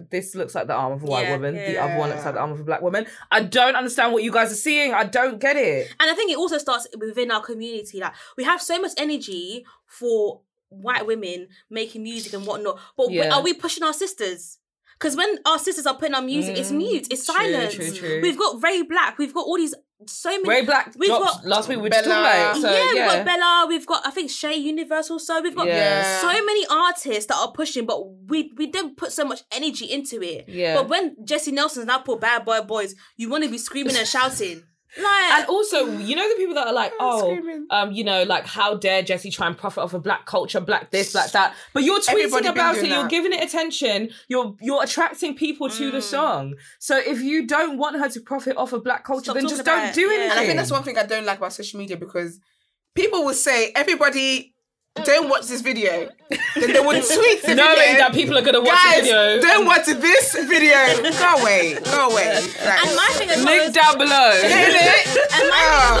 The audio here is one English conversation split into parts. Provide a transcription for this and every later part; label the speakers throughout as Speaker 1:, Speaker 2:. Speaker 1: like, this looks like the arm of a white
Speaker 2: Yeah,
Speaker 1: woman, the
Speaker 2: yeah.
Speaker 1: other one looks like the arm of a black woman. I don't understand what you guys are seeing. I don't get it.
Speaker 2: And I think it also starts within our community. Like we have so much energy for white women making music and whatnot, but we-
Speaker 1: Yeah.
Speaker 2: are we pushing our sisters? Because when our sisters are putting our music, it's
Speaker 1: Mm,
Speaker 2: mute, it's
Speaker 1: true,
Speaker 2: silence.
Speaker 1: true, true.
Speaker 2: We've got Ray Black, we've got all these so many.
Speaker 1: Ray Black
Speaker 2: We've
Speaker 1: dropped
Speaker 2: got-
Speaker 1: last week, we were just talking
Speaker 3: Bella.
Speaker 1: about it. So,
Speaker 2: yeah,
Speaker 1: yeah,
Speaker 2: we've got Bella, we've got I think Shay Universal. So we've got
Speaker 1: Yeah.
Speaker 2: so many artists that are pushing, but we we don't put so much energy into it.
Speaker 1: Yeah.
Speaker 2: But when Jesse Nelson's now put Bad Boy Boys, you want to be screaming and shouting.
Speaker 1: and
Speaker 2: Like,
Speaker 1: also, you know the people that are like, oh,
Speaker 3: screaming.
Speaker 1: um, you know, like how dare Jesse try and profit off of black culture, black this, black that. But you're tweeting
Speaker 3: Everybody been
Speaker 1: about it,
Speaker 3: doing
Speaker 1: you're
Speaker 3: that.
Speaker 1: giving it attention, you're you're attracting people to
Speaker 2: Mm.
Speaker 1: the song. So if you don't want her to profit off of black culture,
Speaker 2: Stop
Speaker 1: then
Speaker 2: talking
Speaker 1: just
Speaker 2: about
Speaker 1: don't
Speaker 2: it.
Speaker 1: do
Speaker 2: Yeah.
Speaker 1: anything.
Speaker 3: And I think that's one thing I don't like about social media because people will say, everybody, don't watch this video. then they will tweet the
Speaker 1: Knowing
Speaker 3: video.
Speaker 1: that people are gonna watch
Speaker 3: Guys,
Speaker 1: the video.
Speaker 3: don't watch this video. Go away. Go away. Like,
Speaker 2: and my thing as well
Speaker 1: Link
Speaker 2: is-
Speaker 1: down below.
Speaker 3: Get it?
Speaker 2: and my
Speaker 3: Ah.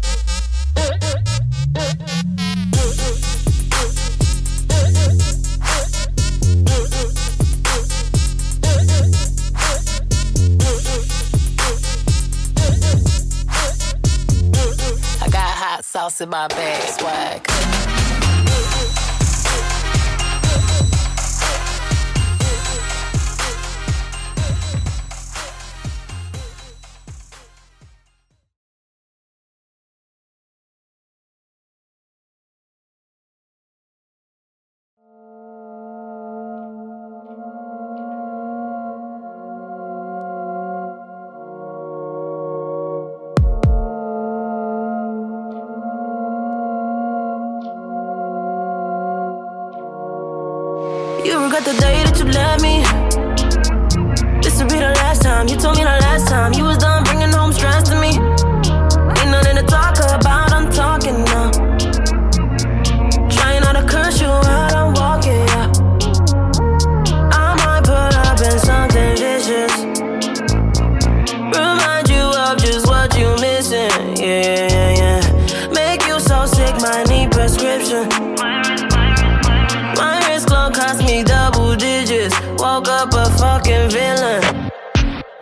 Speaker 4: I got hot sauce in my bag, swag.
Speaker 5: You regret the day that you left me. This will be the last time. You told me the last time you was done bringing home stress to me. Ain't nothing to talk about. I'm talking now. Trying not to curse you out. I'm walking. Yeah. I might put up in something vicious. Remind you of just what you missing. Yeah, yeah, yeah. Make you so sick. Might need prescription. My wrist clone cost me double digits. Woke up a fucking villain.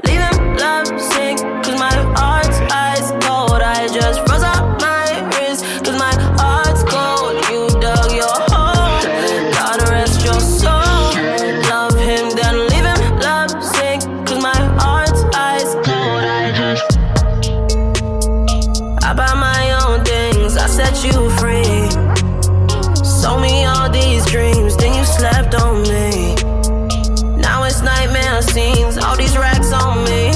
Speaker 5: Leave him love sick, cause my heart's ice cold. I just froze up my wrist, cause my heart's cold. You dug your hole, gotta rest your soul. Love him, then leave him love sick, cause my heart's ice cold. I just I buy my own things, I set you free. Sold me all these dreams, then you slept on me. Now it's nightmare scenes, all these racks on me.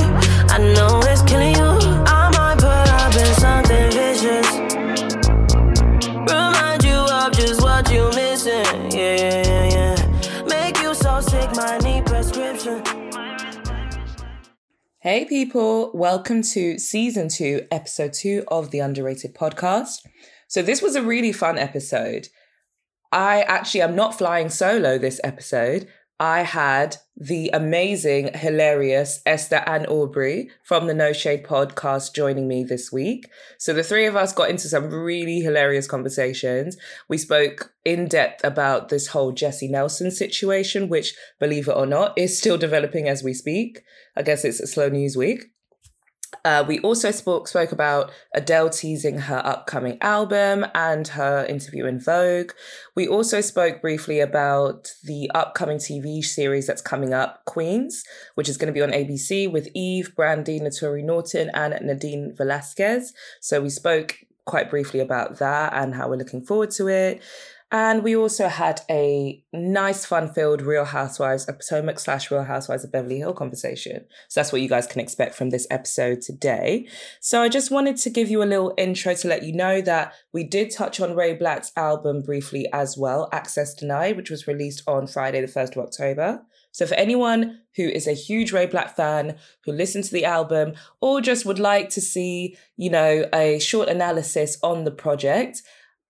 Speaker 5: I know it's killing you. I might put up in something vicious. Remind you of just what you missing. Yeah, yeah, yeah, yeah. Make you so sick, might need prescription.
Speaker 1: Hey, people, welcome to season two, episode two of the Underrated Podcast. So, this was a really fun episode. I actually am not flying solo this episode. I had the amazing, hilarious Esther and Aubrey from the No Shade podcast joining me this week. So, the three of us got into some really hilarious conversations. We spoke in depth about this whole Jesse Nelson situation, which, believe it or not, is still developing as we speak. I guess it's a slow news week. Uh, we also spoke, spoke about Adele teasing her upcoming album and her interview in Vogue. We also spoke briefly about the upcoming TV series that's coming up, Queens, which is going to be on ABC with Eve, Brandy, Notori Norton, and Nadine Velasquez. So we spoke quite briefly about that and how we're looking forward to it. And we also had a nice, fun filled Real Housewives of Potomac slash Real Housewives of Beverly Hill conversation. So that's what you guys can expect from this episode today. So I just wanted to give you a little intro to let you know that we did touch on Ray Black's album briefly as well, Access Denied, which was released on Friday, the 1st of October. So for anyone who is a huge Ray Black fan, who listened to the album, or just would like to see, you know, a short analysis on the project,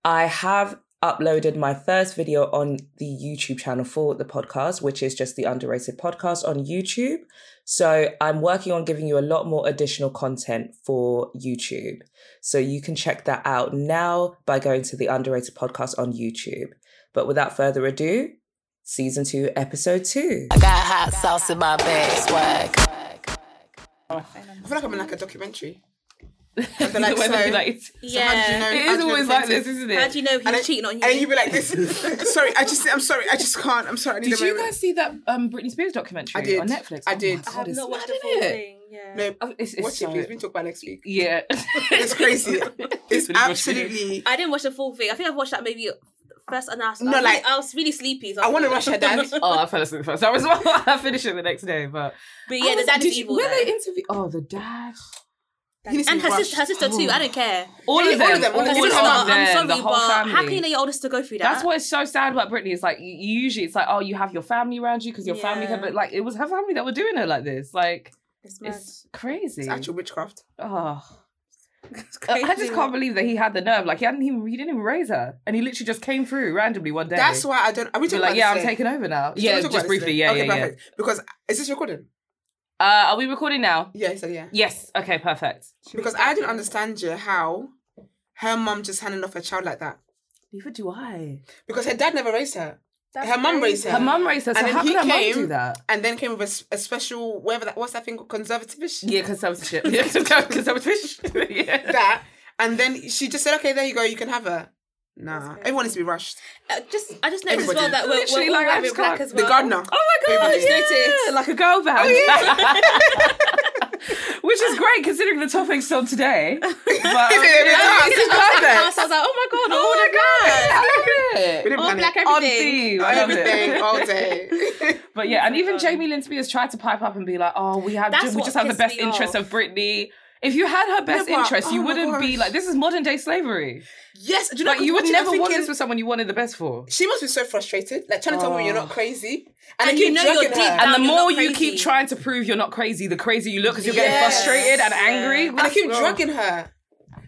Speaker 1: I have uploaded my first video on the YouTube channel for the podcast, which is just the underrated podcast on YouTube. So I'm working on giving you a lot more additional content for YouTube. So you can check that out now by going to the underrated podcast on YouTube. But without further ado, season two, episode two.
Speaker 4: I got hot sauce in my bag. Swag.
Speaker 3: I feel like I'm in like a documentary. And they're like, so,
Speaker 1: When they be like, it's-
Speaker 2: Yeah.
Speaker 3: know-
Speaker 1: it
Speaker 3: how
Speaker 1: is
Speaker 3: do you
Speaker 1: always like
Speaker 3: present it?
Speaker 1: this, isn't
Speaker 2: How
Speaker 1: it?
Speaker 2: do you know
Speaker 3: and
Speaker 2: he's cheating on you?
Speaker 3: And you'd be like, this. sorry, I just, I'm sorry, I just can't. I'm sorry. I need
Speaker 1: Did
Speaker 3: a
Speaker 1: you
Speaker 3: moment.
Speaker 1: guys see that um, Britney Spears documentary
Speaker 3: I did.
Speaker 1: on Netflix?
Speaker 3: I
Speaker 1: Oh my
Speaker 3: did.
Speaker 1: God,
Speaker 2: I have
Speaker 1: it's
Speaker 2: not watched
Speaker 1: mad,
Speaker 2: the full
Speaker 1: isn't it?
Speaker 2: thing. Yeah.
Speaker 3: No,
Speaker 1: Oh, it's- it's
Speaker 3: watch
Speaker 1: so-
Speaker 3: it, please. We can talk about it next week.
Speaker 1: Yeah,
Speaker 3: It's crazy. It's absolutely.
Speaker 2: I didn't watch the full thing. I think I've watched that maybe first and last.
Speaker 3: No,
Speaker 2: No,
Speaker 3: like-
Speaker 2: like I was really sleepy. So
Speaker 3: I
Speaker 2: was
Speaker 3: want to
Speaker 2: like-
Speaker 3: rush her dad.
Speaker 1: Oh, I fell asleep the first. I was I finished it the next day, but
Speaker 2: But yeah,
Speaker 1: I was-
Speaker 2: the dad
Speaker 1: did
Speaker 2: is
Speaker 1: you-
Speaker 2: evil.
Speaker 1: Were
Speaker 2: though.
Speaker 1: they interview? Oh, the dad.
Speaker 3: He needs to
Speaker 2: and
Speaker 3: be
Speaker 2: her
Speaker 3: rushed.
Speaker 2: sister, her sister too. I don't care.
Speaker 1: All
Speaker 3: Yeah,
Speaker 1: of them. All of them.
Speaker 3: all
Speaker 2: Her
Speaker 3: All
Speaker 2: sister,
Speaker 3: of
Speaker 2: I'm
Speaker 1: them,
Speaker 2: sorry,
Speaker 1: the whole
Speaker 2: but
Speaker 1: family.
Speaker 2: how can you know your oldest to go through that?
Speaker 1: That's what's so sad about Britney. It's like y- usually it's like, oh, you have your family around you because your family
Speaker 2: Yeah.
Speaker 1: can, but like it was her family that were doing her like this. Like
Speaker 2: It's mad.
Speaker 1: it's crazy.
Speaker 3: It's actual witchcraft.
Speaker 1: oh.
Speaker 2: It's
Speaker 1: I- I
Speaker 2: crazy.
Speaker 1: just can't believe that he had the nerve. Like he hadn't even he didn't even raise her, and he literally just came through randomly one day.
Speaker 3: That's why I don't. Are we
Speaker 1: Be
Speaker 3: talking
Speaker 1: like,
Speaker 3: about
Speaker 1: yeah,
Speaker 3: this
Speaker 1: I'm
Speaker 3: today?
Speaker 1: taking over now.
Speaker 3: Can
Speaker 1: Yeah,
Speaker 3: we talk
Speaker 1: just
Speaker 3: about this
Speaker 1: briefly.
Speaker 3: today?
Speaker 1: Yeah,
Speaker 3: okay,
Speaker 1: yeah, yeah.
Speaker 3: perfect. Because is this recording?
Speaker 1: Uh, are we recording now?
Speaker 3: Yeah, so yeah.
Speaker 1: Yes. Okay. Perfect.
Speaker 3: Because I didn't understand yeah, how her mum just handing off her child like that.
Speaker 1: Neither do I.
Speaker 3: Because her dad never raised her.
Speaker 2: That's
Speaker 3: her mum raised
Speaker 2: crazy.
Speaker 1: Her mum raised her, so
Speaker 3: And then
Speaker 1: how
Speaker 3: he
Speaker 1: could her mum
Speaker 3: came-
Speaker 1: do that?
Speaker 3: And then came with a s- a, special, whatever that, what's that thing, called? conservative
Speaker 1: Yeah, conservatorship. Yeah, conservatorship. yeah.
Speaker 3: That. And then she just said, okay, there you go, you can have her. Nah,
Speaker 2: crazy.
Speaker 3: everyone needs to be rushed.
Speaker 2: Uh, just I just noticed as
Speaker 3: Everybody.
Speaker 2: well that we're,
Speaker 1: Literally,
Speaker 2: we're all
Speaker 1: like, I
Speaker 2: wearing
Speaker 1: just
Speaker 2: black
Speaker 1: can't-
Speaker 2: as
Speaker 3: The
Speaker 2: well.
Speaker 3: gardener.
Speaker 1: Oh my god!
Speaker 3: Everybody's
Speaker 1: Yeah,
Speaker 2: noticed.
Speaker 1: like a girl band. Which is great considering the topic's on today. But, um,
Speaker 3: Yeah, it's perfect.
Speaker 2: So I was like, oh my god, all
Speaker 1: oh my god! I love it.
Speaker 2: the
Speaker 3: We didn't
Speaker 2: All
Speaker 3: plan
Speaker 2: black
Speaker 3: it.
Speaker 1: On
Speaker 2: everything.
Speaker 1: theme. I love it.
Speaker 3: Everything, all day.
Speaker 1: But yeah, and
Speaker 3: um,
Speaker 1: even Jamie Lynn Spears tried to pipe up and be like, "Oh, we have
Speaker 2: That's
Speaker 1: we
Speaker 2: what
Speaker 1: just have the
Speaker 2: pissed
Speaker 1: best
Speaker 2: me
Speaker 1: interests
Speaker 2: off.
Speaker 1: of Britney." If you had her best
Speaker 3: Yeah, but-
Speaker 1: interests, you
Speaker 3: oh my
Speaker 1: wouldn't be
Speaker 3: gosh.
Speaker 1: like, "This is modern day slavery."
Speaker 3: yes, do you know
Speaker 1: Like you would
Speaker 3: watching, I'm
Speaker 1: never want
Speaker 3: thinking-
Speaker 1: this for someone you wanted the best for.
Speaker 3: She must be so frustrated, like trying to tell me you're not crazy, and,
Speaker 2: Ah. And
Speaker 3: they
Speaker 2: you
Speaker 3: keep
Speaker 2: know you're
Speaker 3: dragging
Speaker 2: deep
Speaker 3: her.
Speaker 2: down-
Speaker 1: And the
Speaker 2: you're
Speaker 1: more
Speaker 2: not
Speaker 1: you
Speaker 2: crazy.
Speaker 1: keep trying to prove you're not crazy, the crazier you look because you're getting
Speaker 3: Yes.
Speaker 1: frustrated and angry.
Speaker 3: and I keep drugging her.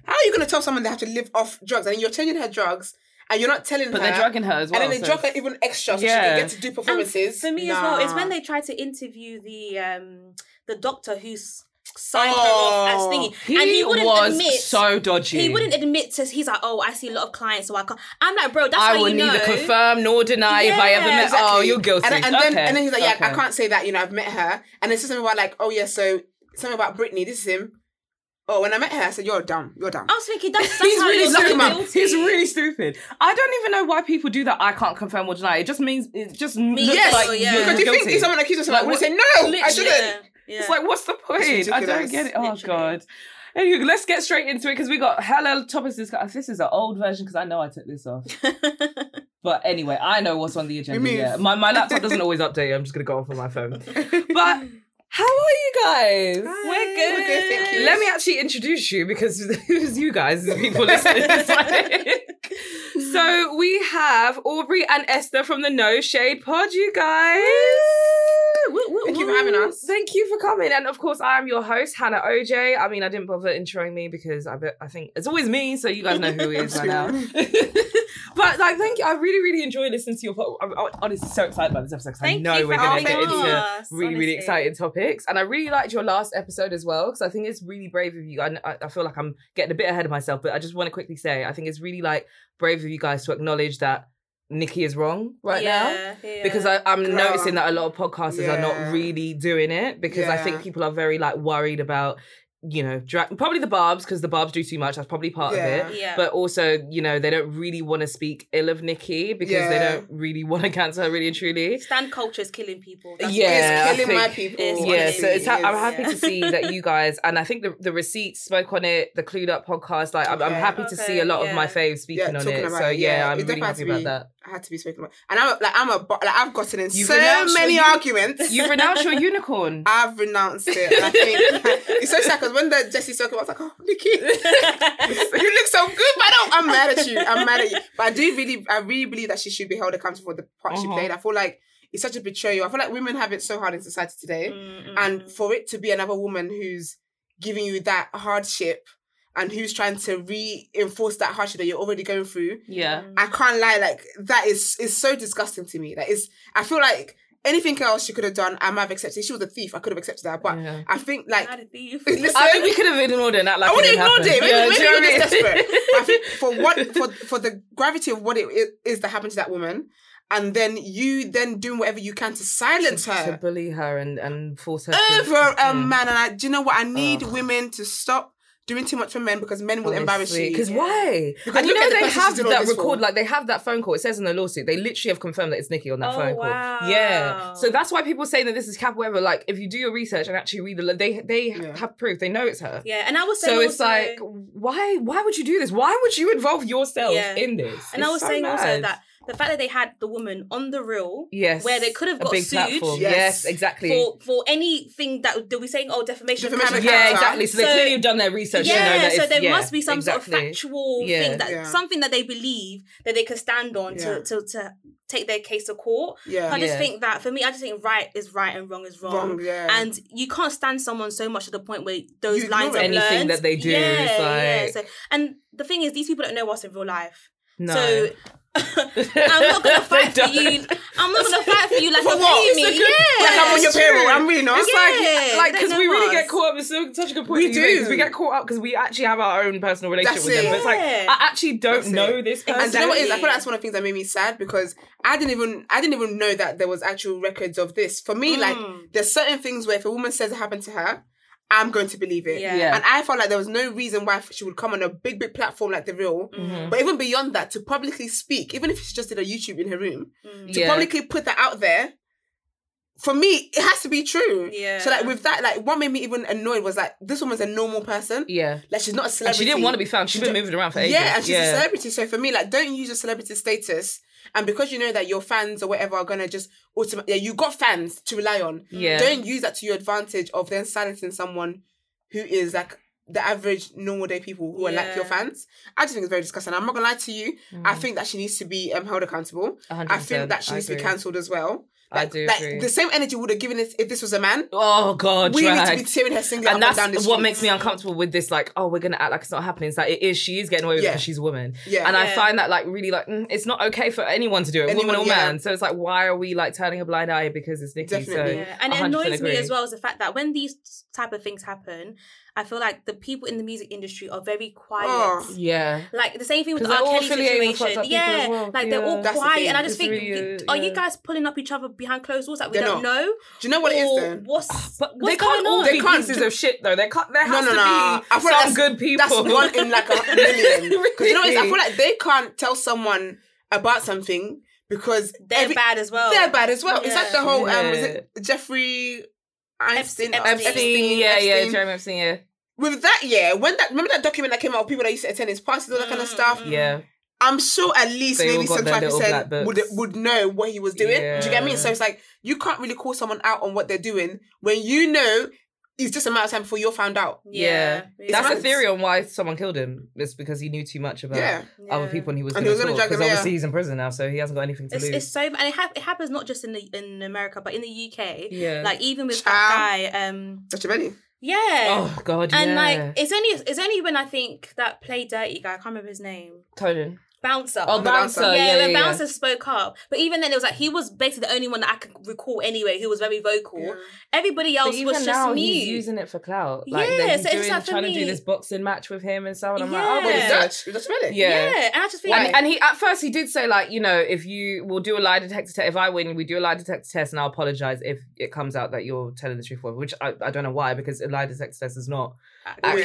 Speaker 3: How are you going to tell someone they have to live off drugs? And you're changing her drugs, and you're not telling
Speaker 1: But
Speaker 3: her.
Speaker 1: they're drugging her as well.
Speaker 3: and then they
Speaker 1: so-
Speaker 3: drug her even extra, so she
Speaker 1: Yeah.
Speaker 3: can get to do performances.
Speaker 2: For me as well, it's when
Speaker 3: Nah.
Speaker 2: they tried to interview the um the doctor who's signed her
Speaker 3: Oh,
Speaker 2: off as thingy,
Speaker 1: He,
Speaker 2: and he wouldn't
Speaker 1: was
Speaker 2: admit.
Speaker 1: so dodgy.
Speaker 2: he wouldn't admit to he's like, oh, I see a lot of clients, so I can't. I'm like, bro, that's
Speaker 1: I
Speaker 2: how
Speaker 1: will
Speaker 2: you know.
Speaker 1: neither confirm nor deny if I ever
Speaker 2: Yeah,
Speaker 1: met. Oh,
Speaker 3: Exactly.
Speaker 1: you're guilty.
Speaker 3: And, and then
Speaker 1: Okay,
Speaker 3: and then he's like, yeah, I
Speaker 1: okay.
Speaker 3: can't say that. You know, I've met her, and it's just something about like, oh yeah, so something about Britney. This is him. Oh, when I met her, I said, you're dumb. You're dumb.
Speaker 2: I was thinking that's, that's
Speaker 1: He's
Speaker 2: how
Speaker 1: really
Speaker 2: you're
Speaker 3: lucky,
Speaker 1: stupid.
Speaker 3: man.
Speaker 2: guilty.
Speaker 1: He's really stupid. I don't even know why people do that. I can't confirm or deny. It just means it just looks
Speaker 2: Yes,
Speaker 1: like
Speaker 2: oh, yeah.
Speaker 1: you're
Speaker 3: because you
Speaker 1: guilty.
Speaker 3: think if someone accuses someone,
Speaker 1: Like,
Speaker 3: would
Speaker 1: what-
Speaker 3: say no? I
Speaker 2: Yeah,
Speaker 3: shouldn't.
Speaker 2: yeah.
Speaker 1: It's like, what's the point? I don't
Speaker 3: ridiculous,
Speaker 1: get it. Oh
Speaker 2: literally.
Speaker 1: god. Anyway, let's get straight into it because we got hella topics. to discuss. This is an old version because I know I took this off. But anyway, I know what's on the agenda.
Speaker 3: move.
Speaker 1: Yeah. My, my laptop doesn't always update. I'm just gonna go off on my phone. But how are you guys?
Speaker 3: We're good. We're good, thank you.
Speaker 1: Let me actually introduce you because who's you guys, the people listening. It's like- so we have Aubrey and Esther from the No Shade Pod, you guys.
Speaker 3: Thank you for having us.
Speaker 1: Thank you for coming. And of course, I'm your host, Hannah OJ. I mean, I didn't bother introing me because I, bet I think it's always me, so you guys know who it is by now. but like, thank you. I really, really enjoy listening to your pod. I'm I'm honestly so excited about this episode because I
Speaker 2: Thank
Speaker 1: know
Speaker 2: you
Speaker 1: we're
Speaker 2: for
Speaker 1: going to
Speaker 3: having
Speaker 1: get into
Speaker 2: us,
Speaker 1: really, really
Speaker 2: honestly.
Speaker 1: exciting topics. And I really liked your last episode as well because I think it's really brave of you. I, I- I feel like I'm getting a bit ahead of myself, but I just want to quickly say I think it's really like brave of you guys to acknowledge that Nikki is wrong right now
Speaker 2: yeah, yeah.
Speaker 1: because I, I'm
Speaker 3: Girl.
Speaker 1: noticing that a lot of podcasters are
Speaker 3: Yeah.
Speaker 1: not really doing it because I think
Speaker 3: Yeah.
Speaker 1: people are very like worried about you know dra- probably the barbs because the barbs do too much. That's probably part
Speaker 3: Yeah.
Speaker 1: of it.
Speaker 2: yeah.
Speaker 1: But also, you know, they don't really want to speak ill of Nikki because they
Speaker 3: Yeah.
Speaker 1: don't really want to cancel her really and truly.
Speaker 2: stand culture is killing people. That's
Speaker 1: Yeah. I
Speaker 3: it's killing my
Speaker 1: think-
Speaker 3: people.
Speaker 2: It's-
Speaker 1: Yeah,
Speaker 2: honestly,
Speaker 1: so it's ha-
Speaker 2: it
Speaker 1: I'm
Speaker 2: is,
Speaker 1: happy to
Speaker 2: yeah.
Speaker 1: see that you guys, and I think the, the receipts spoke on it, the Clued Up podcast. Like, I'm, I'm
Speaker 3: Okay.
Speaker 1: happy to see a
Speaker 2: Okay,
Speaker 1: lot of my
Speaker 2: yeah.
Speaker 1: faves speaking on
Speaker 3: talking
Speaker 1: it.
Speaker 3: about
Speaker 1: So,
Speaker 3: it,
Speaker 1: yeah,
Speaker 3: yeah.
Speaker 1: I'm
Speaker 3: It
Speaker 1: really
Speaker 3: definitely has
Speaker 1: happy
Speaker 3: to
Speaker 1: about
Speaker 3: be-
Speaker 1: that.
Speaker 3: I had to be spoken about, and I'm like I'm a bo- like I've gotten in
Speaker 1: You've
Speaker 3: so
Speaker 1: renounced
Speaker 3: many
Speaker 1: your-
Speaker 3: arguments.
Speaker 1: You've renounced your unicorn.
Speaker 3: I've renounced it. and I think it's so sad because when the Jesse's talking, I was like, "Oh, Nikki, you look so good." But I don't, I'm mad at you. I'm mad at you. But I do really, I really believe that she should be held accountable for the part she
Speaker 1: Uh-huh.
Speaker 3: played. I feel like it's such a betrayal. I feel like women have it so hard in society today, and for it to be another woman who's giving you that hardship and who's trying to reinforce that hardship that you're already going through,
Speaker 1: Yeah.
Speaker 3: I can't lie. Like that is is so disgusting to me. That is, I feel like anything else she could have done, I might have accepted. She was a thief. I could have accepted that, but
Speaker 1: Yeah.
Speaker 3: I think like
Speaker 2: Not a thief.
Speaker 3: listen,
Speaker 1: I think we could have ignored it. Not like
Speaker 3: I would have
Speaker 1: it didn't
Speaker 3: ignored
Speaker 1: happen.
Speaker 3: it. Maybe,
Speaker 1: Yeah, do
Speaker 3: maybe
Speaker 1: you know
Speaker 3: you're
Speaker 1: what I mean?
Speaker 3: just desperate. But I think for what for for the gravity of what it i- is that happened to that woman, and then you then doing whatever you can to silence
Speaker 1: to
Speaker 3: her
Speaker 1: bully her and, and force her
Speaker 3: over
Speaker 1: to,
Speaker 3: a man. And I, do you know
Speaker 1: Oh,
Speaker 3: what? I need women to stop doing too much for men because men will embarrass you.
Speaker 1: Because why? and you
Speaker 3: look at
Speaker 1: know
Speaker 3: the
Speaker 1: they
Speaker 3: person
Speaker 1: have
Speaker 3: she's doing all
Speaker 1: that
Speaker 3: this for.
Speaker 1: record, like they have that phone call. It says in the lawsuit, they literally have confirmed that it's Nikki on that
Speaker 2: Oh,
Speaker 1: phone call.
Speaker 2: wow.
Speaker 1: Yeah. So that's why people say that this is Cap Weber. Like, if you do your research and actually read the, le- they they
Speaker 3: Yeah.
Speaker 1: have proof. They know it's her.
Speaker 2: Yeah, and I was saying
Speaker 1: So it's
Speaker 2: also-
Speaker 1: like, why? Why would you do this? Why would you involve yourself
Speaker 2: Yeah.
Speaker 1: in this?
Speaker 2: and I
Speaker 1: It's
Speaker 2: was
Speaker 1: so
Speaker 2: saying also
Speaker 1: mad.
Speaker 2: that the fact that they had the woman on the reel,
Speaker 1: yes,
Speaker 2: where they could have
Speaker 1: a
Speaker 2: got
Speaker 1: big
Speaker 2: sued
Speaker 1: platform.
Speaker 3: Yes.
Speaker 1: Yes, exactly.
Speaker 2: for for anything that they were saying, oh, defamation,
Speaker 3: Defamation
Speaker 2: of
Speaker 3: of
Speaker 2: character.
Speaker 1: yeah,
Speaker 3: character.
Speaker 1: exactly. So,
Speaker 2: So-
Speaker 1: they clearly have done their research. to know
Speaker 2: Yeah,
Speaker 1: that
Speaker 2: so
Speaker 1: if-
Speaker 2: there
Speaker 1: yeah,
Speaker 2: must be some
Speaker 1: exactly.
Speaker 2: sort of factual
Speaker 1: Yeah.
Speaker 2: thing that
Speaker 3: Yeah.
Speaker 2: something that they believe that they can stand on
Speaker 3: Yeah.
Speaker 2: to, to to take their case to court.
Speaker 3: Yeah.
Speaker 2: I just
Speaker 1: Yeah.
Speaker 2: think that for me, I just think right is right and wrong is wrong.
Speaker 3: Wrong, yeah.
Speaker 2: And you can't stand someone so much to the point where those
Speaker 3: You
Speaker 2: lines are
Speaker 3: ignore
Speaker 2: blurred.
Speaker 3: it.
Speaker 1: Anything that they do is like-
Speaker 2: So, and the thing is, these people don't know us in real life.
Speaker 1: No.
Speaker 2: So I'm not gonna
Speaker 1: They
Speaker 2: fight for you.
Speaker 1: don't.
Speaker 2: I'm not gonna fight for you like
Speaker 3: For
Speaker 2: you're
Speaker 3: what?
Speaker 2: paying me.
Speaker 3: It's a
Speaker 2: yeah,
Speaker 3: like I'm on your payroll. I'm really not. It's like
Speaker 2: Yeah.
Speaker 1: like
Speaker 2: they
Speaker 1: because
Speaker 2: know
Speaker 1: we really
Speaker 2: us.
Speaker 1: get caught up. It's so, such a good point.
Speaker 3: We
Speaker 1: that you make, 'cause
Speaker 3: do.
Speaker 1: We get caught up because we actually have our own personal relationship
Speaker 3: That's
Speaker 1: with them.
Speaker 3: it.
Speaker 1: But it's like
Speaker 2: Yeah.
Speaker 1: I actually don't
Speaker 3: That's it.
Speaker 1: know this person.
Speaker 3: And do you know what it is? I feel
Speaker 2: Exactly.
Speaker 3: like that's one of the things that made me sad because I didn't even I didn't even know that there was actual records of this. For me,
Speaker 1: Hmm.
Speaker 3: like there's certain things where if a woman says it happened to her, I'm going to believe it.
Speaker 2: Yeah.
Speaker 1: Yeah.
Speaker 3: And I felt like there was no reason why she would come on a big, big platform like The Real.
Speaker 1: Mm-hmm.
Speaker 3: But even beyond that, to publicly speak, even if she just did a YouTube in her room, to
Speaker 1: Yeah.
Speaker 3: publicly put that out there, for me, it has to be true.
Speaker 2: Yeah.
Speaker 3: So like with that, like what made me even annoyed was like this woman's a normal person.
Speaker 1: Yeah.
Speaker 3: Like she's not a
Speaker 1: And
Speaker 3: celebrity.
Speaker 1: she didn't want to be found. She's been moving around for ages.
Speaker 3: Yeah, and she's a celebrity. So for me, like, don't use your celebrity status. And because you know that your fans or whatever are gonna just automatically, yeah, you got fans to rely on.
Speaker 1: Yeah.
Speaker 3: Don't use that to your advantage of then silencing someone who is like the average normal day people who are like your
Speaker 2: Yeah.
Speaker 3: fans. I just think it's very disgusting. I'm not gonna lie to you. I think that she needs to be um, held accountable. I
Speaker 1: 100%.
Speaker 3: think that she
Speaker 1: Mm. I
Speaker 3: needs to be
Speaker 1: agree.
Speaker 3: cancelled as well.
Speaker 1: I
Speaker 3: Like-
Speaker 1: do
Speaker 3: Like
Speaker 1: agree.
Speaker 3: the same energy would have given it if this was a man.
Speaker 1: Oh god,
Speaker 3: we need
Speaker 1: drag.
Speaker 3: to be tearing her singlet
Speaker 1: and
Speaker 3: up and down
Speaker 1: that's
Speaker 3: the
Speaker 1: what
Speaker 3: streets.
Speaker 1: makes me uncomfortable with this. Like, oh, we're gonna act like it's not happening. It's like it is. She is getting away with
Speaker 3: Yeah.
Speaker 1: it because she's a woman.
Speaker 3: Yeah.
Speaker 1: And I
Speaker 2: Yeah.
Speaker 1: find that like really like mm, it's not okay for anyone to do it,
Speaker 3: Anyone,
Speaker 1: woman or
Speaker 3: yeah.
Speaker 1: man. So it's like, why are we like turning a blind eye because it's Nikki?
Speaker 3: Definitely.
Speaker 1: So
Speaker 2: Yeah, and it
Speaker 1: 100%
Speaker 2: annoys me
Speaker 1: agree.
Speaker 2: as well as the fact that when these type of things happen, I feel like the people in the music industry are very quiet.
Speaker 3: Oh.
Speaker 1: Yeah.
Speaker 2: Like the same thing with the
Speaker 1: Because
Speaker 2: R.
Speaker 1: they're all
Speaker 2: Kelly
Speaker 1: affiliated with fucked
Speaker 2: situation.
Speaker 1: up people
Speaker 2: Yeah,
Speaker 1: as well.
Speaker 2: like they're all
Speaker 1: Yeah. That's
Speaker 3: the
Speaker 2: quiet,
Speaker 3: thing.
Speaker 2: and I just
Speaker 1: It's
Speaker 2: think,
Speaker 1: really,
Speaker 2: are
Speaker 1: yeah.
Speaker 2: you guys pulling up each other behind closed doors that we
Speaker 3: They're
Speaker 2: don't
Speaker 3: not.
Speaker 2: know?
Speaker 3: Do you know what it is
Speaker 2: Or
Speaker 1: Oh,
Speaker 3: then?
Speaker 2: What's
Speaker 1: But
Speaker 2: what's
Speaker 1: they can't
Speaker 2: going
Speaker 1: all
Speaker 2: on?
Speaker 1: be
Speaker 3: can't
Speaker 1: pieces
Speaker 3: do-
Speaker 1: of shit though. They can't. There
Speaker 3: No,
Speaker 1: has
Speaker 3: no,
Speaker 1: to
Speaker 3: no. I
Speaker 1: be
Speaker 3: feel
Speaker 1: some
Speaker 3: like
Speaker 1: good people.
Speaker 3: That's one in like a million. 'Cause you know what it is? I feel
Speaker 1: Really?
Speaker 3: like they can't tell someone about something because
Speaker 2: They're
Speaker 3: every-
Speaker 2: bad as
Speaker 1: Oh,
Speaker 2: well.
Speaker 3: They're bad as well. It's like the whole um, was it Jeffrey Einstein?
Speaker 2: Epstein,
Speaker 1: Epstein,
Speaker 3: Epstein,
Speaker 1: yeah, yeah,
Speaker 3: Epstein.
Speaker 1: Jeremy Epstein, yeah,
Speaker 3: With that, yeah, when that remember that document that came out of people that used to attend his parties, all that kind of stuff.
Speaker 1: yeah.
Speaker 3: I'm sure at least
Speaker 1: Mm, They all
Speaker 3: maybe
Speaker 1: got their
Speaker 3: seventy-five
Speaker 1: little
Speaker 3: percent
Speaker 1: black
Speaker 3: would
Speaker 1: books.
Speaker 3: would know what he was doing. Do you get me?
Speaker 1: Yeah.
Speaker 3: So it's like you can't really call someone out on what they're doing when you know it's just a matter of time before you're found out.
Speaker 1: Yeah. That's
Speaker 3: mad.
Speaker 1: a theory on why someone killed him. It's because he knew too much about
Speaker 3: Yeah.
Speaker 1: other
Speaker 2: Yeah.
Speaker 1: people and he was
Speaker 3: And
Speaker 1: going
Speaker 3: he
Speaker 1: to
Speaker 3: was gonna
Speaker 1: talk.
Speaker 3: drag
Speaker 1: Because
Speaker 3: them, yeah.
Speaker 1: obviously he's in prison now, so he hasn't got anything to
Speaker 2: It's,
Speaker 1: lose.
Speaker 2: it's so and it, hap- it happens not just in the in America but in the UK.
Speaker 1: Yeah.
Speaker 2: Like even with
Speaker 3: Child.
Speaker 2: that guy, um,
Speaker 3: Such a many.
Speaker 2: yeah.
Speaker 1: oh God,
Speaker 2: And
Speaker 1: yeah.
Speaker 2: like it's only it's only when I think that play dirty guy, I can't remember his name.
Speaker 1: Conan.
Speaker 2: Bouncer.
Speaker 1: Oh,
Speaker 3: Bouncer,
Speaker 1: bouncer.
Speaker 2: yeah,
Speaker 1: Yeah, yeah,
Speaker 2: when
Speaker 1: yeah.
Speaker 2: Bouncer spoke up. But even then it was like he was basically the only one that I could recall anyway who was very vocal. Everybody
Speaker 1: But
Speaker 2: else
Speaker 1: even
Speaker 2: was just
Speaker 1: now,
Speaker 2: mute.
Speaker 1: he's using it for clout. Like,
Speaker 2: Yeah,
Speaker 1: yeah, he's
Speaker 2: so it's
Speaker 1: doing,
Speaker 2: like for
Speaker 1: trying to
Speaker 2: me-
Speaker 1: do this boxing match with him and so on. I'm
Speaker 2: Yeah.
Speaker 1: like, oh,
Speaker 2: Yeah.
Speaker 1: but
Speaker 3: Dutch. Dutch really.
Speaker 1: yeah.
Speaker 2: yeah. and I just feel
Speaker 1: And,
Speaker 2: like
Speaker 1: and he at first he did say like you know if you we'll do a lie detector test if I win we do a lie detector test and I'll apologize if it comes out that you're telling the truth or which I, I don't know why because a lie detector test is not
Speaker 3: Always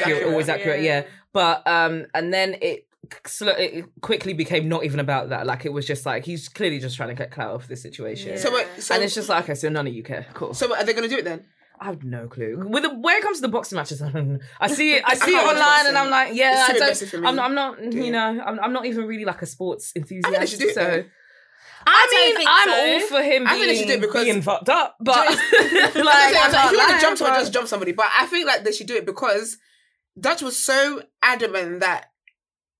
Speaker 1: accurate,
Speaker 3: accurate.
Speaker 1: always accurate yeah. but um and then it, sl- it quickly became not even about that like it was just like he's clearly just trying to get clout off this situation
Speaker 3: So, what- so
Speaker 1: and it's just like okay so none of you care cool
Speaker 3: So what, are they gonna do it then?
Speaker 1: I have no clue. With the, when it comes to the boxing matches, I don't know. I see it. I see it
Speaker 3: can't watch
Speaker 1: online,
Speaker 3: boxing.
Speaker 1: and I'm like, yeah,
Speaker 3: It's too
Speaker 1: I
Speaker 3: aggressive
Speaker 1: don't.
Speaker 3: for me.
Speaker 1: I'm not. I'm not
Speaker 3: Yeah.
Speaker 1: you know, I'm, I'm not even really like a sports enthusiast.
Speaker 3: they should do it,
Speaker 1: so
Speaker 3: though.
Speaker 1: I,
Speaker 2: don't
Speaker 1: mean,
Speaker 2: think
Speaker 1: I'm
Speaker 2: so.
Speaker 1: all for him.
Speaker 3: I
Speaker 1: being,
Speaker 3: think they should do it because-
Speaker 1: being fucked up, but like,
Speaker 3: That's what I'm saying.
Speaker 1: I
Speaker 3: if you want
Speaker 1: can't
Speaker 3: to jump
Speaker 1: lie,
Speaker 3: someone, just jump somebody. But I think like they should do it because Dutch was so adamant that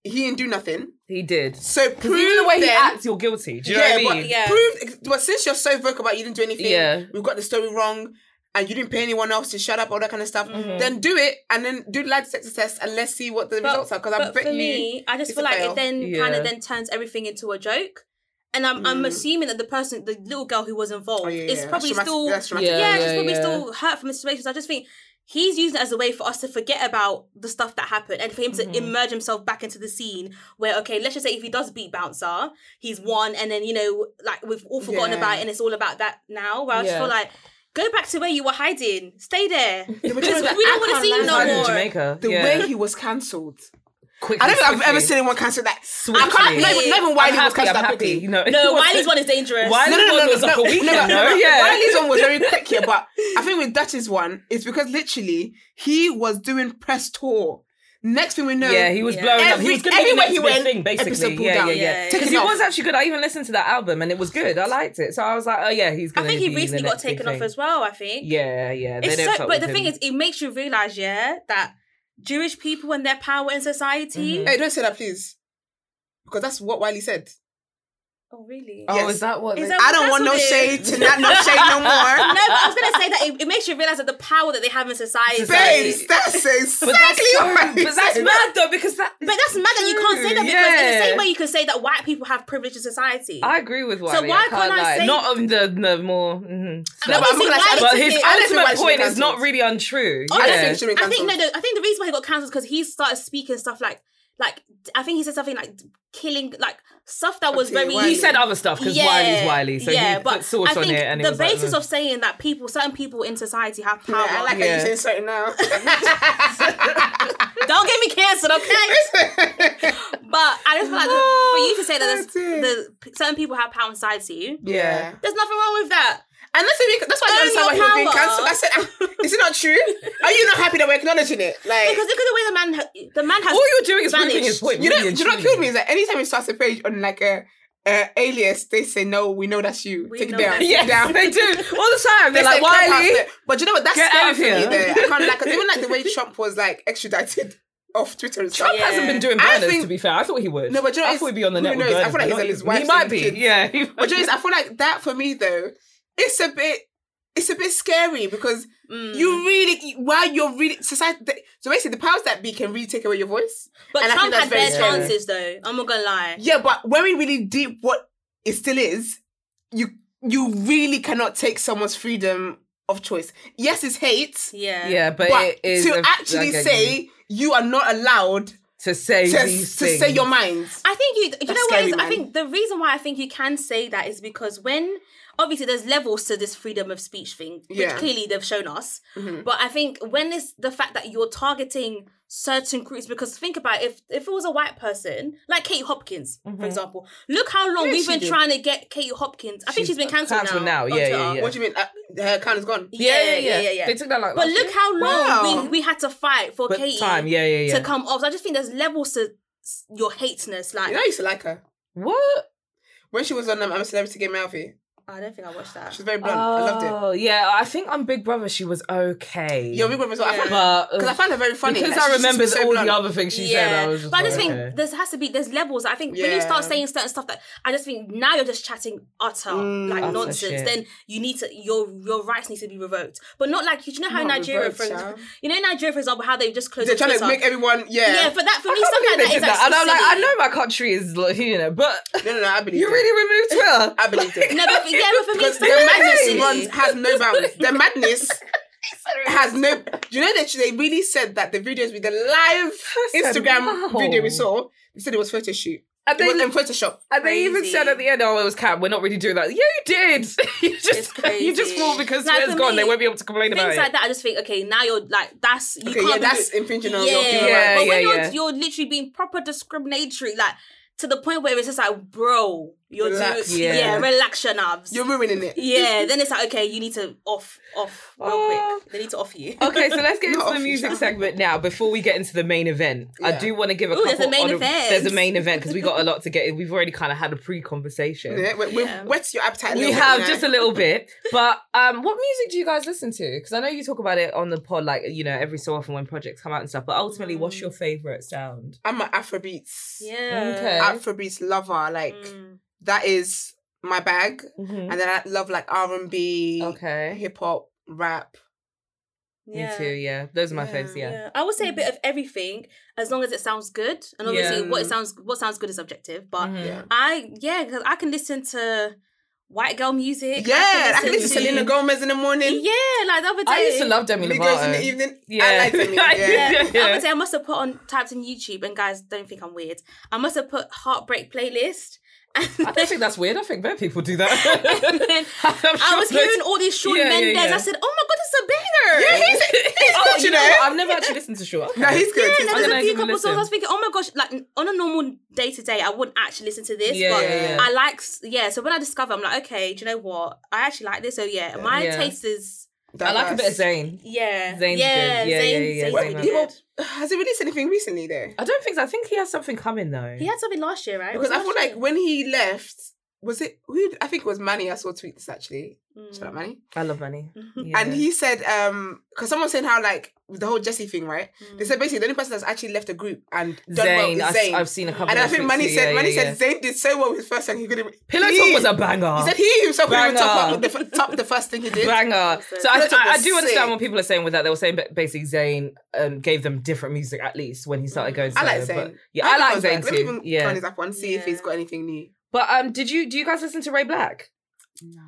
Speaker 3: he didn't do nothing.
Speaker 1: He did.
Speaker 3: So
Speaker 1: Because even
Speaker 3: prove
Speaker 1: the way he
Speaker 3: then-
Speaker 1: acts, you're guilty. Do you
Speaker 3: yeah,
Speaker 1: know what I
Speaker 3: but
Speaker 1: mean?
Speaker 2: Yeah.
Speaker 3: prove. But since you're so vocal about you didn't do anything,
Speaker 1: Yeah.
Speaker 3: we've got the story wrong, and you didn't pay anyone else to shut up, all that kind of stuff.
Speaker 1: Mm-hmm.
Speaker 3: Then do it, and then do the lie detector test, and let's see what the
Speaker 2: but,
Speaker 3: results are. Because I
Speaker 2: but
Speaker 3: bet
Speaker 2: for
Speaker 3: you,
Speaker 2: me, I just
Speaker 3: it's
Speaker 2: feel
Speaker 3: a
Speaker 2: like
Speaker 3: fail.
Speaker 2: it then kind
Speaker 1: Yeah.
Speaker 2: of then turns everything into a joke. And I'm, I'm assuming that the person, the little girl who was involved,
Speaker 3: Mm. Oh, yeah, yeah,
Speaker 2: is
Speaker 3: yeah.
Speaker 2: probably
Speaker 3: That's dramatic-
Speaker 2: still
Speaker 3: that's dramatic.
Speaker 2: yeah,
Speaker 1: Yeah,
Speaker 2: she's
Speaker 1: yeah,
Speaker 2: probably
Speaker 1: yeah.
Speaker 2: still hurt from the situation. So I just think he's using it as a way for us to forget about the stuff that happened and for him
Speaker 3: Mm-hmm.
Speaker 2: to immerse himself back into the scene where, okay, let's just say if he does beat Bouncer, he's won, and then, you know, like we've all forgotten
Speaker 3: Yeah.
Speaker 2: about it and it's all about that now. Where I just
Speaker 1: Yeah.
Speaker 2: feel like, go back to where you were hiding, stay there.
Speaker 3: Yeah, but
Speaker 2: Just-
Speaker 3: you know,
Speaker 2: we don't
Speaker 3: I
Speaker 2: want to
Speaker 3: can't
Speaker 2: see you
Speaker 3: lie,
Speaker 2: no
Speaker 3: man.
Speaker 1: in
Speaker 2: more.
Speaker 1: Jamaica.
Speaker 3: The
Speaker 1: yeah.
Speaker 3: way he was cancelled.
Speaker 1: Quickly,
Speaker 3: I don't think I've
Speaker 1: swiftly.
Speaker 3: ever seen anyone cancelled that. I can't.
Speaker 1: Swiftly.
Speaker 3: Not even, not
Speaker 1: I'm
Speaker 3: even Wiley was
Speaker 1: happy,
Speaker 3: cancelled
Speaker 1: I'm
Speaker 3: that
Speaker 1: happy,
Speaker 3: quickly.
Speaker 1: You know,
Speaker 2: No, Wiley's one is dangerous.
Speaker 1: Wiley's
Speaker 3: no, no,
Speaker 1: one
Speaker 3: no,
Speaker 1: was
Speaker 3: no,
Speaker 1: like
Speaker 3: no,
Speaker 1: a weekend,
Speaker 3: no, no,
Speaker 1: no?
Speaker 3: no.
Speaker 1: Yeah.
Speaker 3: Wiley's one was very quick here, but I think with Dutch's one, it's because literally he was doing press tour. Next thing we know,
Speaker 1: yeah, he was
Speaker 2: Yeah.
Speaker 1: blowing up. He
Speaker 3: Every-
Speaker 1: was going to be the
Speaker 3: everywhere
Speaker 1: next
Speaker 3: he
Speaker 1: big
Speaker 3: went,
Speaker 1: thing,
Speaker 3: episode
Speaker 1: basically.
Speaker 3: pulled
Speaker 1: Yeah,
Speaker 3: down.
Speaker 1: yeah,
Speaker 2: Yeah.
Speaker 1: yeah.
Speaker 3: Taken
Speaker 1: Because he
Speaker 3: off.
Speaker 1: was actually good. I even listened to that album and it was good. I liked it. So I was like, oh yeah, he's
Speaker 2: I
Speaker 1: going to
Speaker 2: think he recently got taken off as well, I think.
Speaker 1: Yeah, yeah. They
Speaker 2: It's
Speaker 1: don't
Speaker 2: so,
Speaker 1: fuck
Speaker 2: but
Speaker 1: with
Speaker 2: the thing
Speaker 1: him.
Speaker 2: is, it makes you realize, yeah, that Jewish people and their power in society.
Speaker 1: Mm-hmm.
Speaker 3: Hey, don't say that, please, because that's what Wiley said.
Speaker 2: Oh, really?
Speaker 1: Oh,
Speaker 3: Yes.
Speaker 1: is that what?
Speaker 2: Is
Speaker 1: they-
Speaker 2: that-
Speaker 3: I don't
Speaker 2: that's
Speaker 3: want
Speaker 2: what it
Speaker 3: no
Speaker 2: is.
Speaker 3: shade, to not no shade
Speaker 2: no,
Speaker 3: no more.
Speaker 2: but I was gonna say that it, it makes you realize that the power that they have in society.
Speaker 3: Babes, that's exactly
Speaker 1: But that's, so,
Speaker 3: what he
Speaker 1: but that's
Speaker 3: said.
Speaker 1: mad though because that.
Speaker 2: But that's mad that you can't say
Speaker 1: True,
Speaker 2: that because in the
Speaker 1: yeah.
Speaker 2: same way you can say that white people have privilege in society.
Speaker 1: I agree with Wiley.
Speaker 2: why
Speaker 1: I can't,
Speaker 2: can't I
Speaker 1: lie.
Speaker 2: say-
Speaker 1: Not on the the more. mhm.
Speaker 3: No, but I'm
Speaker 2: Obviously,
Speaker 3: gonna say-
Speaker 2: Wiley
Speaker 1: But
Speaker 2: took
Speaker 1: his
Speaker 2: it-
Speaker 3: I don't think Wiley
Speaker 1: ultimate
Speaker 3: should
Speaker 1: point
Speaker 3: be
Speaker 1: is not
Speaker 3: cancelled.
Speaker 1: really untrue.
Speaker 3: I don't
Speaker 1: Yeah.
Speaker 3: think she should be
Speaker 2: I think no,
Speaker 3: cancelled.
Speaker 2: no. I think the reason why he got cancelled is because he started speaking stuff like, like I think he said something like killing, like stuff that was
Speaker 3: Okay,
Speaker 2: very.
Speaker 3: Wiley.
Speaker 1: he said other stuff because Wiley's Wiley, so he put sauce on it. And it
Speaker 2: the
Speaker 1: was like,
Speaker 2: basis
Speaker 1: uh,
Speaker 2: of saying that people, certain people in society have power.
Speaker 3: Yeah, I like
Speaker 1: Yeah.
Speaker 3: how you're saying something now.
Speaker 2: Don't get me cancelled, okay? but I just feel like the- for you to say that there's,
Speaker 1: Oh,
Speaker 2: the certain people have power in society,
Speaker 3: yeah.
Speaker 2: there's nothing wrong with that.
Speaker 3: And that's, the, that's why I
Speaker 2: Own
Speaker 3: don't understand why he
Speaker 2: your
Speaker 3: was being
Speaker 2: power.
Speaker 3: cancelled. I said, "Ah, is it not true? Are you not happy that we're acknowledging it? Like,
Speaker 2: Because look at the way the man, ha- the man has.
Speaker 1: all you're doing is proving his
Speaker 2: vanished.
Speaker 1: point.
Speaker 3: you know,
Speaker 1: really and
Speaker 3: you know what
Speaker 1: truly.
Speaker 3: killed me is that anytime he starts a page on like a, a alias, they say, no, we know that's you.
Speaker 2: We
Speaker 3: Take it
Speaker 2: know
Speaker 3: down.
Speaker 2: that's
Speaker 3: Take
Speaker 1: Yes,
Speaker 3: it down.
Speaker 1: they do all the time. They're
Speaker 3: They
Speaker 1: like
Speaker 3: say Clubhouse
Speaker 1: Wiley.
Speaker 3: there. But you know what? That's
Speaker 1: get out
Speaker 3: scary for
Speaker 1: of
Speaker 3: me
Speaker 1: here.
Speaker 3: there. I can't like, 'cause even like the way Trump was like extradited off Twitter and stuff.
Speaker 2: Yeah.
Speaker 1: Hasn't been doing
Speaker 3: I
Speaker 1: banners
Speaker 3: think-
Speaker 1: to be fair. I thought he would.
Speaker 3: No, but you know
Speaker 1: I
Speaker 3: it's-
Speaker 1: thought he'd be on the
Speaker 3: who
Speaker 1: net. with
Speaker 3: knows? I
Speaker 1: Burns,
Speaker 3: feel like
Speaker 1: but
Speaker 3: he's
Speaker 1: not
Speaker 3: at his
Speaker 1: even-
Speaker 3: wife's
Speaker 1: He might
Speaker 3: and
Speaker 1: be.
Speaker 3: kids.
Speaker 1: Yeah. he
Speaker 3: But
Speaker 1: might-
Speaker 3: Joyce, I feel like that for me though, it's a bit, it's a bit scary because
Speaker 2: Mm.
Speaker 3: you really, while you're really society. The, so basically, the powers that be can really take away your voice.
Speaker 2: But
Speaker 3: And I think
Speaker 2: Trump had
Speaker 3: that's
Speaker 2: their
Speaker 3: very scary.
Speaker 2: chances, though. I'm not gonna lie.
Speaker 3: Yeah, but when we really deep what it still is, you you really cannot take someone's freedom of choice. Yes, it's hate,
Speaker 2: Yeah.
Speaker 1: Yeah, but,
Speaker 3: but,
Speaker 1: it is
Speaker 3: to
Speaker 1: a-
Speaker 3: actually
Speaker 1: like a-
Speaker 3: say you are not allowed
Speaker 1: to say
Speaker 3: to, to
Speaker 1: these things.
Speaker 3: say your mind.
Speaker 2: I think you. You know what?
Speaker 3: scary,
Speaker 2: Is, I
Speaker 3: man.
Speaker 2: think the reason why I think you can say that is because when obviously there's levels to this freedom of speech thing, which
Speaker 3: Yeah.
Speaker 2: clearly they've shown us. But I think when it's the fact that you're targeting certain groups, because think about it, if if it was a white person like Kate Hopkins, for example, look how long
Speaker 3: Yeah,
Speaker 2: we've
Speaker 3: she
Speaker 2: been
Speaker 3: did.
Speaker 2: trying to get Kate Hopkins. I think she's been cancelled,
Speaker 1: cancelled now.
Speaker 2: now. on
Speaker 1: Yeah, yeah,
Speaker 2: Twitter.
Speaker 1: yeah.
Speaker 3: What do you mean? Uh, her account is gone.
Speaker 2: Yeah yeah yeah, yeah,
Speaker 1: They took that like.
Speaker 2: But
Speaker 1: last
Speaker 2: look
Speaker 1: year.
Speaker 2: how long
Speaker 3: Wow.
Speaker 2: we, we had to fight for
Speaker 1: But
Speaker 2: Katie
Speaker 1: time, yeah, yeah, yeah.
Speaker 2: to come off. So I just think there's levels to s- your hateness. Like
Speaker 3: You know, I used to like her
Speaker 1: What?
Speaker 3: when she was on um, I'm a Celebrity Game Alfie.
Speaker 2: I don't think I watched that.
Speaker 3: She's very blunt. I loved it.
Speaker 1: Oh yeah, I think on Big Brother she was okay.
Speaker 3: Your big brother as well. I
Speaker 2: Yeah.
Speaker 3: found
Speaker 1: but
Speaker 3: Because I found her very funny.
Speaker 1: because
Speaker 3: Like,
Speaker 1: I
Speaker 3: she's
Speaker 1: remember
Speaker 3: so
Speaker 1: all
Speaker 3: blunt.
Speaker 1: the other things she said. I was just
Speaker 2: but I just
Speaker 1: like,
Speaker 2: think
Speaker 1: okay.
Speaker 2: there has to be there's levels. I think when you
Speaker 3: Yeah.
Speaker 2: start saying certain stuff that I just think now you're just chatting utter like
Speaker 1: Mm, Utter
Speaker 2: nonsense.
Speaker 1: shit.
Speaker 2: Then you need to your your rights need to be revoked. But not like you know how in
Speaker 3: Not
Speaker 2: Nigeria,
Speaker 3: revoked,
Speaker 2: for
Speaker 3: child.
Speaker 2: example, you know in Nigeria for example how they've just closed.
Speaker 3: They're
Speaker 2: their
Speaker 3: trying to
Speaker 2: Twitter.
Speaker 3: make everyone. Yeah.
Speaker 2: yeah, for that for me
Speaker 1: I
Speaker 2: stuff
Speaker 1: can't believe
Speaker 2: like that
Speaker 1: they
Speaker 2: is
Speaker 1: did that.
Speaker 2: actually
Speaker 1: And I'm like, I
Speaker 2: silly.
Speaker 1: know my country is like, you know, but
Speaker 3: No, no, no. I believe
Speaker 1: you
Speaker 3: that.
Speaker 1: really removed Twitter.
Speaker 3: I believe that.
Speaker 2: No, but for, yeah, but for me,
Speaker 3: Because
Speaker 2: it's
Speaker 3: the
Speaker 2: not
Speaker 3: madness
Speaker 2: silly.
Speaker 3: runs has no bounds. The madness has no. You know that they really said that the videos with the live
Speaker 1: I said, wow.
Speaker 3: Instagram video we saw, they said it was photo shoot.
Speaker 1: And
Speaker 3: It was
Speaker 1: they,
Speaker 3: in Photoshop.
Speaker 1: and they even
Speaker 2: Crazy.
Speaker 1: said at the end, oh, it was Cam. We're not really doing that. Yeah, you did. you
Speaker 2: It's
Speaker 1: just
Speaker 2: crazy.
Speaker 1: you just thought because
Speaker 2: Like,
Speaker 1: Twitter's
Speaker 2: for
Speaker 1: gone, they
Speaker 2: me,
Speaker 1: won't be able to complain about
Speaker 2: things
Speaker 1: it.
Speaker 2: like that. I just think, okay, now you're like that's you
Speaker 3: Okay,
Speaker 2: can't.
Speaker 3: yeah,
Speaker 2: be
Speaker 3: that's
Speaker 2: doing-
Speaker 3: infringing
Speaker 2: yeah,
Speaker 3: on your human
Speaker 1: Yeah,
Speaker 3: rights.
Speaker 2: but when
Speaker 1: yeah,
Speaker 2: you're
Speaker 1: yeah.
Speaker 2: you're literally being proper discriminatory, like to the point where it's just like, bro, you're
Speaker 3: Relax.
Speaker 2: doing yeah.
Speaker 1: Yeah.
Speaker 2: relax your knobs.
Speaker 3: You're ruining it.
Speaker 2: yeah, then it's like okay, you need to off off real
Speaker 1: Oh.
Speaker 2: quick. They need to off you.
Speaker 1: Okay, so let's get
Speaker 3: Not
Speaker 1: into the
Speaker 3: official.
Speaker 1: music segment now. Before we get into the main event, I
Speaker 3: Yeah.
Speaker 1: do want to give a
Speaker 2: Ooh,
Speaker 1: couple.
Speaker 2: there's a main
Speaker 1: honour-
Speaker 2: event.
Speaker 1: There's a main event because we got a lot to get. in. We've already kind of had a pre-conversation.
Speaker 3: Yeah, we- We've
Speaker 2: Yeah.
Speaker 3: wet your appetite. a
Speaker 1: We
Speaker 3: little bit
Speaker 1: have
Speaker 3: now.
Speaker 1: just a little bit, but um, what music do you guys listen to? Because I know you talk about it on the pod, like you know, every so often when projects come out and stuff. But ultimately, what's your favorite sound?
Speaker 3: I'm an Afrobeats.
Speaker 2: Mm. Yeah.
Speaker 1: Okay.
Speaker 3: Afrobeats lover. Like
Speaker 2: Mm.
Speaker 3: that is my bag.
Speaker 1: Mhm.
Speaker 3: And then I love like R and B,
Speaker 1: Okay,
Speaker 3: hip hop, rap.
Speaker 2: Yeah.
Speaker 1: me too. Yeah, those are my
Speaker 3: Yeah,
Speaker 1: faves. Yeah. Mm.
Speaker 2: Yeah. I would say a bit of everything as long as it sounds good, and obviously
Speaker 1: Mm.
Speaker 3: Yeah.
Speaker 2: Mm.
Speaker 1: Mm-hmm.
Speaker 2: what it sounds what sounds good is subjective. But
Speaker 1: Mhm.
Speaker 3: Yeah.
Speaker 2: I yeah, because I can listen to white girl music.
Speaker 3: Yeah, I can listen to
Speaker 2: to-
Speaker 3: Selena Gomez in the morning.
Speaker 2: Yeah, like the other day.
Speaker 1: I used to love Demi
Speaker 3: Migos in the
Speaker 1: Lovato.
Speaker 3: evening.
Speaker 1: Yeah.
Speaker 3: I like them. Yeah.
Speaker 2: yeah. The
Speaker 1: Yeah.
Speaker 2: other day I must have put on typed in YouTube and guys don't think I'm weird. I must have put heartbreak playlist. And
Speaker 1: I don't think that's weird. I think bad people do that.
Speaker 2: then I was hearing all these Shawn
Speaker 1: Yeah, yeah,
Speaker 2: Mendes.
Speaker 1: yeah.
Speaker 2: I said, "Oh my god, it's a banger!"
Speaker 3: Yeah, he's, he's
Speaker 1: Oh,
Speaker 3: good,
Speaker 1: you
Speaker 3: you
Speaker 1: know,
Speaker 3: know.
Speaker 1: what? I've never actually listened to Short.
Speaker 3: No, he's good.
Speaker 2: Yeah,
Speaker 3: he's
Speaker 1: I'm
Speaker 2: and
Speaker 3: good.
Speaker 2: there's
Speaker 1: gonna
Speaker 2: a few
Speaker 1: give him a
Speaker 2: couple songs I
Speaker 1: listen.
Speaker 2: was thinking, oh my gosh, like on a normal day to day, I wouldn't actually listen to this,
Speaker 1: Yeah,
Speaker 2: but
Speaker 1: yeah, yeah.
Speaker 2: I like, s- yeah. So when I discover, I'm like, okay, do you know what? I actually like this. So yeah, my
Speaker 1: Yeah.
Speaker 2: taste is,
Speaker 1: I like a bit of
Speaker 3: Diverse.
Speaker 1: Zayn.
Speaker 2: yeah,
Speaker 1: Zayn's
Speaker 2: yeah,
Speaker 1: good. Yeah,
Speaker 2: Zayn,
Speaker 1: yeah, yeah,
Speaker 2: Zayn's
Speaker 1: Zayn
Speaker 2: really
Speaker 1: was
Speaker 2: good.
Speaker 3: good. Has he released anything recently though?
Speaker 1: I don't think so. I think he has something coming though.
Speaker 2: He had something last year, right?
Speaker 3: Because
Speaker 2: Was
Speaker 3: I
Speaker 2: it
Speaker 3: feel
Speaker 2: last
Speaker 3: like when he left, was it who? I think it was Manny. I saw tweet this actually.
Speaker 2: year?
Speaker 3: Shout out Manny.
Speaker 1: I love money.
Speaker 3: Mm-hmm. And he said, um, because someone said how like with the whole Jesse thing, right? They
Speaker 2: Mm.
Speaker 3: said basically the only person that's actually left the group and done well
Speaker 1: Zayn.
Speaker 3: is
Speaker 1: I,
Speaker 3: Zayn.
Speaker 1: have seen a couple.
Speaker 3: and
Speaker 1: of
Speaker 3: I think
Speaker 1: tweets
Speaker 3: Manny
Speaker 1: too.
Speaker 3: said
Speaker 1: Yeah,
Speaker 3: Manny
Speaker 1: yeah,
Speaker 3: said Zayn did so well with his first song he couldn't.
Speaker 1: Pillow
Speaker 3: he,
Speaker 1: Talk was a banger.
Speaker 3: He said he himself couldn't even top
Speaker 1: Banger.
Speaker 3: up, the, f- top the first thing he did.
Speaker 1: banger.
Speaker 2: Awesome.
Speaker 1: So I,
Speaker 3: Pillow Talk
Speaker 1: I, I
Speaker 3: was
Speaker 1: do understand
Speaker 3: sick.
Speaker 1: what people are saying with that. They were saying ba- basically Zayn um, gave them different music at least when he started going.
Speaker 3: Mm. I like
Speaker 1: solo, but-
Speaker 3: Zayn.
Speaker 1: Yeah, I, like
Speaker 3: Let me
Speaker 1: Zayn
Speaker 3: go- Let me
Speaker 1: too.
Speaker 3: even turn
Speaker 1: Yeah,
Speaker 3: his up and see if he's
Speaker 2: Yeah.
Speaker 3: got anything new.
Speaker 1: but um, did you do you guys listen to Ray Black?
Speaker 3: No.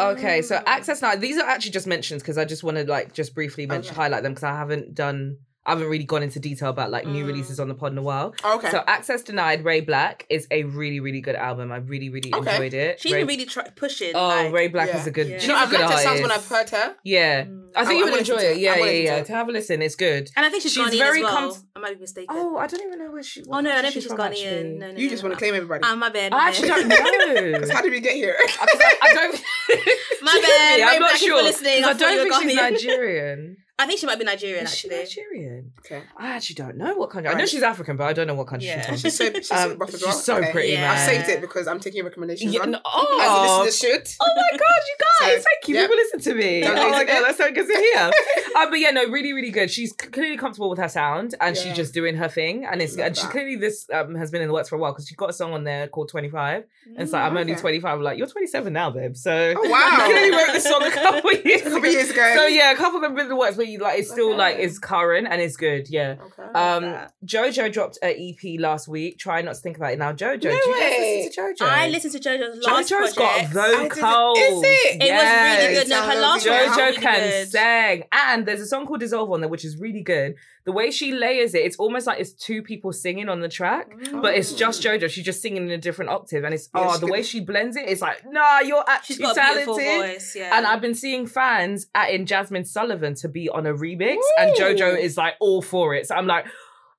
Speaker 1: Okay, so
Speaker 2: Mm.
Speaker 1: access now. These are actually just mentions because I just want to like just briefly mention
Speaker 3: Okay.
Speaker 1: highlight them because I haven't done. I haven't really gone into detail about like new
Speaker 2: Mm.
Speaker 1: releases on the pod in a while.
Speaker 3: Okay.
Speaker 1: So Access Denied, Ray Black is a really, really good album. I really, really
Speaker 3: Okay.
Speaker 1: enjoyed it.
Speaker 2: she's
Speaker 1: Ray-
Speaker 2: been really tr- pushing.
Speaker 1: Oh,
Speaker 2: like,
Speaker 1: Ray Black
Speaker 3: Yeah.
Speaker 1: is a good.
Speaker 2: Yeah.
Speaker 1: Yeah.
Speaker 3: Do you know, I've liked her sounds when I've heard her.
Speaker 1: Yeah,
Speaker 2: Mm.
Speaker 1: I
Speaker 3: I-
Speaker 1: think
Speaker 3: I
Speaker 1: you would
Speaker 3: wanna
Speaker 1: enjoy
Speaker 3: listen to
Speaker 1: it.
Speaker 3: it.
Speaker 1: Yeah,
Speaker 3: I
Speaker 1: yeah,
Speaker 3: wanna
Speaker 1: yeah.
Speaker 3: listen to it.
Speaker 1: To have a listen, it's good.
Speaker 2: and I think she's,
Speaker 1: She's
Speaker 2: Ghanaian
Speaker 1: very
Speaker 2: as well.
Speaker 1: com-
Speaker 2: I might be mistaken.
Speaker 1: Oh, I don't even know where she.
Speaker 2: oh no, I don't think
Speaker 1: she's
Speaker 2: she's
Speaker 1: from,
Speaker 2: Ghanaian.
Speaker 1: actually.
Speaker 2: No, no,
Speaker 3: You
Speaker 2: no,
Speaker 3: just
Speaker 2: no.
Speaker 3: want to claim everybody.
Speaker 1: Um,
Speaker 2: Ah, my bad.
Speaker 1: I
Speaker 2: my
Speaker 1: actually
Speaker 2: bad.
Speaker 1: don't know.
Speaker 3: How did we get here?
Speaker 1: I don't.
Speaker 2: My
Speaker 1: Excuse me,
Speaker 2: bad.
Speaker 1: I'm not
Speaker 2: Ray Black, if you're
Speaker 1: sure.
Speaker 2: listening,
Speaker 1: I
Speaker 2: I thought you were
Speaker 1: don't think she's
Speaker 2: Ghanaian.
Speaker 1: Nigerian.
Speaker 2: I think she might be Nigerian
Speaker 1: Is she
Speaker 2: actually.
Speaker 1: Nigerian?
Speaker 3: okay.
Speaker 1: I actually don't know what country. I know
Speaker 3: Right.
Speaker 1: she's African, but I don't know what country
Speaker 2: Yeah.
Speaker 1: she's from.
Speaker 3: She's so, she's so
Speaker 1: Um,
Speaker 3: buff as
Speaker 1: she's
Speaker 3: well.
Speaker 1: so
Speaker 3: Okay.
Speaker 1: pretty,
Speaker 2: Yeah.
Speaker 3: I've
Speaker 1: man.
Speaker 3: saved it because I'm taking recommendations
Speaker 1: Yeah,
Speaker 3: on.
Speaker 1: no-
Speaker 3: As
Speaker 1: oh.
Speaker 3: a listener should.
Speaker 1: Oh my god, you guys!
Speaker 3: So,
Speaker 1: Thank you.
Speaker 3: yeah.
Speaker 1: People listen to me.
Speaker 3: Don't
Speaker 1: Oh my
Speaker 3: listen.
Speaker 1: god, that's so good to hear. um, but yeah, no, really, really good. She's c- clearly comfortable with her sound, and
Speaker 3: Yeah.
Speaker 1: she's just doing her thing. And it's
Speaker 3: Love
Speaker 1: and she's
Speaker 3: that.
Speaker 1: clearly this um, has been in the works for a while because she got a song on there called Twenty Five, and it's like I'm only
Speaker 3: okay.
Speaker 1: twenty five. Like you're twenty seven now, babe. So
Speaker 3: Oh, wow.
Speaker 1: you clearly wrote this song a couple years.
Speaker 3: A couple years ago.
Speaker 1: So yeah, a couple of them have been in the works, but you like it's still like
Speaker 3: Okay.
Speaker 1: it's current and it's good. Yeah.
Speaker 3: Okay.
Speaker 1: Um,
Speaker 2: that.
Speaker 1: JoJo dropped an EP last week. Try not to think about it now. JoJo,
Speaker 3: No
Speaker 1: do you guys
Speaker 3: way.
Speaker 1: listen to JoJo?
Speaker 2: I listened to JoJo's last
Speaker 1: JoJo's got
Speaker 2: project.
Speaker 1: vocals.
Speaker 3: Is it? It
Speaker 2: It was really good. No, her
Speaker 3: Sounds
Speaker 2: last
Speaker 3: good.
Speaker 2: one was
Speaker 1: JoJo
Speaker 2: really
Speaker 1: can
Speaker 2: good.
Speaker 1: sing, and there's a song called "Dissolve" on there, which is really good. The way she layers it, it's almost like it's two people singing on the track, but
Speaker 2: Mm.
Speaker 1: it's just JoJo. She's just singing in a different octave, and it's
Speaker 3: Yeah,
Speaker 1: oh,
Speaker 3: she's
Speaker 1: the
Speaker 3: good.
Speaker 1: way she blends it, it's like nah, you're actually
Speaker 2: She's got a
Speaker 1: talented.
Speaker 2: beautiful voice. Yeah.
Speaker 1: And I've been seeing fans adding Jasmine Sullivan to be on a remix, and JoJo is like all for it. So I'm like,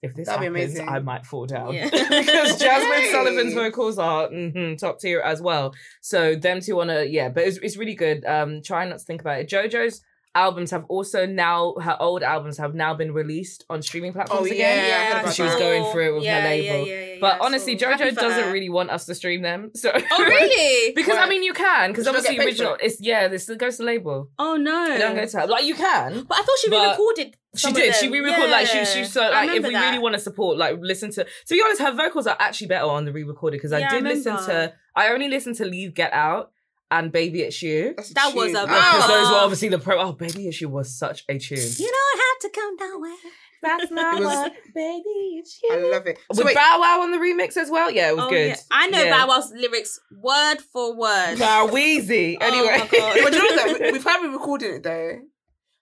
Speaker 1: if this
Speaker 3: That'd be
Speaker 1: happens,
Speaker 3: amazing.
Speaker 1: I might fall down
Speaker 2: Yeah.
Speaker 1: because Jasmine
Speaker 3: Yay.
Speaker 1: Sullivan's vocals are mhm, top tier as well. So them two on a yeah, but it's, it's really good. Um, try not to think about it. JoJo's albums have also now her old albums have now been released on streaming platforms
Speaker 3: Oh, yeah.
Speaker 1: again.
Speaker 3: I heard
Speaker 2: yeah,
Speaker 3: about
Speaker 1: She was
Speaker 3: that.
Speaker 1: going through it with her
Speaker 2: yeah,
Speaker 1: label.
Speaker 2: Yeah, yeah, yeah,
Speaker 1: But
Speaker 2: yeah,
Speaker 1: honestly,
Speaker 2: so happy
Speaker 1: JoJo
Speaker 2: for
Speaker 1: doesn't
Speaker 2: her.
Speaker 1: really want us to stream them. So
Speaker 2: Oh really?
Speaker 1: because I
Speaker 3: Why?
Speaker 1: mean, you can because
Speaker 3: She don't
Speaker 1: obviously
Speaker 3: get paid for
Speaker 1: original. It's yeah, this it goes to label.
Speaker 2: Oh no.
Speaker 1: It don't go to her. Like you can.
Speaker 2: But I thought she
Speaker 1: But
Speaker 2: re-recorded.
Speaker 1: She
Speaker 2: some of
Speaker 1: did. She
Speaker 2: them.
Speaker 1: re-recorded. Like she,
Speaker 2: Yeah.
Speaker 1: she
Speaker 2: I
Speaker 1: so like if
Speaker 2: remember
Speaker 1: we
Speaker 2: that.
Speaker 1: really want to support, like listen to. To be honest, her vocals are actually better on the re-recorded because
Speaker 2: Yeah,
Speaker 1: I
Speaker 2: I
Speaker 1: did listen to.
Speaker 2: remember.
Speaker 1: I only listened to Leave Get Out and Baby It's You.
Speaker 3: That's
Speaker 2: That was
Speaker 3: tune.
Speaker 2: a-
Speaker 1: Because
Speaker 2: Oh.
Speaker 1: those were obviously the pro. Oh, Baby It's You was such a tune.
Speaker 2: You don't have to come down way.
Speaker 1: That's not
Speaker 3: It was-
Speaker 1: what Baby It's
Speaker 3: I
Speaker 1: You.
Speaker 3: love it. So
Speaker 1: With
Speaker 3: wait,
Speaker 1: Bow Wow on the remix as well. Yeah, it was
Speaker 2: Oh,
Speaker 1: good.
Speaker 2: yeah. I know
Speaker 1: Yeah.
Speaker 2: Bow Wow's lyrics word for word.
Speaker 1: Bow Weezy. Anyway.
Speaker 2: Oh my God.
Speaker 3: but you know that we- we've had me recording it though.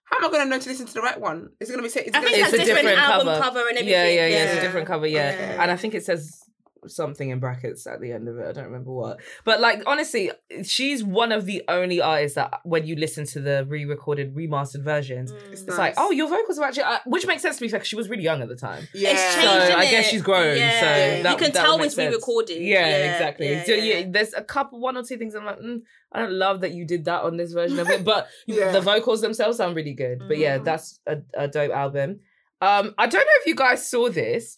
Speaker 3: How am I gonna know to listen to the right one? Is it gonna be? Is it
Speaker 2: I
Speaker 3: gonna
Speaker 2: think
Speaker 3: be
Speaker 2: it's,
Speaker 1: It's
Speaker 2: a
Speaker 1: a
Speaker 2: different,
Speaker 1: different
Speaker 2: album
Speaker 1: cover.
Speaker 2: cover. and everything.
Speaker 1: Yeah, yeah, yeah, It's a different cover, yeah.
Speaker 2: Okay.
Speaker 1: And I think it says something in brackets at the end of it. I don't remember what. But like honestly, she's one of the only artists that when you listen to the re-recorded, remastered versions,
Speaker 2: Mm.
Speaker 1: it's like, oh, your vocals are actually, uh, which makes sense to me because she was really young at the time.
Speaker 3: yeah.
Speaker 2: It's
Speaker 1: So
Speaker 2: changed,
Speaker 1: I
Speaker 2: innit?
Speaker 1: guess she's grown.
Speaker 2: Yeah.
Speaker 1: So
Speaker 3: You
Speaker 1: that,
Speaker 2: you can
Speaker 1: that would
Speaker 2: tell
Speaker 1: make
Speaker 2: it's
Speaker 1: sense.
Speaker 2: re-recorded.
Speaker 1: Yeah, exactly. so yeah.
Speaker 2: yeah.
Speaker 1: there's a couple, one or two things I'm like, mm, I don't love that you did that on this version of it, but
Speaker 3: Yeah.
Speaker 1: the vocals themselves sound really good. But yeah,
Speaker 2: Mhm.
Speaker 1: that's a, a dope album. Um, I don't know if you guys saw this,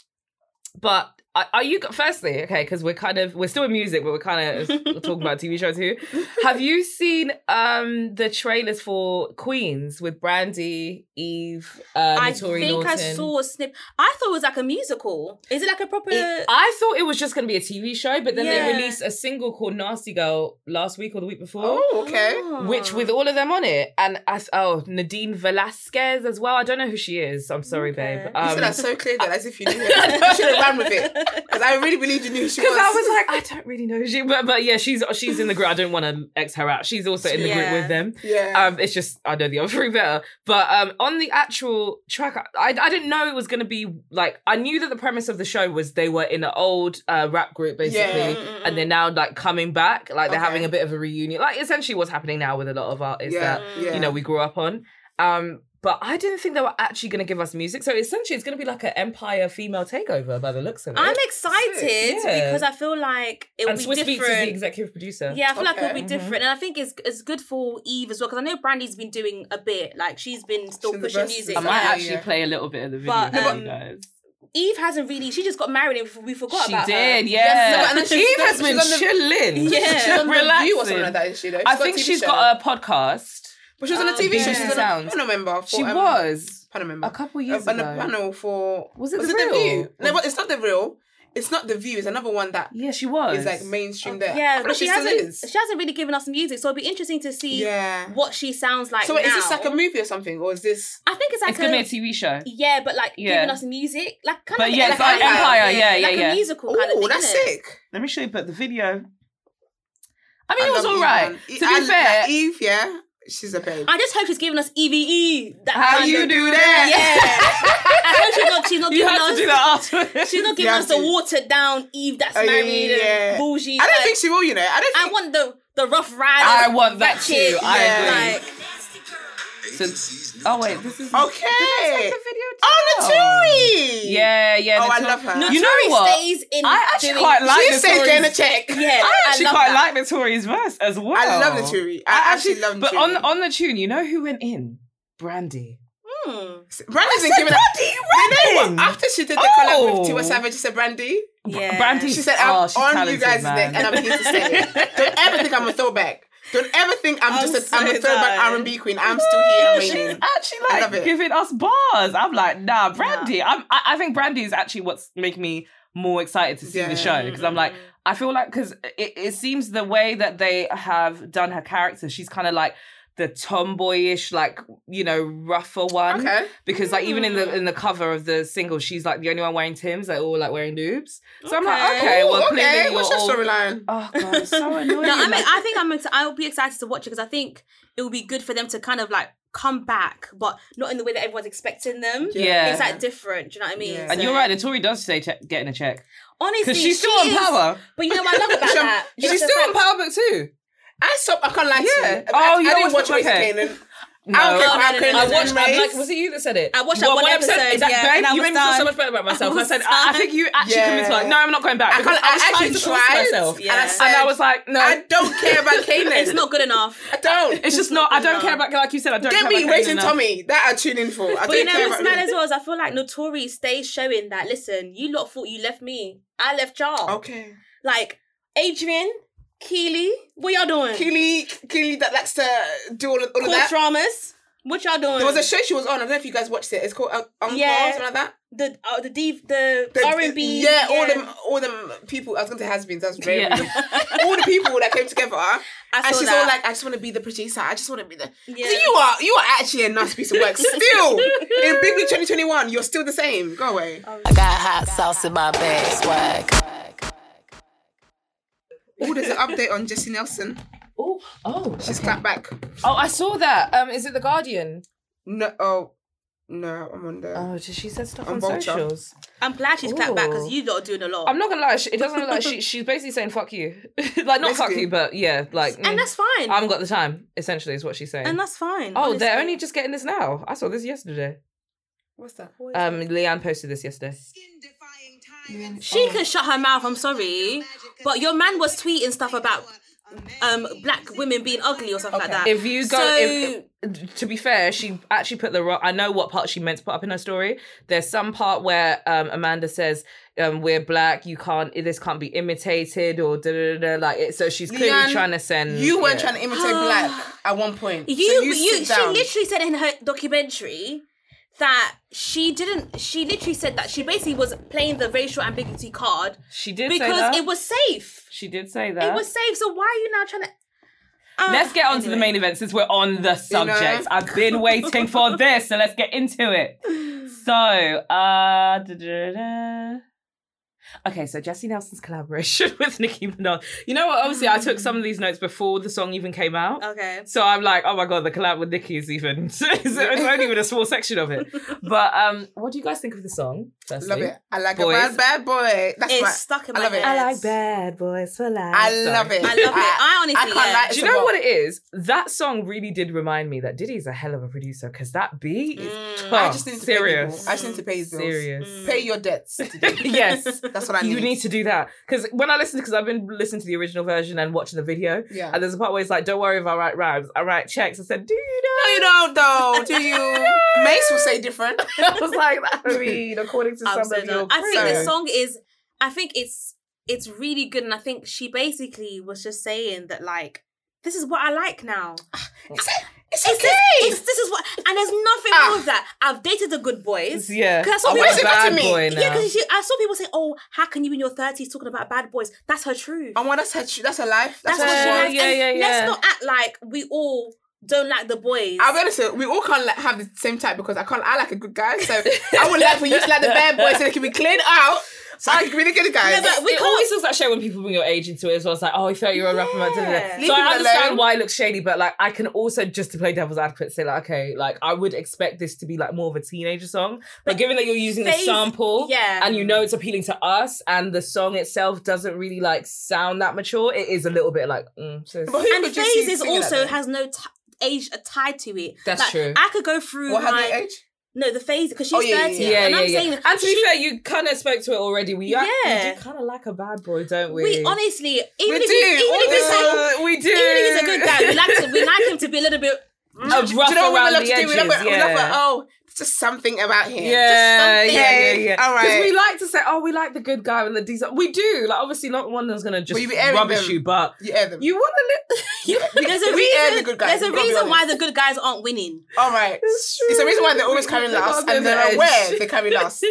Speaker 1: but are, are you firstly okay? Because we're kind of we're still in music, but we're kind of talking about TV shows here. Have you seen um the trailers for Queens with Brandy, Eve, uh,
Speaker 2: I
Speaker 1: Notori
Speaker 2: think I
Speaker 1: Norton?
Speaker 2: saw a snip. I thought it was like a musical. Is it like a proper?
Speaker 1: It- I thought it was just going to be a TV show, but then
Speaker 2: Yeah.
Speaker 1: they released a single called Nasty Girl last week or the week before.
Speaker 3: Oh, okay.
Speaker 1: uh, Which with all of them on it, and as oh Nadine Velasquez as well. I don't know who she is. I'm sorry, babe.
Speaker 2: Okay. You
Speaker 3: you said
Speaker 1: Um,
Speaker 3: that so clear that as if you knew it. You should have ran with it. Because I really believed you knew who she was.
Speaker 1: Because I was like, I don't really know she, but, but yeah, she's she's in the group. I don't want to X her out. She's also in the
Speaker 2: Yeah.
Speaker 1: group with them.
Speaker 3: yeah.
Speaker 1: Um, it's just I know the other three better. But um, on the actual track, I I didn't know it was gonna be like I knew that the premise of the show was they were in an old uh, rap group basically,
Speaker 3: Yeah.
Speaker 1: and they're now like coming back, like they're
Speaker 3: Okay.
Speaker 1: having a bit of a reunion, like essentially what's happening now with a lot of artists
Speaker 3: yeah,
Speaker 1: that
Speaker 3: yeah.
Speaker 1: you know we grew up on. Um, but I didn't think they were actually gonna give us music, so essentially it's gonna be like an Empire female takeover by the looks of it.
Speaker 2: Ah. I'm excited
Speaker 1: yeah.
Speaker 2: because I feel like it will
Speaker 1: and
Speaker 2: be
Speaker 1: Swiss Beats is the mm-hmm.
Speaker 2: different.
Speaker 1: executive producer.
Speaker 2: Yeah, I feel like it'll be
Speaker 3: Okay.
Speaker 2: different, and I think it's it's good for Eve as well because I know Brandy's been doing a bit. Like she's been still
Speaker 3: She's the
Speaker 2: pushing
Speaker 3: best.
Speaker 2: music.
Speaker 3: I
Speaker 2: Yeah.
Speaker 3: might actually
Speaker 1: Um, play a little bit of the video
Speaker 2: But,
Speaker 1: for
Speaker 2: um,
Speaker 1: you guys.
Speaker 2: Eve hasn't really. She just got married and we forgot
Speaker 1: she
Speaker 2: about
Speaker 1: did,
Speaker 2: her.
Speaker 1: yeah.
Speaker 3: No, but- and then she's
Speaker 1: Eve
Speaker 3: done-
Speaker 1: has
Speaker 3: she's
Speaker 1: been
Speaker 3: done the-
Speaker 1: chilling.
Speaker 2: Yeah.
Speaker 3: She's on the
Speaker 1: relaxing.
Speaker 3: View or something like that, isn't she? Though?
Speaker 1: I
Speaker 3: She's
Speaker 1: think
Speaker 3: a TV
Speaker 1: she's
Speaker 3: show.
Speaker 1: got a podcast.
Speaker 3: But she was on a
Speaker 2: Oh,
Speaker 3: TV show.
Speaker 2: yeah.
Speaker 3: She was on a
Speaker 1: Sound.
Speaker 3: panel member. For,
Speaker 1: She
Speaker 3: um,
Speaker 1: was
Speaker 3: panel member.
Speaker 1: a couple
Speaker 3: Uh,
Speaker 1: years
Speaker 3: on a
Speaker 1: ago.
Speaker 3: panel for
Speaker 1: Was it
Speaker 3: was
Speaker 1: The
Speaker 3: it the
Speaker 1: Real?
Speaker 3: View? No, but it's not the real. It's not the View. It's another one that
Speaker 1: Yeah, she was.
Speaker 3: is like mainstream there. I
Speaker 2: Yeah,
Speaker 3: feel
Speaker 2: but
Speaker 3: like
Speaker 2: she
Speaker 3: still
Speaker 2: hasn't.
Speaker 3: is.
Speaker 2: She hasn't really given us music, so it'll be interesting to see
Speaker 3: Yeah.
Speaker 2: what she sounds like.
Speaker 3: So wait,
Speaker 2: now.
Speaker 3: is this like a movie or something, or is this?
Speaker 2: I think it's like
Speaker 1: it's gonna be a TV show.
Speaker 2: Yeah, but like
Speaker 1: Yeah.
Speaker 2: giving us music, like kind
Speaker 1: But
Speaker 2: of
Speaker 1: yeah,
Speaker 2: like
Speaker 1: it's like Empire, yeah, yeah,
Speaker 2: like
Speaker 1: yeah.
Speaker 2: a musical kind of
Speaker 3: Oh,
Speaker 2: thing.
Speaker 3: that's
Speaker 2: innit?
Speaker 3: sick.
Speaker 1: Let me show you, but the video. I mean,
Speaker 3: I
Speaker 1: it was
Speaker 3: love
Speaker 1: all
Speaker 3: Eve,
Speaker 1: right.
Speaker 3: man.
Speaker 1: To
Speaker 3: E-
Speaker 1: be
Speaker 3: I- like,
Speaker 1: fair,
Speaker 3: Eve, yeah, she's a babe.
Speaker 2: I just hope she's giving us EVE. That
Speaker 1: how
Speaker 2: kind
Speaker 1: you
Speaker 2: of-
Speaker 1: do that?
Speaker 2: I hope she's not. She's not
Speaker 1: you
Speaker 2: giving
Speaker 1: had to
Speaker 2: us.
Speaker 1: do that afterwards.
Speaker 2: She's not giving
Speaker 3: You
Speaker 2: us
Speaker 3: have
Speaker 2: the
Speaker 3: to.
Speaker 2: watered down Eve that's
Speaker 3: Oh, yeah,
Speaker 2: married
Speaker 3: yeah.
Speaker 2: and bougie.
Speaker 3: I
Speaker 2: like,
Speaker 3: don't think she will. You know, I don't
Speaker 2: I
Speaker 3: think.
Speaker 2: want the the rough ride.
Speaker 1: I want that too, I
Speaker 3: agree.
Speaker 2: Like,
Speaker 1: So- oh wait, this is
Speaker 3: Okay.
Speaker 1: Take the video
Speaker 3: Oh, Naturi.
Speaker 1: Yeah, yeah.
Speaker 3: Oh, I
Speaker 1: Natori-
Speaker 3: love her.
Speaker 1: You know
Speaker 2: Tori
Speaker 1: what?
Speaker 2: Stays in
Speaker 1: I actually
Speaker 2: doing-
Speaker 1: quite like
Speaker 3: She says getting a
Speaker 1: Notori's-
Speaker 3: check.
Speaker 2: Yeah,
Speaker 1: I actually
Speaker 2: love
Speaker 1: quite
Speaker 2: that.
Speaker 1: like Notori's verse as well.
Speaker 3: I love Naturi. I, actually, love Naturi.
Speaker 1: But on the, on the tune, you know who went in? Brandy.
Speaker 2: Hmm.
Speaker 3: Brandy's been giving up. You know what? After she did the collab with Tiwa
Speaker 1: Oh.
Speaker 3: Savage, she said Brandy.
Speaker 2: Yeah.
Speaker 1: Brandy.
Speaker 3: She said, "I'm
Speaker 1: oh, she's
Speaker 3: on
Speaker 1: talented,
Speaker 3: you guys'
Speaker 1: man.
Speaker 3: neck, and I'm here to say it. Don't ever think I'm a throwback. Don't ever think I'm,
Speaker 1: I'm
Speaker 3: just a,
Speaker 1: so
Speaker 3: I'm a throwback
Speaker 1: done.
Speaker 3: R&B queen. I'm still here.
Speaker 1: Yeah,
Speaker 3: I'm
Speaker 1: she's
Speaker 3: waiting.
Speaker 1: actually
Speaker 3: I
Speaker 1: like
Speaker 3: love it.
Speaker 1: giving us bars. I'm like, nah, Brandy. I'm, I, I think Brandy is actually what's making me more excited to see
Speaker 3: Yeah.
Speaker 1: the show because I'm like, I feel like because it, it seems the way that they have done her character, she's kind of like the tomboyish, like you know, rougher one.
Speaker 3: Okay. Mm.
Speaker 1: Because like even in the in the cover of the single, she's like the only one wearing Tim's. They're all like wearing noobs. So I'm
Speaker 2: Okay.
Speaker 1: like, okay,
Speaker 3: Ooh,
Speaker 1: well,
Speaker 3: okay.
Speaker 1: clearly
Speaker 3: What's
Speaker 1: you're
Speaker 3: your
Speaker 1: all-
Speaker 3: storyline?
Speaker 1: Oh god, it's so annoying.
Speaker 2: No, I mean,
Speaker 1: Like,
Speaker 2: I think I'm. Ex- I'll be excited to watch it because I think it will be good for them to kind of like come back, but not in the way that everyone's expecting them.
Speaker 1: Yeah.
Speaker 2: It's like different. Do you know what I mean?
Speaker 3: Yeah.
Speaker 1: and you're right. The Tory does say check, getting a check
Speaker 2: Honestly,
Speaker 1: because she's still
Speaker 2: she
Speaker 1: on
Speaker 2: is-
Speaker 1: power.
Speaker 2: But you know what I love about
Speaker 3: She's on-
Speaker 2: that?
Speaker 1: She's
Speaker 2: It's the
Speaker 1: still on
Speaker 2: fact-
Speaker 1: Power Book too.
Speaker 3: I stopped. I can't lie to
Speaker 1: Yeah.
Speaker 3: you.
Speaker 1: Oh,
Speaker 3: I, I
Speaker 1: you
Speaker 3: didn't
Speaker 1: watched
Speaker 3: watch
Speaker 1: it,
Speaker 3: Race
Speaker 1: okay.
Speaker 3: Canaan.
Speaker 1: No.
Speaker 3: I don't
Speaker 2: No,
Speaker 3: care
Speaker 2: no, no, no,
Speaker 3: about Canaan
Speaker 2: no. I
Speaker 3: and
Speaker 2: watched-
Speaker 3: Race.
Speaker 1: it you that said it?
Speaker 2: I watched that one episode,
Speaker 1: Is that
Speaker 2: yeah,
Speaker 1: babe?
Speaker 2: and I
Speaker 1: you
Speaker 2: was
Speaker 1: made me feel so
Speaker 2: done.
Speaker 1: much better about myself.
Speaker 2: I
Speaker 1: And I,
Speaker 2: was
Speaker 1: said, I I
Speaker 2: done.
Speaker 1: think you actually
Speaker 3: Yeah.
Speaker 1: convinced me like, no, I'm not going back.
Speaker 3: I
Speaker 1: because
Speaker 3: can't. I,
Speaker 1: was trying
Speaker 3: actually
Speaker 1: to force
Speaker 3: tried,
Speaker 1: myself.
Speaker 2: Yeah.
Speaker 3: and I
Speaker 2: And
Speaker 3: said,
Speaker 1: And I was like, no,
Speaker 3: I don't care about Canaan.
Speaker 2: It's not good enough.
Speaker 3: I don't.
Speaker 1: it's just not. I don't care about like you said. I don't
Speaker 3: Get
Speaker 1: care
Speaker 3: me
Speaker 1: about
Speaker 3: Rachel
Speaker 1: Kanan
Speaker 3: and
Speaker 1: enough.
Speaker 3: Tommy. That I tune in for. I
Speaker 2: But you
Speaker 3: don't
Speaker 2: know
Speaker 3: care
Speaker 2: what's mad
Speaker 3: about.
Speaker 2: as well is I feel like Notori stays showing that. Listen, you lot thought you left me. I left y'all.
Speaker 3: Okay.
Speaker 2: Like Adrian, Keely, what y'all doing?
Speaker 3: Keely, Keely that likes to do all of, all of
Speaker 2: Court
Speaker 3: that.
Speaker 2: dramas. What y'all doing?
Speaker 3: There was a show she was on. I don't know if you guys watched it. It's called uh, Uncle
Speaker 2: Yeah.
Speaker 3: or something like that.
Speaker 2: the uh, the div, the,
Speaker 3: The-
Speaker 2: R and B.
Speaker 3: Yeah, all them, all them people. I was going to say has beens. That's very
Speaker 1: Yeah.
Speaker 3: rude. all the people that came together.
Speaker 2: I saw
Speaker 3: and she's
Speaker 2: that.
Speaker 3: all like, I just want to be the producer. I just want to be the.
Speaker 2: Yeah.
Speaker 3: So you are, you are actually a nice piece of work. Still in Big League 2021, you're still the same. Go away.
Speaker 4: I got hot sauce in my bag. Swag.
Speaker 3: Oh, there's an update on Jessie Nelson.
Speaker 1: Oh, oh,
Speaker 3: She's clapped back.
Speaker 1: oh! I saw that. Um, is it the Guardian?
Speaker 3: No, oh, no, I'm on there.
Speaker 1: Oh, she said stuff
Speaker 3: On
Speaker 1: on,
Speaker 3: Vulture.
Speaker 1: socials.
Speaker 2: I'm glad she's clapped back because
Speaker 1: Ooh.
Speaker 2: you lot are doing a lot.
Speaker 1: Oh. I'm not gonna lie. She, it doesn't look like she. She's basically saying "fuck you," like not "fuck
Speaker 3: Basically.
Speaker 1: you," but yeah, like. mm,
Speaker 2: and that's fine.
Speaker 1: I haven't got the time. Essentially, is what she's saying.
Speaker 2: and that's fine.
Speaker 1: oh, they're
Speaker 2: honestly.
Speaker 1: only just getting this now. I saw this yesterday.
Speaker 3: What's that?
Speaker 1: Um, Leanne posted this yesterday.
Speaker 2: She
Speaker 1: Oh.
Speaker 2: can shut her mouth. I'm sorry, but your man was tweeting stuff about um black women being ugly or something like that.
Speaker 1: If you go,
Speaker 2: So-
Speaker 1: if, if- to be fair, she actually put the wrong. I know what part she meant to put up in her story. There's some part where um, Amanda says, um, "We're black. You can't. This can't be imitated." Or da da da. da, Like it, so, she's clearly
Speaker 3: Leanne,
Speaker 1: trying to send.
Speaker 3: You weren't
Speaker 1: yeah.
Speaker 3: trying to imitate black at one point.
Speaker 2: you,
Speaker 3: so
Speaker 2: you,
Speaker 3: you, sit
Speaker 2: she
Speaker 3: down.
Speaker 2: literally said in her documentary that she didn't. She literally said that she basically was playing the racial ambiguity card
Speaker 1: She did say that.
Speaker 2: because it was safe.
Speaker 1: She did say that.
Speaker 2: It was safe. So why are you now trying to? Ah,
Speaker 1: Let's get on to the
Speaker 2: anyway.
Speaker 1: main event since we're on the subject.
Speaker 3: know?
Speaker 1: I've been waiting for this, so let's get into it. So, uh, da-da-da. Okay, so Jesse Nelson's collaboration with Nicki Minaj. You know what? Obviously, I took some of these notes before the song even came out.
Speaker 2: Okay.
Speaker 1: So I'm like, oh my god, the collab with Nicki is even it's only even a small section of it. But um, what do you guys think of the song? Firstly?
Speaker 3: Love it. I like
Speaker 1: Boys.
Speaker 3: a bad, bad boy. That's
Speaker 2: It's
Speaker 3: my,
Speaker 2: stuck in
Speaker 3: I
Speaker 2: my
Speaker 3: love it.
Speaker 2: head.
Speaker 1: I like bad boys for life.
Speaker 3: I
Speaker 1: Sorry.
Speaker 3: love it.
Speaker 2: I love it. I honestly.
Speaker 3: I can't
Speaker 2: yeah.
Speaker 3: lie.
Speaker 1: Do
Speaker 3: It's
Speaker 1: you know
Speaker 3: about-
Speaker 1: what it is? That song really did remind me that Diddy's a hell of a producer because that beat is
Speaker 2: Mm.
Speaker 3: I
Speaker 1: tough.
Speaker 3: just need to pay
Speaker 1: serious.
Speaker 3: people. I just need to pay his bills.
Speaker 1: serious.
Speaker 2: Mm.
Speaker 3: Pay your debts. Today.
Speaker 1: yes.
Speaker 3: That's what I need.
Speaker 1: You need to do that because when I listen, because I've been listening to the original version and watching the video,
Speaker 3: Yeah.
Speaker 1: and there's a part where it's like, "Don't worry if I write rhymes, I write checks." I said, "Do you know?"
Speaker 3: No, you don't though. Do you? Mace will say different.
Speaker 1: I was like, "That would mean according to some
Speaker 2: I'm so
Speaker 1: of your."
Speaker 2: done. I think
Speaker 1: critics.
Speaker 2: this song is. I think it's it's really good, and I think she basically was just saying that like this is what I like now.
Speaker 3: It's
Speaker 2: It's
Speaker 3: okay.
Speaker 2: This, it's- this is what, and there's nothing wrong with that. I've dated the good boys.
Speaker 1: Ah. Yeah.
Speaker 2: Because I saw
Speaker 3: Oh,
Speaker 1: I'm a
Speaker 3: why is it
Speaker 2: people.
Speaker 3: got
Speaker 1: bad
Speaker 3: to me?
Speaker 1: boy now.
Speaker 2: Yeah, because I saw people say, "Oh, how can you in your thirties talking about bad boys?" That's her truth.
Speaker 3: And well, that's her. tr- That's her life.
Speaker 2: That's
Speaker 3: That's,
Speaker 2: what she
Speaker 1: Yeah, Oh
Speaker 2: wants.
Speaker 3: her.
Speaker 1: yeah,
Speaker 2: and
Speaker 1: yeah, yeah.
Speaker 2: Let's not act like we all don't like the boys.
Speaker 3: I'll be honest. with you, We all can't like, have the same type because I can't. I like a good guy, so I would like for you to like the bad boy so they can be cleaned out. So I can be the good guy.
Speaker 2: Yeah, but we
Speaker 1: it
Speaker 2: can't-
Speaker 1: always looks like shade when people bring your age into it as well. It's like, oh, I felt you're a rapper. man, da, da, da.
Speaker 2: Yeah.
Speaker 3: Leave
Speaker 1: So
Speaker 3: him
Speaker 1: I understand
Speaker 3: alone.
Speaker 1: why it looks shady, but like I can also just to play devil's advocate say like, okay, like I would expect this to be like more of a teenager song, but, given that you're using the
Speaker 2: phase-
Speaker 1: sample,
Speaker 2: yeah.
Speaker 1: and you know it's appealing to us, and the song itself doesn't really like sound that mature, it is a little bit like, mm, sis.
Speaker 3: But who
Speaker 2: and
Speaker 3: could you see
Speaker 2: phases
Speaker 3: singing like
Speaker 2: also
Speaker 3: that?
Speaker 2: has no t- age tied to it.
Speaker 1: That's
Speaker 2: Like,
Speaker 1: true.
Speaker 2: I could go through
Speaker 3: What have
Speaker 2: my
Speaker 3: you age?
Speaker 2: no the phase because she's
Speaker 3: Oh, yeah, yeah,
Speaker 2: thirty,
Speaker 3: yeah.
Speaker 1: yeah,
Speaker 2: and
Speaker 1: yeah,
Speaker 2: I'm
Speaker 1: yeah.
Speaker 2: saying that
Speaker 1: and to be
Speaker 2: she-
Speaker 1: fair, you kind of spoke to it already. We, are- we
Speaker 2: Yeah.
Speaker 1: do kind of like a bad boy, don't we?
Speaker 2: we honestly even if
Speaker 3: do,
Speaker 2: he, even
Speaker 3: all
Speaker 2: if
Speaker 3: the
Speaker 2: he's like,
Speaker 3: time.
Speaker 1: Uh, we do.
Speaker 2: even if he's a good guy, we like to, we like him to be a little bit.
Speaker 1: A rough
Speaker 3: Do you know what
Speaker 1: around
Speaker 3: we love
Speaker 1: the
Speaker 3: to do? We love,
Speaker 1: edges,
Speaker 3: we love
Speaker 1: yeah.
Speaker 3: like, oh, it's just something about him.
Speaker 1: Yeah,
Speaker 3: Just something.
Speaker 1: yeah, yeah, yeah.
Speaker 3: All
Speaker 1: Because
Speaker 3: right.
Speaker 1: we like to say, oh, we like the good guy and the decent. We do. Like, obviously, not one that's gonna just
Speaker 3: But you be airing
Speaker 1: rubbish
Speaker 3: them.
Speaker 1: you, but
Speaker 3: You air them.
Speaker 1: you want to live.
Speaker 2: There's a
Speaker 3: We air the
Speaker 2: reason.
Speaker 3: good guys,
Speaker 2: there's a
Speaker 3: we've gotta be
Speaker 2: reason why
Speaker 3: honest.
Speaker 2: the good guys aren't winning.
Speaker 3: All right. It's the reason why they're always carrying last and they're aware they carry last.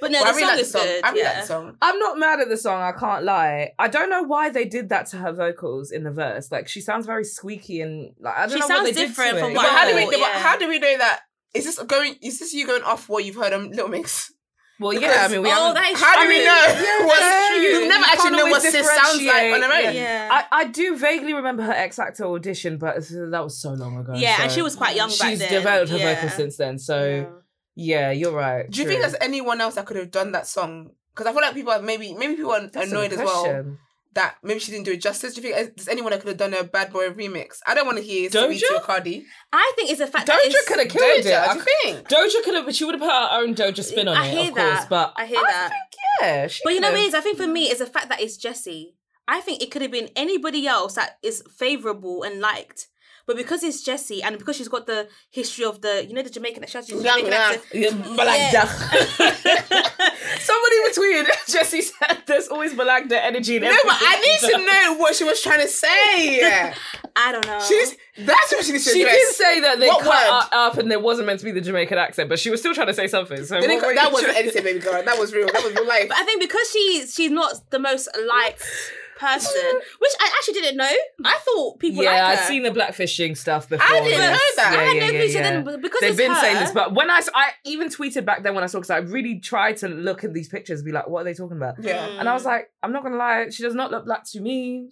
Speaker 2: But no,
Speaker 3: Well, I
Speaker 2: the song
Speaker 3: really like the
Speaker 2: is
Speaker 3: song.
Speaker 2: good.
Speaker 3: I really like
Speaker 2: yeah.
Speaker 3: the song.
Speaker 1: I'm not mad at the song. I can't lie. I don't know why they did that to her vocals in the verse. Like, she sounds very squeaky and like I don't
Speaker 2: She
Speaker 1: know
Speaker 2: sounds
Speaker 1: what they did
Speaker 2: different
Speaker 1: to
Speaker 2: from
Speaker 1: it.
Speaker 3: But
Speaker 2: Wow.
Speaker 3: how do we? But
Speaker 2: Yeah.
Speaker 3: how do we know that? Is this going? Is this you going off what you've heard on Little Mix?
Speaker 1: Well,
Speaker 3: Because-
Speaker 1: yeah. I mean, we
Speaker 2: oh,
Speaker 1: haven't-
Speaker 2: that is
Speaker 3: How do
Speaker 2: true.
Speaker 3: we know? what's
Speaker 1: true.
Speaker 3: We've never
Speaker 1: You
Speaker 3: actually
Speaker 1: can't
Speaker 3: known what
Speaker 1: always
Speaker 3: this sounds like on
Speaker 1: differentiate.
Speaker 3: their own.
Speaker 2: Yeah.
Speaker 1: I, I do vaguely remember her X Factor audition, but that was so long ago.
Speaker 2: yeah, and
Speaker 1: so-
Speaker 2: she was quite young back
Speaker 1: She's
Speaker 2: then.
Speaker 1: developed her
Speaker 2: yeah.
Speaker 1: vocals since then. So yeah, you're right.
Speaker 3: Do you think there's anyone else that could have done that song? Because I feel like people are maybe maybe people are annoyed as well that maybe she didn't do it justice. Do you think there's anyone that could have done a Bad Boy remix? I don't want to hear
Speaker 1: Doja?
Speaker 3: Sweet to Cardi.
Speaker 2: I think it's a fact. that
Speaker 1: Doja
Speaker 2: it's-
Speaker 1: could have killed it.
Speaker 3: Doja, do
Speaker 1: I-
Speaker 3: you think?
Speaker 1: Doja could have. She would have put her own Doja spin on
Speaker 2: I
Speaker 1: it,
Speaker 2: hear
Speaker 1: of course.
Speaker 2: that.
Speaker 1: But
Speaker 2: I hear that.
Speaker 1: think, yeah, Mm. she
Speaker 2: But you know what
Speaker 1: could've-
Speaker 2: it is? I think for me, it's the fact that it's Jesse. I think it could have been anybody else that is favorable and liked. But because it's Jesse and because she's got the history of the, you know, the Jamaican, she has the
Speaker 3: Yeah,
Speaker 2: Jamaican
Speaker 3: yeah.
Speaker 2: accent.
Speaker 1: Yeah, Balagda. Somebody tweeted. Jesse said, "There's always Balagda energy." In
Speaker 3: No, but I need to know what she was trying to say.
Speaker 2: I don't know.
Speaker 3: She needs, that's what she needs to
Speaker 1: She
Speaker 3: address.
Speaker 1: did say that they
Speaker 3: What
Speaker 1: cut
Speaker 3: word?
Speaker 1: her up and there wasn't meant to be the Jamaican accent, but she was still trying to say something. So
Speaker 3: They didn't
Speaker 1: what were
Speaker 3: cut- that
Speaker 1: you
Speaker 3: wasn't
Speaker 1: trying-
Speaker 3: edited, baby girl. That was real. That was real life.
Speaker 2: But I think because she's she's not the most liked person, which I actually didn't know. I thought people
Speaker 1: Yeah,
Speaker 2: liked
Speaker 1: I've
Speaker 2: her.
Speaker 1: seen the blackfishing stuff before.
Speaker 3: I
Speaker 1: this.
Speaker 3: didn't know that.
Speaker 1: Yeah,
Speaker 3: I
Speaker 2: had
Speaker 1: yeah,
Speaker 2: no
Speaker 1: yeah,
Speaker 2: clue, so
Speaker 1: yeah.
Speaker 2: then- because
Speaker 1: they've
Speaker 2: it's
Speaker 1: been saying
Speaker 2: her-
Speaker 1: this, but when I, s- I even tweeted back then when I saw because I really tried to look at these pictures, and be like, what are they talking about?
Speaker 3: yeah.
Speaker 1: And I was like, I'm not gonna lie, she does not look black to me.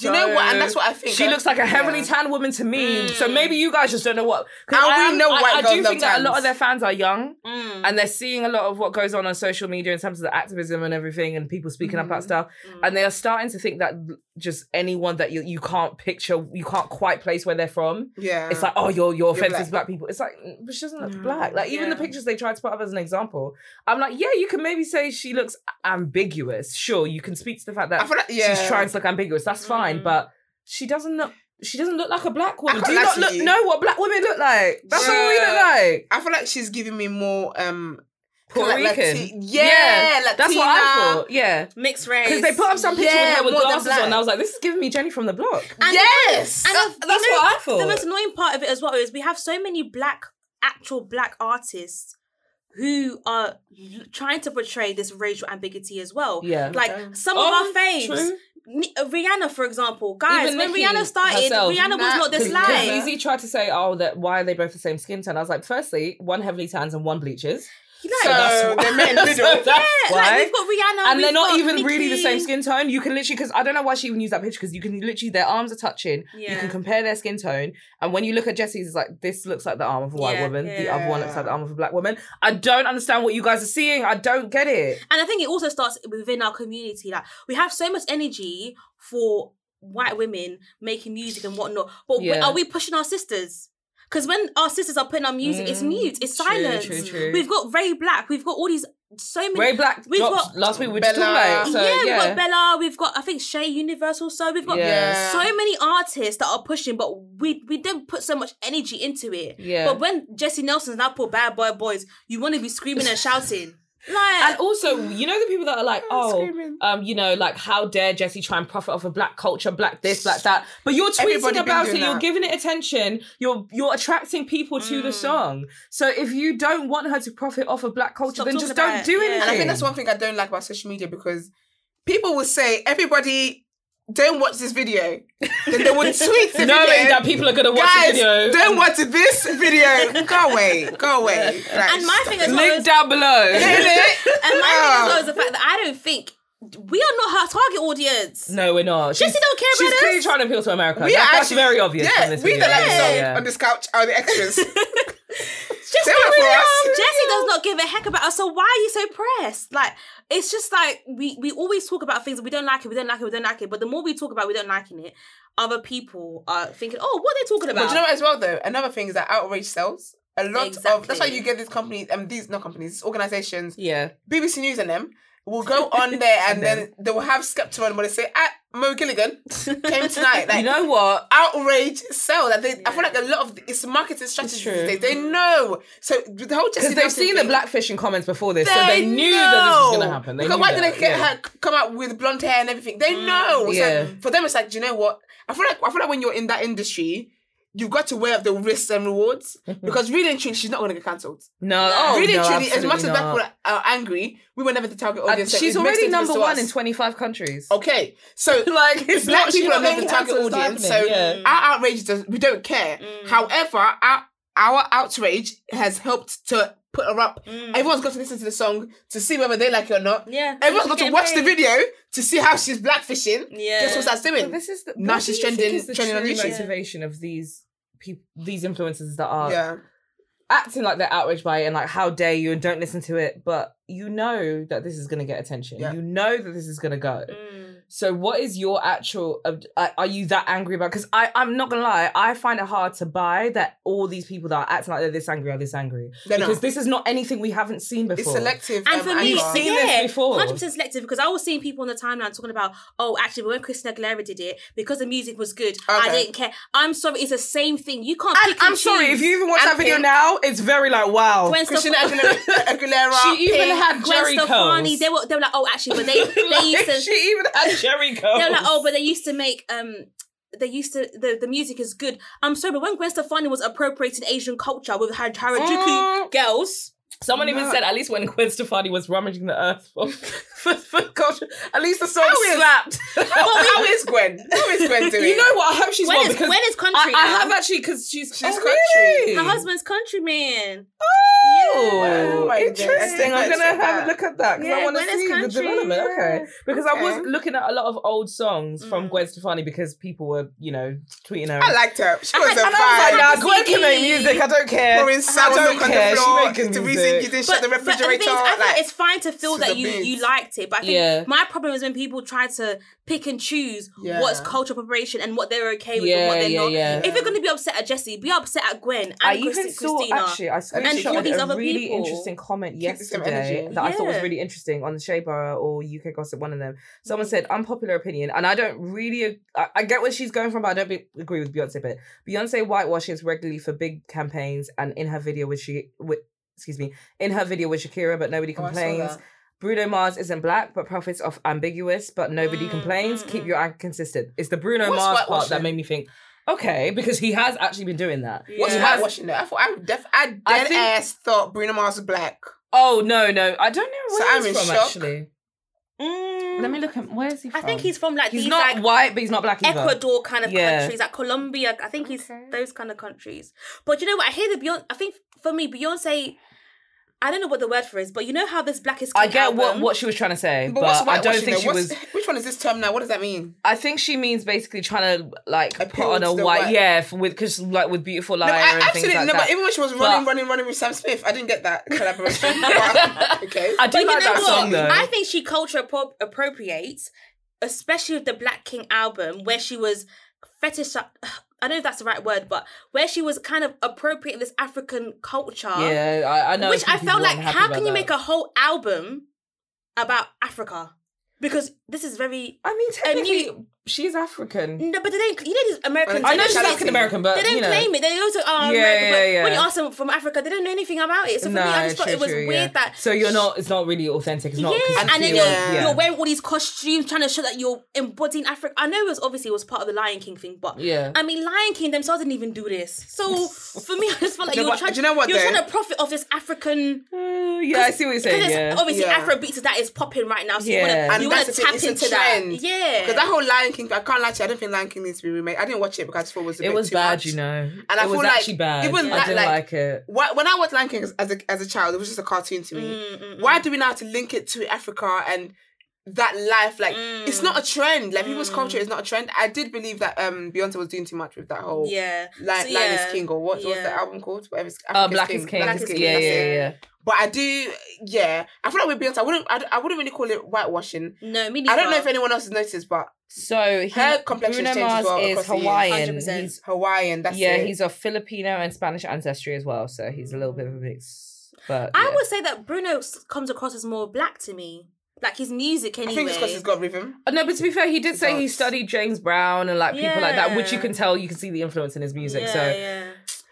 Speaker 3: you know what? And that's
Speaker 1: So-
Speaker 3: what I think.
Speaker 1: She looks like a heavily
Speaker 3: Yeah.
Speaker 1: tan woman to me. So maybe you guys just don't know what. 'cause
Speaker 3: And
Speaker 1: I
Speaker 3: we know
Speaker 1: I,
Speaker 3: white
Speaker 1: I
Speaker 3: girls
Speaker 1: do
Speaker 3: love
Speaker 1: think that a lot
Speaker 3: tans.
Speaker 1: of their fans are young
Speaker 2: Mm.
Speaker 1: and they're seeing a lot of what goes on on social media in terms of the activism and everything and people speaking up about stuff. And they are starting to think that just anyone that you, you can't picture, you can't quite place where they're from.
Speaker 3: Yeah.
Speaker 1: It's like, oh, your your offense
Speaker 3: black.
Speaker 1: is black people. It's like, mm, but she doesn't look black. Like even the
Speaker 2: yeah.
Speaker 1: pictures they tried to put up as an example, I'm like, yeah, you can maybe say she looks ambiguous. Sure, you can speak to the fact that
Speaker 3: I feel like yeah. Mm.
Speaker 1: she's trying to look ambiguous. That's fine, but she doesn't look. She doesn't look like a black woman.
Speaker 3: can't
Speaker 1: Do you
Speaker 3: lie
Speaker 1: not
Speaker 3: to
Speaker 1: look,
Speaker 3: you.
Speaker 1: know what black women look like? That's all we look like.
Speaker 3: I feel like she's giving me more um
Speaker 1: Puerto
Speaker 3: like
Speaker 1: Rican.
Speaker 3: Lati- yeah,
Speaker 1: that's what I
Speaker 3: Latina.
Speaker 1: thought. Yeah,
Speaker 2: Mixed race.
Speaker 1: because they put up some picture
Speaker 3: Yeah,
Speaker 1: with her with
Speaker 3: more than
Speaker 1: glasses on.
Speaker 3: black.
Speaker 1: I was like, this is giving me Jenny from the block.
Speaker 2: And the-
Speaker 3: yes.
Speaker 2: And
Speaker 1: That-
Speaker 2: the- you
Speaker 1: that's
Speaker 2: know,
Speaker 1: what I thought.
Speaker 2: The most annoying part of it as well is we have so many black, actual black artists who are l- trying to portray this racial ambiguity as well.
Speaker 1: Yeah.
Speaker 2: Like some
Speaker 1: Oh,
Speaker 2: of our faves.
Speaker 1: true.
Speaker 2: Ni- uh, Rihanna, for example, guys,
Speaker 1: Even
Speaker 2: when
Speaker 1: Nicki
Speaker 2: Rihanna started,
Speaker 1: herself.
Speaker 2: Rihanna was
Speaker 3: Nah,
Speaker 2: not this
Speaker 3: cause-
Speaker 2: light.
Speaker 1: Because Yeezy tried to say, oh, that why are they both the same skin tone? I was like, firstly, one heavily tans and one bleaches.
Speaker 3: so
Speaker 1: that's why-
Speaker 3: they met in the middle.
Speaker 1: So that's
Speaker 2: like
Speaker 1: why.
Speaker 2: we've got Rihanna,
Speaker 1: and they're
Speaker 2: we've
Speaker 1: not
Speaker 2: got
Speaker 1: even really the
Speaker 2: Nicki.
Speaker 1: same skin tone. You can literally, because I don't know why she even used that picture, because you can literally, their arms are touching. You
Speaker 2: Yeah.
Speaker 1: can compare their skin tone. And when you look at Jesse's, it's like, this looks like the arm of a white
Speaker 2: Yeah,
Speaker 1: woman. The other one looks
Speaker 3: yeah.
Speaker 1: like the arm of a black woman. I don't understand what you guys are seeing. I don't get it.
Speaker 2: And I think it also starts within our community. Like we have so much energy for white women making music and whatnot, but we-
Speaker 1: Yeah.
Speaker 2: are we pushing our sisters? Because when our sisters are putting our music, it's
Speaker 1: Mm,
Speaker 2: mute, it's
Speaker 1: true,
Speaker 2: silence.
Speaker 1: true, true.
Speaker 2: We've got Ray Black, we've got all these so many.
Speaker 1: Ray Black
Speaker 2: We've
Speaker 1: dropped
Speaker 2: got-
Speaker 1: last week. We were just talking
Speaker 3: Bella.
Speaker 1: about it. So,
Speaker 2: yeah,
Speaker 1: yeah,
Speaker 2: we've got Bella, we've got I think Shay Universe also. We've got
Speaker 1: Yeah.
Speaker 2: so many artists that are pushing, but we we don't put so much energy into it.
Speaker 1: Yeah.
Speaker 2: But when Jesse Nelson's now poor bad boy boys, you want to be screaming and shouting. Like
Speaker 1: And also, you know the people that are like, oh,
Speaker 3: screaming.
Speaker 1: um, you know, like how dare Jesse try and profit off of black culture, black this, black that. But you're tweeting
Speaker 3: Everybody been
Speaker 1: about it,
Speaker 3: doing
Speaker 1: you're
Speaker 3: that. Mm.
Speaker 1: giving it attention, you're you're attracting people to the song. So if you don't want her to profit off of black culture,
Speaker 2: Stop
Speaker 1: then
Speaker 2: talking
Speaker 1: just
Speaker 2: about
Speaker 1: don't
Speaker 2: it,
Speaker 1: do
Speaker 2: yeah.
Speaker 1: anything.
Speaker 2: And
Speaker 3: And I think that's one thing I don't like about social media because people will say, everybody, don't watch this video. then they will tweet the
Speaker 1: knowing
Speaker 3: video.
Speaker 1: that people are gonna watch
Speaker 3: Guys,
Speaker 1: the video.
Speaker 3: don't watch this video. Go away. Go away. Like,
Speaker 2: and my thing as well
Speaker 1: Link
Speaker 2: is-
Speaker 1: down below.
Speaker 3: Get it?
Speaker 2: And my thing as
Speaker 3: Oh.
Speaker 2: well is the fact that I don't think we are not her target audience.
Speaker 1: No, we're not. She's,
Speaker 2: Jesse don't care
Speaker 1: she's
Speaker 2: about
Speaker 1: clearly
Speaker 2: us.
Speaker 1: trying to appeal to America.
Speaker 3: We
Speaker 1: That-
Speaker 3: are
Speaker 1: that's
Speaker 3: actually-
Speaker 1: very obvious.
Speaker 3: Yeah,
Speaker 1: from this
Speaker 3: we
Speaker 1: video.
Speaker 3: that like
Speaker 1: yeah.
Speaker 3: yourself
Speaker 1: yeah.
Speaker 3: on this couch are the extras. Just
Speaker 2: Jesse,
Speaker 3: Say what for us.
Speaker 2: Jesse does not give a heck about us. So why are you so pressed? Like it's just like we we always talk about things we don't like it, we don't like it, we don't like it. But the more we talk about we don't liking it, other people are thinking, oh, what are they talking about?
Speaker 3: But you know what as well though? Another thing is that outrage sells. A lot of that's why
Speaker 2: Exactly.
Speaker 3: you get these companies um these not companies, organizations,
Speaker 1: Yeah.
Speaker 3: BBC News and them will go on there and, then, they will have Skepta on where they say, ah, Mo Gilligan came tonight. Like
Speaker 1: You know what?
Speaker 3: outrage sell. Like they, I feel like a lot of it's marketing strategy
Speaker 1: true.
Speaker 3: these days. They know. So the whole Jesse
Speaker 1: Because they've
Speaker 3: Nelson
Speaker 1: seen the
Speaker 3: thing-
Speaker 1: blackfishing comments before this, so they knew that this was going to happen. They
Speaker 3: because
Speaker 1: knew
Speaker 3: why
Speaker 1: that.
Speaker 3: did they get
Speaker 1: yeah. Mm,
Speaker 3: her come out with blonde hair and everything? They know. So
Speaker 1: Yeah.
Speaker 3: for them, it's like, do you know what? I feel like I feel like when you're in that industry, you've got to weigh up the risks and rewards because really and truly, she's not going to get cancelled.
Speaker 1: No, oh,
Speaker 3: really
Speaker 1: no,
Speaker 3: and truly, as
Speaker 1: absolutely
Speaker 3: much as black
Speaker 1: not.
Speaker 3: people are angry, we were never the target
Speaker 1: And
Speaker 3: audience. so
Speaker 1: Uh, she's
Speaker 3: it makes
Speaker 1: already
Speaker 3: no difference
Speaker 1: number
Speaker 3: to
Speaker 1: one
Speaker 3: us.
Speaker 1: in 25 countries.
Speaker 3: Okay, so
Speaker 1: Like, it's
Speaker 3: black
Speaker 1: not- she's
Speaker 3: people
Speaker 1: not
Speaker 3: are not the
Speaker 1: getting
Speaker 3: target
Speaker 1: cancelled, it's
Speaker 3: audience, so
Speaker 1: happening, yeah. Mm.
Speaker 3: our outrage does we don't care. However, our our outrage has helped to put her up.
Speaker 1: Mm.
Speaker 3: Everyone's got to listen to the song to see whether they like it or not.
Speaker 2: Yeah. Mm.
Speaker 3: everyone's
Speaker 2: She's
Speaker 3: got to
Speaker 2: getting
Speaker 3: watch the
Speaker 2: paid.
Speaker 3: video to see how she's blackfishing.
Speaker 2: Yeah.
Speaker 3: guess what that's doing?
Speaker 1: This is the,
Speaker 3: Now
Speaker 1: what do
Speaker 3: she's
Speaker 1: you think
Speaker 3: trending-
Speaker 1: is the
Speaker 3: trending on
Speaker 1: true
Speaker 3: YouTube.
Speaker 1: motivation of these people, these influencers that are
Speaker 3: yeah,
Speaker 1: acting like they're outraged by it and like how dare you and don't listen to it, but you know that this is going to get attention.
Speaker 3: Yeah.
Speaker 1: You know that this is going to go.
Speaker 2: Mm.
Speaker 1: So what is your actual? ob- uh, Are you that angry about? Because I, I'm not gonna lie, I find it hard to buy that all these people that are acting like they're this angry are this angry
Speaker 3: They're not.
Speaker 1: because this is not anything we haven't seen before.
Speaker 3: it's selective.
Speaker 2: And
Speaker 3: um,
Speaker 2: for me,
Speaker 3: anger.
Speaker 1: seen
Speaker 2: yeah,
Speaker 1: this before.
Speaker 2: 100% selective because I was seeing people on the timeline talking about, oh, actually, when Christina Aguilera did it, because the music was good, I
Speaker 3: Okay.
Speaker 2: didn't care. I'm sorry, it's the same thing. You can't
Speaker 1: And
Speaker 2: pick and
Speaker 1: I'm sorry
Speaker 2: choose.
Speaker 1: if you even watch
Speaker 3: And
Speaker 1: that video
Speaker 3: pink.
Speaker 1: now, it's very like wow.
Speaker 2: Gwen
Speaker 3: Christina
Speaker 2: Stefani-
Speaker 3: Aguilera. Aguilera
Speaker 1: she even
Speaker 3: Pink.
Speaker 1: had
Speaker 2: Gwen
Speaker 1: Jerry
Speaker 2: Stefani,
Speaker 1: curls.
Speaker 2: they were they were like, oh, actually, but they they used to
Speaker 1: she even had Jerry curls.
Speaker 2: they were like, oh, but they used to make um. They used to the, the music is good. I'm sorry, but when Gwen Stefani was appropriating Asian culture with her Harajuku
Speaker 1: Mm.
Speaker 2: girls,
Speaker 1: Someone even said at least when Gwen Stefani was rummaging the earth for for, for culture, at least the song
Speaker 3: is-
Speaker 1: slapped.
Speaker 3: How is Gwen? How is Gwen doing?
Speaker 1: you know what? I hope she's
Speaker 2: Gwen
Speaker 1: well
Speaker 2: is-
Speaker 1: because
Speaker 2: Gwen is country
Speaker 1: I, I
Speaker 2: now.
Speaker 1: have actually because she's
Speaker 3: She's
Speaker 1: oh,
Speaker 3: country.
Speaker 1: really?
Speaker 2: her husband's countryman.
Speaker 1: Oh,
Speaker 3: Oh my goodness.
Speaker 1: interesting. I'm
Speaker 3: Let's
Speaker 1: gonna have
Speaker 3: check that.
Speaker 1: a look at that because I
Speaker 2: Yeah,
Speaker 1: want to
Speaker 2: Gwen is
Speaker 1: see the
Speaker 2: country.
Speaker 1: development. Okay, because I was
Speaker 3: Okay.
Speaker 1: looking at a lot of old songs from
Speaker 2: Mm.
Speaker 1: Gwen Stefani because people were, you know, tweeting her.
Speaker 3: I liked her. She was
Speaker 2: had-
Speaker 3: a
Speaker 2: and
Speaker 1: I was like,
Speaker 3: vibe.
Speaker 1: nah, Gwen can make
Speaker 2: CD.
Speaker 1: music. I don't care.
Speaker 3: pouring
Speaker 1: I
Speaker 3: sour
Speaker 1: don't
Speaker 3: milk on
Speaker 1: care.
Speaker 3: the
Speaker 1: She
Speaker 3: floor.
Speaker 1: making
Speaker 3: It's the
Speaker 1: music.
Speaker 3: reason you didn't shut the
Speaker 2: the thing
Speaker 3: refrigerator.
Speaker 2: is, I feel
Speaker 3: like,
Speaker 2: like it's fine to feel
Speaker 3: this is
Speaker 2: that
Speaker 3: a
Speaker 2: you
Speaker 3: beast.
Speaker 2: you liked it, but I think
Speaker 1: Yeah.
Speaker 2: my problem is when people try to pick and choose
Speaker 3: Yeah.
Speaker 2: what's cultural appropriation and what they're okay with and what
Speaker 1: Yeah,
Speaker 2: they're
Speaker 1: yeah,
Speaker 2: not.
Speaker 1: yeah.
Speaker 2: If you're gonna be upset at Jesse, be upset at Gwen and
Speaker 1: I
Speaker 2: Christi-
Speaker 1: even saw
Speaker 2: Christina.
Speaker 1: actually I
Speaker 3: all
Speaker 1: screenshotted
Speaker 3: these
Speaker 1: a
Speaker 2: other
Speaker 1: really
Speaker 2: people
Speaker 1: interesting comment
Speaker 3: keep the same
Speaker 1: yesterday
Speaker 3: energy.
Speaker 1: that I thought was
Speaker 2: Yeah.
Speaker 1: really interesting on the Shea Bar or UK Gossip, one of them.
Speaker 3: Mm.
Speaker 1: Someone said unpopular opinion, and I don't really I, I get what she's going from, but I don't be, agree with Beyonce. But Beyonce whitewashes regularly for big campaigns, and in her video with she with excuse me in her video with Shakira, but nobody
Speaker 3: Oh, I saw
Speaker 1: complains.
Speaker 3: that.
Speaker 1: Bruno Mars isn't black, but profits off ambiguous, but nobody complains. Keep your act consistent. It's the Bruno
Speaker 3: Mm, What's
Speaker 1: Mars part that
Speaker 3: whitewashing?
Speaker 1: made me think, okay, because he has actually been doing that.
Speaker 3: What's
Speaker 1: He
Speaker 2: Yeah.
Speaker 1: has
Speaker 3: whitewashing though? I thought I, def- I dead
Speaker 1: I think-
Speaker 3: ass thought Bruno Mars was black.
Speaker 1: Oh no, no, I don't know
Speaker 3: So
Speaker 1: where
Speaker 3: I'm
Speaker 1: he's
Speaker 3: in
Speaker 1: from
Speaker 3: shock.
Speaker 1: actually.
Speaker 2: Mm,
Speaker 1: Let me look at where is he
Speaker 2: I
Speaker 1: from?
Speaker 2: think he's from like
Speaker 1: he's
Speaker 2: these
Speaker 1: not
Speaker 2: like
Speaker 1: white, but he's not black either.
Speaker 2: Ecuador kind of
Speaker 1: Yeah.
Speaker 2: countries, like Colombia. I think he's those kind of countries. But you know what? I hear the Beyonce. I think for me, Beyonce. I don't know what the word for it is, but you know how this Black is
Speaker 1: I
Speaker 2: King
Speaker 1: get what,
Speaker 2: album-
Speaker 1: what she was trying to say, but,
Speaker 3: what's
Speaker 1: I don't
Speaker 3: whitewashing
Speaker 1: think
Speaker 3: though?
Speaker 1: she
Speaker 3: What's-
Speaker 1: was.
Speaker 3: Which one is this term now? What does that mean?
Speaker 1: I think she means basically trying to like put
Speaker 3: Appeal
Speaker 1: on
Speaker 3: to
Speaker 1: a
Speaker 3: the
Speaker 1: white,
Speaker 3: white.
Speaker 1: yeah, f- with because like with beautiful liar
Speaker 3: I
Speaker 1: and things
Speaker 3: absolutely
Speaker 1: like
Speaker 3: no,
Speaker 1: that.
Speaker 3: but even when she was running,
Speaker 1: But-
Speaker 3: running, running with Sam Smith, I didn't get that collaboration. But, okay.
Speaker 1: I do
Speaker 2: But
Speaker 1: like
Speaker 2: you know
Speaker 1: that
Speaker 2: what?
Speaker 1: song though.
Speaker 2: I think she culture appro- appropriates, especially with the Black King album, where she was fetish. I don't know if that's the right word, but where she was kind of appropriating this African culture,
Speaker 1: yeah, I, I know.
Speaker 2: which I
Speaker 1: people
Speaker 2: felt like,
Speaker 1: weren't happy
Speaker 2: how
Speaker 1: about
Speaker 2: can you make
Speaker 1: that.
Speaker 2: a whole album about Africa? Because this is very
Speaker 1: I mean,
Speaker 2: new- Mm.
Speaker 1: technically, she's African.
Speaker 2: no, but they don't. You know these Americans.
Speaker 3: I
Speaker 1: I
Speaker 2: they
Speaker 1: know
Speaker 2: don't
Speaker 1: she's
Speaker 2: claim-
Speaker 1: African American, but
Speaker 2: They don't
Speaker 1: you know.
Speaker 2: claim it. They also are
Speaker 1: Yeah,
Speaker 2: American. but
Speaker 1: yeah, yeah.
Speaker 2: when you ask them from Africa, they don't know anything about it. So for me, I just
Speaker 1: No,
Speaker 2: thought it was
Speaker 1: true, true,
Speaker 2: weird
Speaker 1: yeah.
Speaker 2: that
Speaker 1: So you're not. It's not really authentic. It's not. 'cause
Speaker 2: yeah,
Speaker 1: you
Speaker 2: and then
Speaker 1: feel-
Speaker 2: you're,
Speaker 3: yeah.
Speaker 2: you're wearing all these costumes, trying to show that you're embodying Africa. I know it was obviously it was part of the Lion King thing, but
Speaker 1: Yeah.
Speaker 2: I mean, Lion King themselves didn't even do this. So for me, I just felt like
Speaker 3: No,
Speaker 2: you're
Speaker 3: but
Speaker 2: trying.
Speaker 3: do you know what,
Speaker 2: You're
Speaker 3: though?
Speaker 2: trying to profit off this African.
Speaker 1: Uh, yeah, I see what you're saying.
Speaker 2: Because
Speaker 1: Yeah.
Speaker 2: it's obviously
Speaker 3: Yeah.
Speaker 2: Afrobeats that is popping right now. So
Speaker 1: Yeah.
Speaker 2: you want to
Speaker 1: And
Speaker 2: you want to
Speaker 3: that's the thing,
Speaker 2: tap
Speaker 3: it's a
Speaker 2: into
Speaker 3: trend.
Speaker 2: that. Yeah.
Speaker 3: Because that whole Lion King, I can't lie to you, I don't think Lion King needs to be remade. I didn't watch it because I just thought it was a
Speaker 1: It
Speaker 3: bit
Speaker 1: was
Speaker 3: too
Speaker 1: bad,
Speaker 3: much.
Speaker 1: you know.
Speaker 3: And
Speaker 1: it
Speaker 3: I
Speaker 1: was
Speaker 3: feel like
Speaker 1: actually bad.
Speaker 3: even
Speaker 1: I
Speaker 3: that,
Speaker 1: didn't
Speaker 3: like-
Speaker 1: like it.
Speaker 3: Why, when I watched Lion King as a, as a child, it was just a cartoon to me. Why do we now have to link it to Africa and that life? Like, it's not a trend. Like, people's culture is not a trend. I did believe that um Beyonce was doing too much with that whole
Speaker 2: yeah.
Speaker 3: Lion,
Speaker 2: So,
Speaker 3: Lion
Speaker 2: yeah.
Speaker 3: is King or what was the
Speaker 2: Yeah.
Speaker 3: album called? Whatever. it's-
Speaker 1: Uh,
Speaker 3: Africa's
Speaker 1: Black is King.
Speaker 3: Black is King.
Speaker 1: Yeah,
Speaker 3: that's it.
Speaker 1: yeah, yeah.
Speaker 3: But I do, yeah. I feel like with Beyonce, I wouldn't, I, I wouldn't really call it whitewashing.
Speaker 2: No, me neither.
Speaker 3: I don't know if anyone else has noticed, but
Speaker 1: So he,
Speaker 3: Her complexion
Speaker 1: Bruno
Speaker 3: changed
Speaker 1: Mars
Speaker 3: as well
Speaker 1: is
Speaker 3: across the years.
Speaker 1: Hawaiian.
Speaker 2: 100%.
Speaker 1: He's,
Speaker 3: Hawaiian. That's
Speaker 1: yeah,
Speaker 3: it.
Speaker 1: he's of Filipino and Spanish ancestry as well. So he's a little bit of a mix. But
Speaker 2: I
Speaker 1: yeah.
Speaker 2: would say that Bruno s- comes across as more black to me. Like his music,
Speaker 3: I
Speaker 2: anyway.
Speaker 3: think it's because he's got rhythm.
Speaker 1: Uh, No, but to be fair, he did say he
Speaker 3: Dance.
Speaker 1: studied James Brown and like people like that, which you
Speaker 2: Yeah.
Speaker 1: can tell, you can see the influence in his music.
Speaker 2: yeah,
Speaker 1: so
Speaker 2: yeah.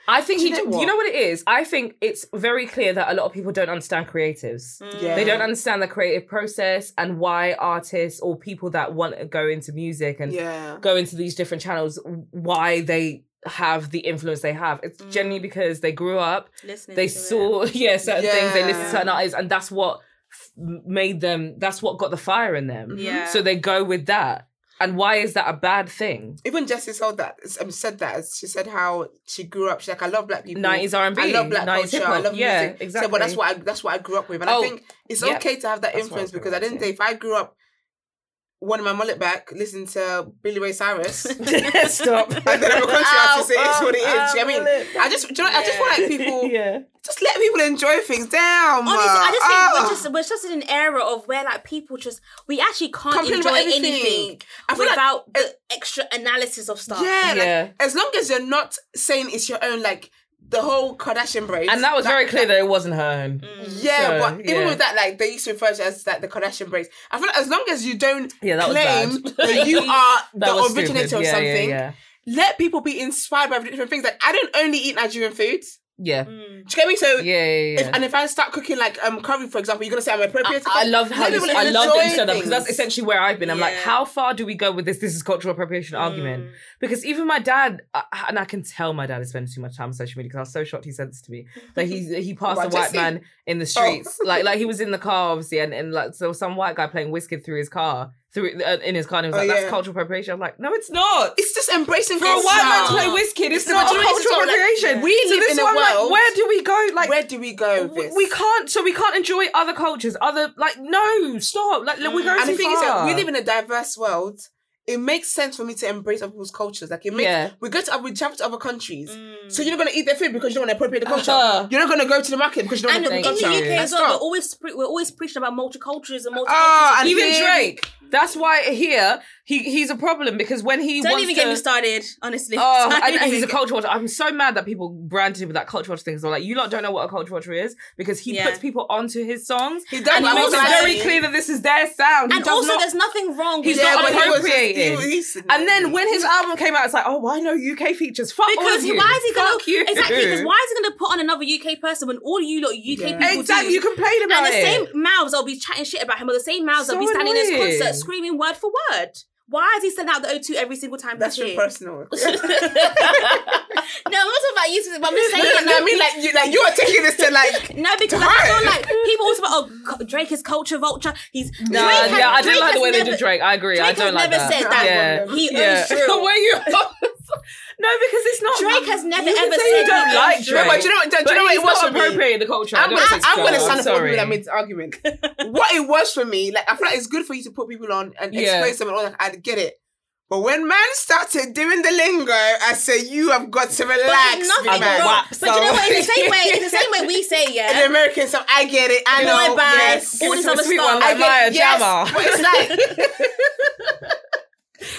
Speaker 1: I think
Speaker 3: Do
Speaker 1: he.
Speaker 3: you know
Speaker 1: did-
Speaker 3: what?
Speaker 1: you know what it is? I think it's very clear that a lot of people don't understand creatives.
Speaker 2: Mm.
Speaker 3: Yeah.
Speaker 1: They don't understand the creative process and why artists or people that want to go into music and
Speaker 3: Yeah.
Speaker 1: go into these different channels, why they have the influence they have. It's
Speaker 3: Mm.
Speaker 1: generally because they grew up,
Speaker 2: Listening
Speaker 1: they
Speaker 2: to it.
Speaker 1: saw yeah certain things, they listened to
Speaker 3: Yeah.
Speaker 1: certain artists, and that's what f- made them. That's what got the fire in them.
Speaker 2: Yeah.
Speaker 1: So they go with that. And why is that a bad thing?
Speaker 3: Even Jessie told that um, said that as she said how she grew up. She's like, I love black people.
Speaker 1: 90s R&B,
Speaker 3: I love
Speaker 1: 90s
Speaker 3: black culture. I
Speaker 1: hip-hop.
Speaker 3: love
Speaker 1: Yeah,
Speaker 3: music. She said,
Speaker 1: exactly.
Speaker 3: well, that's what I, that's what I grew up with, and
Speaker 1: Oh,
Speaker 3: I think it's
Speaker 1: yeah.
Speaker 3: okay to have that
Speaker 1: That's what I
Speaker 3: influence
Speaker 1: grew
Speaker 3: because
Speaker 1: up
Speaker 3: I didn't
Speaker 1: to.
Speaker 3: say if I grew up. Wanting my mullet back, listen to Billy Ray Cyrus.
Speaker 1: Stop.
Speaker 3: I don't have a country artist. It is what it is. Do
Speaker 1: Ow, ow,
Speaker 3: you know what I mean? I just, do you know, I just feel like people
Speaker 1: oh, yeah.
Speaker 3: just let people enjoy things. Damn.
Speaker 2: Honestly, I just think
Speaker 3: ah.
Speaker 2: we're just we're just in an era of where like people just we actually can't
Speaker 3: Complain
Speaker 2: enjoy
Speaker 3: about everything.
Speaker 2: anything
Speaker 3: I feel like
Speaker 2: without the extra analysis of stuff.
Speaker 3: Yeah,
Speaker 1: Yeah.
Speaker 3: Like, as long as you're not saying it's your own, like the whole Kardashian braids.
Speaker 1: And that was very clear that it wasn't her. own.
Speaker 3: Mm. Yeah,
Speaker 1: So,
Speaker 3: but even
Speaker 1: yeah.
Speaker 3: with that, like they used to refer to it as like the Kardashian braids. I feel like as long as you don't
Speaker 1: Yeah, that was
Speaker 3: claim
Speaker 1: bad.
Speaker 3: that you are
Speaker 1: That was
Speaker 3: the originator
Speaker 1: stupid.
Speaker 3: of
Speaker 1: Yeah, yeah,
Speaker 3: something,
Speaker 1: Yeah.
Speaker 3: let people be inspired by different things. Like I don't only eat Nigerian food.
Speaker 1: Yeah.
Speaker 2: Mm.
Speaker 3: Do you get me? So
Speaker 1: Yeah. yeah,
Speaker 3: If,
Speaker 1: yeah.
Speaker 3: and if I start cooking like um curry, for example, you're gonna say I'm appropriate.
Speaker 1: I love how you, I love that you said that because that's
Speaker 3: essentially.
Speaker 1: essentially where I've been. I'm like,
Speaker 2: Yeah.
Speaker 1: how far do we go with this? This is cultural
Speaker 3: Mm.
Speaker 1: appropriation argument because even my dad, I, and I can tell my dad is spending too much time on social media because I was so shocked he said this to me that he he passed a
Speaker 3: What,
Speaker 1: white
Speaker 3: Jesse?
Speaker 1: man in
Speaker 3: Oh.
Speaker 1: the streets, like like he was in the car obviously, and and like so some white guy playing whiskey through his car through uh, in his car, and he was
Speaker 3: Oh,
Speaker 1: like, that's
Speaker 3: yeah.
Speaker 1: cultural appropriation. I'm like, no, it's not.
Speaker 3: It's just embracing
Speaker 1: For a
Speaker 3: culture.
Speaker 1: white man to play whiskey, it's
Speaker 3: the
Speaker 1: not a
Speaker 3: majority of
Speaker 1: cultural
Speaker 3: people, like,
Speaker 1: appropriation.
Speaker 3: we
Speaker 1: so
Speaker 3: live
Speaker 1: this
Speaker 3: in
Speaker 1: is
Speaker 3: a
Speaker 1: why I'm like,
Speaker 3: world-
Speaker 1: where do we go? Like,
Speaker 3: Where do we go? With
Speaker 1: we
Speaker 3: this?
Speaker 1: we can't so we can't enjoy other cultures other like no stop like we're going
Speaker 3: And
Speaker 1: too
Speaker 3: the thing is
Speaker 1: far.
Speaker 3: that we live in a diverse world. It makes sense for me to embrace other people's cultures. Like it makes
Speaker 1: Yeah.
Speaker 3: we go to we travel to other countries. So you're not gonna eat their food because you don't want to appropriate the culture.
Speaker 1: Uh-huh.
Speaker 3: You're not gonna go to the market because you don't
Speaker 2: And
Speaker 3: want
Speaker 2: in
Speaker 3: the
Speaker 1: Thank
Speaker 2: the
Speaker 3: culture.
Speaker 1: you.
Speaker 2: UK
Speaker 3: And
Speaker 2: as well,
Speaker 3: stop.
Speaker 2: we're always pre- we're always preaching about multiculturalism, multiculturalism.
Speaker 3: Ah, and
Speaker 1: even
Speaker 3: here-
Speaker 1: Drake that's why here he he's a problem because when he
Speaker 2: Don't
Speaker 1: wants
Speaker 2: even
Speaker 1: to,
Speaker 2: get me started, honestly.
Speaker 1: Oh, and,
Speaker 2: Don't
Speaker 1: and
Speaker 2: even
Speaker 1: he's a
Speaker 2: get-
Speaker 1: culture watcher. I'm so mad that people branded him with that culture watcher thing. So like, you lot don't know what a culture watcher is because he
Speaker 2: Yeah.
Speaker 1: puts people onto his songs.
Speaker 3: He does,
Speaker 1: and he
Speaker 3: but
Speaker 1: makes it
Speaker 3: also-
Speaker 1: very clear that this is their sound. He
Speaker 2: And
Speaker 1: does
Speaker 2: also,
Speaker 1: not-
Speaker 2: there's nothing wrong with
Speaker 1: he's
Speaker 2: that.
Speaker 1: not
Speaker 3: but he was just-
Speaker 1: appropriating.
Speaker 3: he- he's-
Speaker 1: and then when his album came out, it's like, oh, why no UK features? Fuck all
Speaker 2: Because
Speaker 1: of you.
Speaker 2: why is he gonna
Speaker 1: Fuck you.
Speaker 2: exactly? Because why is he gonna put on another UK person when all you lot UK people
Speaker 1: Exactly,
Speaker 2: do?
Speaker 1: you complain about
Speaker 2: and the
Speaker 1: it.
Speaker 2: same mouths that'll be chatting shit about him, or the same mouths that'll be
Speaker 1: So
Speaker 2: standing in his
Speaker 1: annoying.
Speaker 2: concert screaming word for word. Why is he sending out the O2 every single time
Speaker 3: that's
Speaker 2: this
Speaker 3: your
Speaker 2: year?
Speaker 3: personal.
Speaker 2: No, I'm not talking about you, but I'm just
Speaker 3: No,
Speaker 2: saying.
Speaker 3: no, no, I mean, like you, like you are taking this to like.
Speaker 2: No, because I feel like people always about oh cu- Drake is culture vulture. He's no,
Speaker 1: Nah,
Speaker 2: Drake has,
Speaker 1: yeah, I didn't
Speaker 2: Drake
Speaker 1: like the
Speaker 2: has
Speaker 1: way
Speaker 2: never,
Speaker 1: they did Drake. I agree. I
Speaker 2: Drake
Speaker 1: don't
Speaker 2: has
Speaker 1: like
Speaker 2: never
Speaker 1: that.
Speaker 2: said that.
Speaker 1: Yeah.
Speaker 2: He
Speaker 1: yeah.
Speaker 2: owns drill.
Speaker 1: the way you No, because it's not.
Speaker 2: Drake has never
Speaker 1: You can
Speaker 2: ever
Speaker 1: say
Speaker 2: said
Speaker 1: you don't
Speaker 2: that.
Speaker 1: like
Speaker 2: Drake.
Speaker 1: Drake.
Speaker 3: No, but do you know, do,
Speaker 1: But
Speaker 3: you know what
Speaker 1: he's
Speaker 3: it was
Speaker 1: not
Speaker 3: for me?
Speaker 1: appropriate in the culture. I
Speaker 3: I'm
Speaker 1: don't
Speaker 3: gonna,
Speaker 1: think
Speaker 3: I'm
Speaker 1: so.
Speaker 3: gonna stand up for
Speaker 1: sorry.
Speaker 3: people that made this argument. what it was for me, like I feel like it's good for you to put people on and
Speaker 1: Yeah.
Speaker 3: expose them and all that. I get it. But when man started doing the lingo, I say you have got to relax,
Speaker 2: nothing
Speaker 3: big man.
Speaker 2: wrong.
Speaker 1: Wap,
Speaker 2: But you know
Speaker 1: so-
Speaker 2: what? It's the same way. It's the same way we say
Speaker 3: And
Speaker 2: yeah.
Speaker 3: the American stuff, I get it. I know.
Speaker 2: Boy, bye.
Speaker 3: Yes.
Speaker 2: Give me some
Speaker 1: Sweet
Speaker 2: stuff.
Speaker 1: one,
Speaker 3: I
Speaker 1: like
Speaker 3: get-
Speaker 1: Maya
Speaker 3: yes,
Speaker 1: Jama.
Speaker 3: But it's like,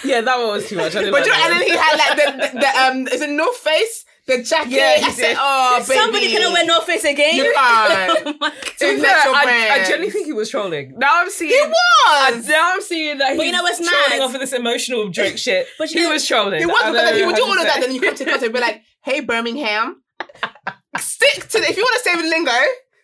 Speaker 1: Yeah, that one was too much. I didn't
Speaker 3: but
Speaker 1: like
Speaker 3: you know,
Speaker 1: that
Speaker 3: and then
Speaker 1: one.
Speaker 3: he had like the, the, the um, is it no face, the jacket.
Speaker 1: Yeah, he
Speaker 3: I said,
Speaker 1: did.
Speaker 3: oh, baby.
Speaker 2: Somebody couldn't wear no face again.
Speaker 3: You can't.
Speaker 2: Oh my God.
Speaker 1: To be
Speaker 3: Met
Speaker 1: fair,
Speaker 3: your
Speaker 1: I, I
Speaker 3: brand.
Speaker 1: genuinely think he was trolling. Now I'm seeing.
Speaker 3: He was.
Speaker 1: Now I'm seeing that
Speaker 2: But
Speaker 1: he's
Speaker 2: you know what's
Speaker 1: trolling
Speaker 2: mad?
Speaker 1: off of this emotional Drake shit.
Speaker 2: But you
Speaker 1: he
Speaker 2: know-
Speaker 1: was trolling.
Speaker 3: It was
Speaker 1: I
Speaker 3: because
Speaker 1: don't
Speaker 3: then he
Speaker 1: know
Speaker 3: would
Speaker 1: how
Speaker 3: do
Speaker 1: to
Speaker 3: all of
Speaker 1: say
Speaker 3: that.
Speaker 1: it.
Speaker 3: Then you come to Qatar and be like, "Hey Birmingham, stick to the, if you want to stay with lingo,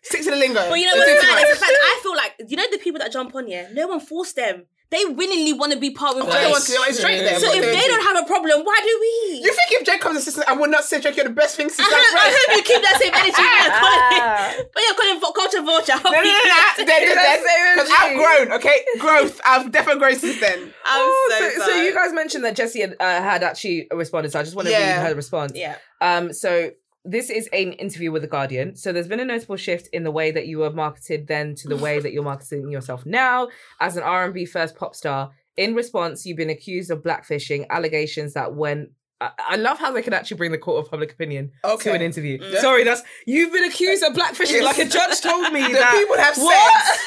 Speaker 3: stick to the lingo."
Speaker 2: But you know
Speaker 3: Stick
Speaker 2: what's
Speaker 3: to
Speaker 2: mad?
Speaker 3: it.
Speaker 2: It's the fact that I feel like you know the people that jump on here. No one forced them. They willingly want to be part with
Speaker 3: Of course they want
Speaker 2: Drake.
Speaker 3: to. It's straight there.
Speaker 2: So
Speaker 3: What
Speaker 2: if
Speaker 3: do
Speaker 2: they don't have a problem, why do we?
Speaker 3: you think if Drake comes and says, "I would not say Drake, you're the best thing since
Speaker 2: I hope, I hope
Speaker 3: that
Speaker 2: you keep that same energy.
Speaker 1: Ah.
Speaker 2: When you're calling, when you're calling for culture vulture. I hope
Speaker 3: No, no,
Speaker 2: you
Speaker 3: no,
Speaker 2: keep that
Speaker 3: no,
Speaker 2: same-
Speaker 3: they're
Speaker 1: That's
Speaker 3: dead. Because
Speaker 1: so
Speaker 3: I've grown, okay? Growth. I've definitely grown since then.
Speaker 2: I'm
Speaker 1: Oh, so, so
Speaker 2: sorry.
Speaker 1: you guys mentioned that Jesse had, uh, had actually responded, so I just want to
Speaker 3: Yeah.
Speaker 1: read her response.
Speaker 2: Yeah.
Speaker 1: Um, so this is an interview with The Guardian. So there's been a notable shift in the way that you were marketed then to the way that you're marketing yourself now as an R&B first pop star. In response, you've been accused of blackfishing, allegations that when I, I love how they can actually bring the court of public opinion to an interview.
Speaker 3: Yeah.
Speaker 1: Sorry, that's you've been accused of blackfishing.
Speaker 3: Yes.
Speaker 1: Like a judge told me
Speaker 3: The
Speaker 1: that
Speaker 3: people have
Speaker 1: what?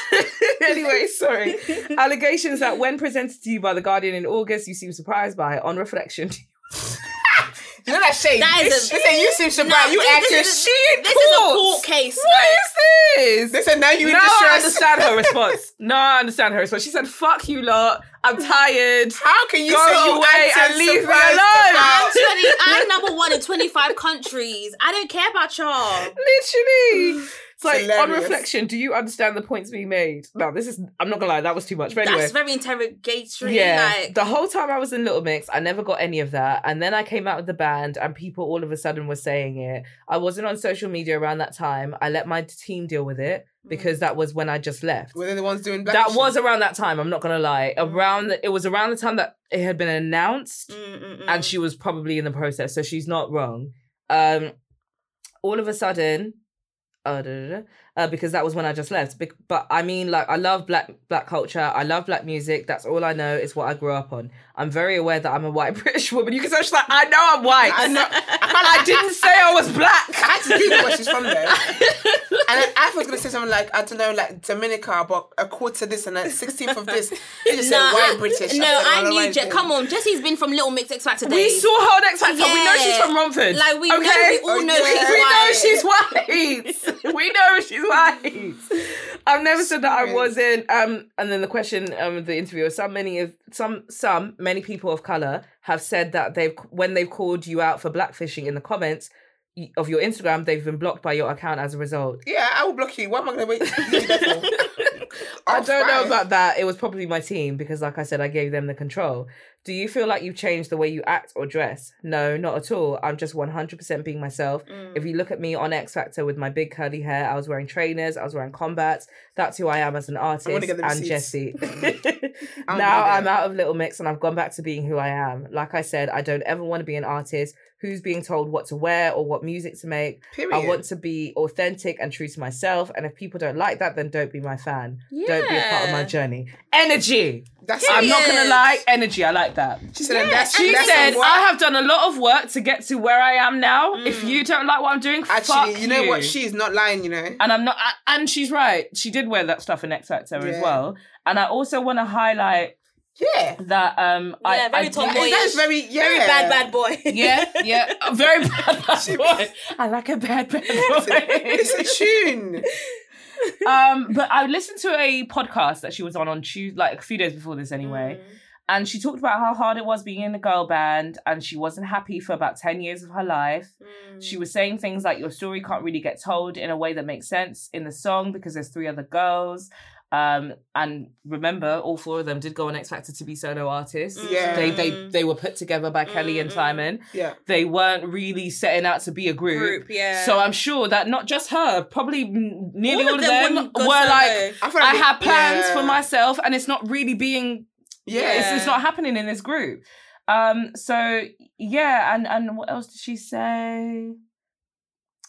Speaker 1: anyway, sorry. Allegations that when presented to you by the Guardian in August, you seem surprised by. On reflection,
Speaker 3: You know that shade.
Speaker 2: That is a-
Speaker 3: They say you seem surprised.
Speaker 2: No,
Speaker 3: you
Speaker 2: this-
Speaker 3: acting
Speaker 2: this is-
Speaker 3: shit.
Speaker 2: This is a
Speaker 1: Court.
Speaker 2: court case.
Speaker 1: what is
Speaker 3: They
Speaker 1: this?
Speaker 3: said now you in
Speaker 1: Now I
Speaker 3: distress.
Speaker 1: understand her response. No, I understand her response. She said, "Fuck you, lot. I'm tired.
Speaker 3: How can you
Speaker 1: Go
Speaker 3: say you
Speaker 1: away
Speaker 3: acting
Speaker 1: and leave me
Speaker 3: surprised
Speaker 1: alone.
Speaker 3: about-
Speaker 2: I'm 20, I'm number one in 25 countries. I don't care about y'all.
Speaker 1: Literally." It's like on
Speaker 3: Hilarious.
Speaker 1: reflection, do you understand the points being made? Now, this is. I'm not gonna lie. That was too much. But anyway,
Speaker 2: That's very interrogatory.
Speaker 1: Yeah.
Speaker 2: Like,
Speaker 1: the whole time I was in Little Mix, I never got any of that. And then I came out with the band, and people all of a sudden were saying it. I wasn't on social media around that time. I let my team deal with it because that was when I just left.
Speaker 3: Were they the ones doing black
Speaker 1: That
Speaker 3: shit?
Speaker 1: was around that time. I'm not gonna lie. Around the, it was around the time that it had been announced,
Speaker 2: mm, mm, mm.
Speaker 1: and she was probably in the process, so she's not wrong. Um, all of a sudden, uh, da, da, da, uh, because that was when I just left. Bec- but I mean, like, I love black black culture. I love black music. That's all I know. It's what I grew up on. I'm very aware that I'm a white British woman. You can search like I know I'm white.
Speaker 3: I know.
Speaker 1: I didn't say I was
Speaker 3: I
Speaker 1: black.
Speaker 3: had to Google where she's from though. and I, I was gonna say something like, I don't know, like Dominica, but a quarter this and a sixteenth of this. You just said white
Speaker 2: I-
Speaker 3: British.
Speaker 2: No,
Speaker 3: said,
Speaker 2: I
Speaker 3: "Well,
Speaker 2: knew.
Speaker 3: alright
Speaker 2: Je-
Speaker 3: then."
Speaker 2: come on, Jesse's been from Little Mix X Factor
Speaker 1: We
Speaker 2: days.
Speaker 1: saw her next factor. We know she's
Speaker 2: Yeah.
Speaker 1: from Romford.
Speaker 2: Like, we know- we all
Speaker 3: know she's
Speaker 1: We know
Speaker 2: white.
Speaker 1: she's white. we know she's white. I've never said that I wasn't. Um, and then the question, um, the interviewer, some many of some some many people of color have said that they've when they've called you out for blackfishing in the comments y- of your Instagram, they've been blocked by your account as a result.
Speaker 3: Yeah, I will block you. What am I gonna wait? leave you there for?
Speaker 1: I
Speaker 3: Oh,
Speaker 1: don't know
Speaker 3: fine.
Speaker 1: about that. It was probably my team because, like I said, I gave them the control. Do you feel like you've changed the way you act or dress? No, not at all. I'm just 100% being myself. If
Speaker 3: Mm.
Speaker 1: you look at me on X Factor with my big curly hair, I was wearing trainers, I was wearing combats. That's who I am as an artist
Speaker 3: get the
Speaker 1: and
Speaker 3: receipts.
Speaker 1: Jesse.
Speaker 3: I'm
Speaker 1: now
Speaker 3: with it.
Speaker 1: I'm out of Little Mix and I've gone back to being who I am. Like I said, I don't ever want to be an artist who's being told what to wear or what music to make. I
Speaker 3: Period.
Speaker 1: want to be authentic and true to myself. And if people don't like that, then don't be my fan. Don't be a part of my
Speaker 2: Yeah.
Speaker 1: journey. Energy.
Speaker 3: That's
Speaker 1: I'm not gonna
Speaker 2: Period.
Speaker 1: lie, energy. I like that.
Speaker 3: She said, and that's,
Speaker 1: She
Speaker 3: that's
Speaker 1: said,
Speaker 3: what-
Speaker 1: "I have done a lot of work to get to where I am now. If you don't like what I'm doing,
Speaker 3: Actually,
Speaker 1: fuck
Speaker 3: you know what? She's not lying. You know.
Speaker 1: and I'm not, a- and she's right. She did wear that stuff in X Factor as
Speaker 3: Yeah.
Speaker 1: well. And I also want to highlight
Speaker 3: Yeah.
Speaker 1: that um, I,
Speaker 2: Yeah, very
Speaker 1: I-
Speaker 2: tomboy.
Speaker 3: That is very yeah.
Speaker 2: Very bad, bad boy.
Speaker 1: yeah, yeah, a very bad, bad boy. I like a bad, bad boy.
Speaker 3: It's a tune.
Speaker 1: um, but I listened to a podcast that she was on on Tuesday, like a few days before this anyway. And she talked about how hard it was being in a girl band, and she wasn't happy for about 10 years of her life. She was saying things like, Your story can't really get told in a way that makes sense in the song because there's three other girls. Um, and remember, all four of them did go on X Factor to be solo artists.
Speaker 2: Mm.
Speaker 3: Yeah.
Speaker 1: They, they, they were put together by Kelly and Simon.
Speaker 3: Yeah.
Speaker 1: They weren't really setting out to be a
Speaker 2: Group, yeah.
Speaker 1: so I'm sure that not just her, probably m- nearly
Speaker 2: All
Speaker 1: all
Speaker 2: of
Speaker 1: of
Speaker 2: them
Speaker 1: them,
Speaker 2: wouldn't
Speaker 1: were
Speaker 2: go solo.
Speaker 1: like,
Speaker 3: I, feel like
Speaker 1: I
Speaker 3: we-
Speaker 1: have plans
Speaker 3: yeah.
Speaker 1: for myself, and it's not really being.
Speaker 3: Yeah.
Speaker 1: It's, it's not happening in this group.
Speaker 6: Um, so yeah, and and what else did she say?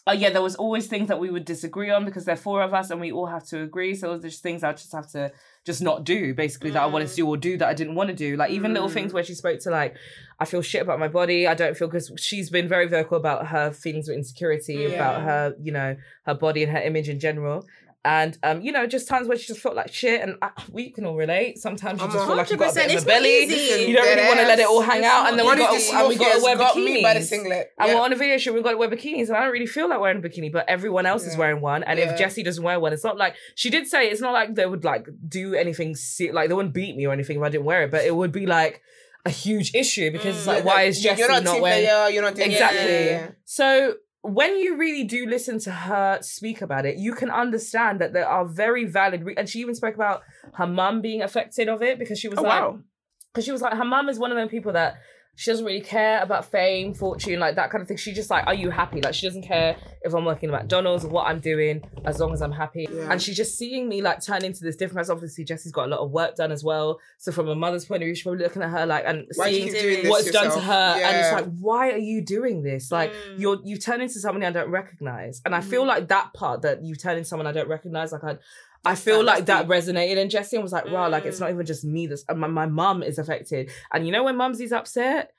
Speaker 6: Oh yeah, there was always things that we would disagree on because there are four of us and we all have to agree. So there's things I just have to just not do, basically that I wanted to do or do that I didn't want to do. Like even little things where she spoke to like, I feel shit about my body. I don't feel because she's been very vocal about her feelings of insecurity about her, you know, her body and her image in general. And um, you know, just times where she just felt like shit, and
Speaker 1: ah,
Speaker 6: I, we can all relate. Sometimes you
Speaker 3: I'm
Speaker 6: just feel like you got a bit
Speaker 2: 100%.
Speaker 6: of
Speaker 2: It's
Speaker 6: a
Speaker 2: not
Speaker 6: belly.
Speaker 2: easy.
Speaker 6: You don't really want to let it all hang
Speaker 2: It's
Speaker 6: out,
Speaker 2: not
Speaker 6: and then we
Speaker 2: easy.
Speaker 3: One of
Speaker 6: got and
Speaker 3: these
Speaker 6: we got to
Speaker 3: snorkels
Speaker 6: wear
Speaker 3: got me by the
Speaker 6: bikinis.
Speaker 3: singlet.
Speaker 6: And
Speaker 3: Yeah.
Speaker 1: we're on a video shoot, we've got to wear bikinis, and I don't really feel like wearing a bikini, but everyone else is
Speaker 3: Yeah.
Speaker 1: wearing one. And
Speaker 3: Yeah.
Speaker 1: if Jessie doesn't wear one, it's not like she did say it's not like they would like do anything se- like they wouldn't beat me or anything if I didn't wear it, but it would be like a huge issue because it's like why is
Speaker 3: Mm. You're
Speaker 1: Jessie not,
Speaker 3: not team
Speaker 1: wearing
Speaker 3: player, you're not team
Speaker 1: Exactly.
Speaker 3: player. Yeah.
Speaker 1: So when you really do listen to her speak about it, you can understand that there are very valid, re- and she even spoke about her mum being affected of it because she was
Speaker 3: Oh,
Speaker 1: like,
Speaker 3: wow.
Speaker 1: because she was like, her mum is one of them people that she doesn't really care about fame, fortune, like that kind of thing. She just like, are you happy? Like she doesn't care if I'm working at McDonald's or what I'm doing, as long as I'm happy.
Speaker 3: Yeah.
Speaker 1: And she's just seeing me like turn into this different person. Obviously, Jessie's got a lot of work done as well. So from a mother's point of view, she's probably looking at her like and
Speaker 3: Why do you
Speaker 1: seeing
Speaker 3: keep doing this
Speaker 1: what's done to
Speaker 3: yourself?
Speaker 1: her and it's
Speaker 3: Yeah.
Speaker 1: like why are you doing this like you're you turn into someone i don't recognize and i feel like that part that you turn into someone i don't recognize like i I feel
Speaker 2: That's
Speaker 1: like that resonated and Jessie and was like, wow, like it's not even just me that's and my, my mum is affected. And you know when mumsy's upset,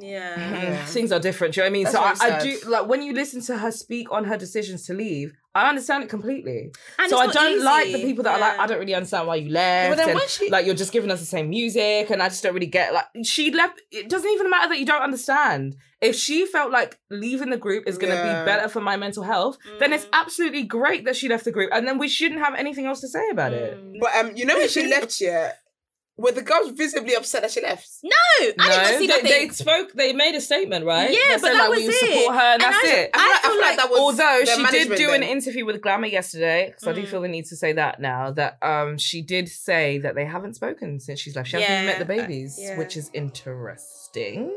Speaker 2: Yeah.
Speaker 3: Yeah.
Speaker 1: things are different. Do you know what I mean?
Speaker 3: That's what I'm
Speaker 1: so I, I do
Speaker 3: sad.
Speaker 1: like when you listen to her speak on her decisions to leave, I understand it completely.
Speaker 2: And
Speaker 1: so
Speaker 2: it's
Speaker 1: I
Speaker 2: not
Speaker 1: don't like the
Speaker 2: easy.
Speaker 1: people that are like,
Speaker 2: Yeah.
Speaker 1: I don't really understand why you left.
Speaker 3: But then
Speaker 1: and,
Speaker 3: when she-
Speaker 1: like you're just giving us the same music, and I just don't really get like she left. It doesn't even matter that you don't understand. If she felt like leaving the group is gonna
Speaker 3: Yeah. Mm.
Speaker 1: be better for my mental health, then it's absolutely great that she left the group, and then we shouldn't have anything else to say about it.
Speaker 3: But um, you know when she left here, were the girls visibly upset that she left?
Speaker 2: No, I did not see
Speaker 1: they,
Speaker 2: nothing.
Speaker 1: they spoke. They made a statement, right?
Speaker 2: Yeah,
Speaker 1: They
Speaker 2: but that was
Speaker 1: we
Speaker 2: it.
Speaker 1: support her, and,
Speaker 2: And
Speaker 1: that's
Speaker 2: I-
Speaker 1: it.
Speaker 2: I
Speaker 3: feel like-
Speaker 2: feel
Speaker 3: feel like
Speaker 2: like-
Speaker 3: that was
Speaker 1: although
Speaker 3: their
Speaker 1: she did
Speaker 3: management
Speaker 1: do an
Speaker 3: then.
Speaker 1: interview with Glamour yesterday, because
Speaker 2: Mm.
Speaker 1: I do feel the need to say that now. That um, she did say that they haven't spoken since she's left. She hasn't even
Speaker 2: Yeah. uh,
Speaker 1: met the babies,
Speaker 2: Yeah.
Speaker 1: which is interesting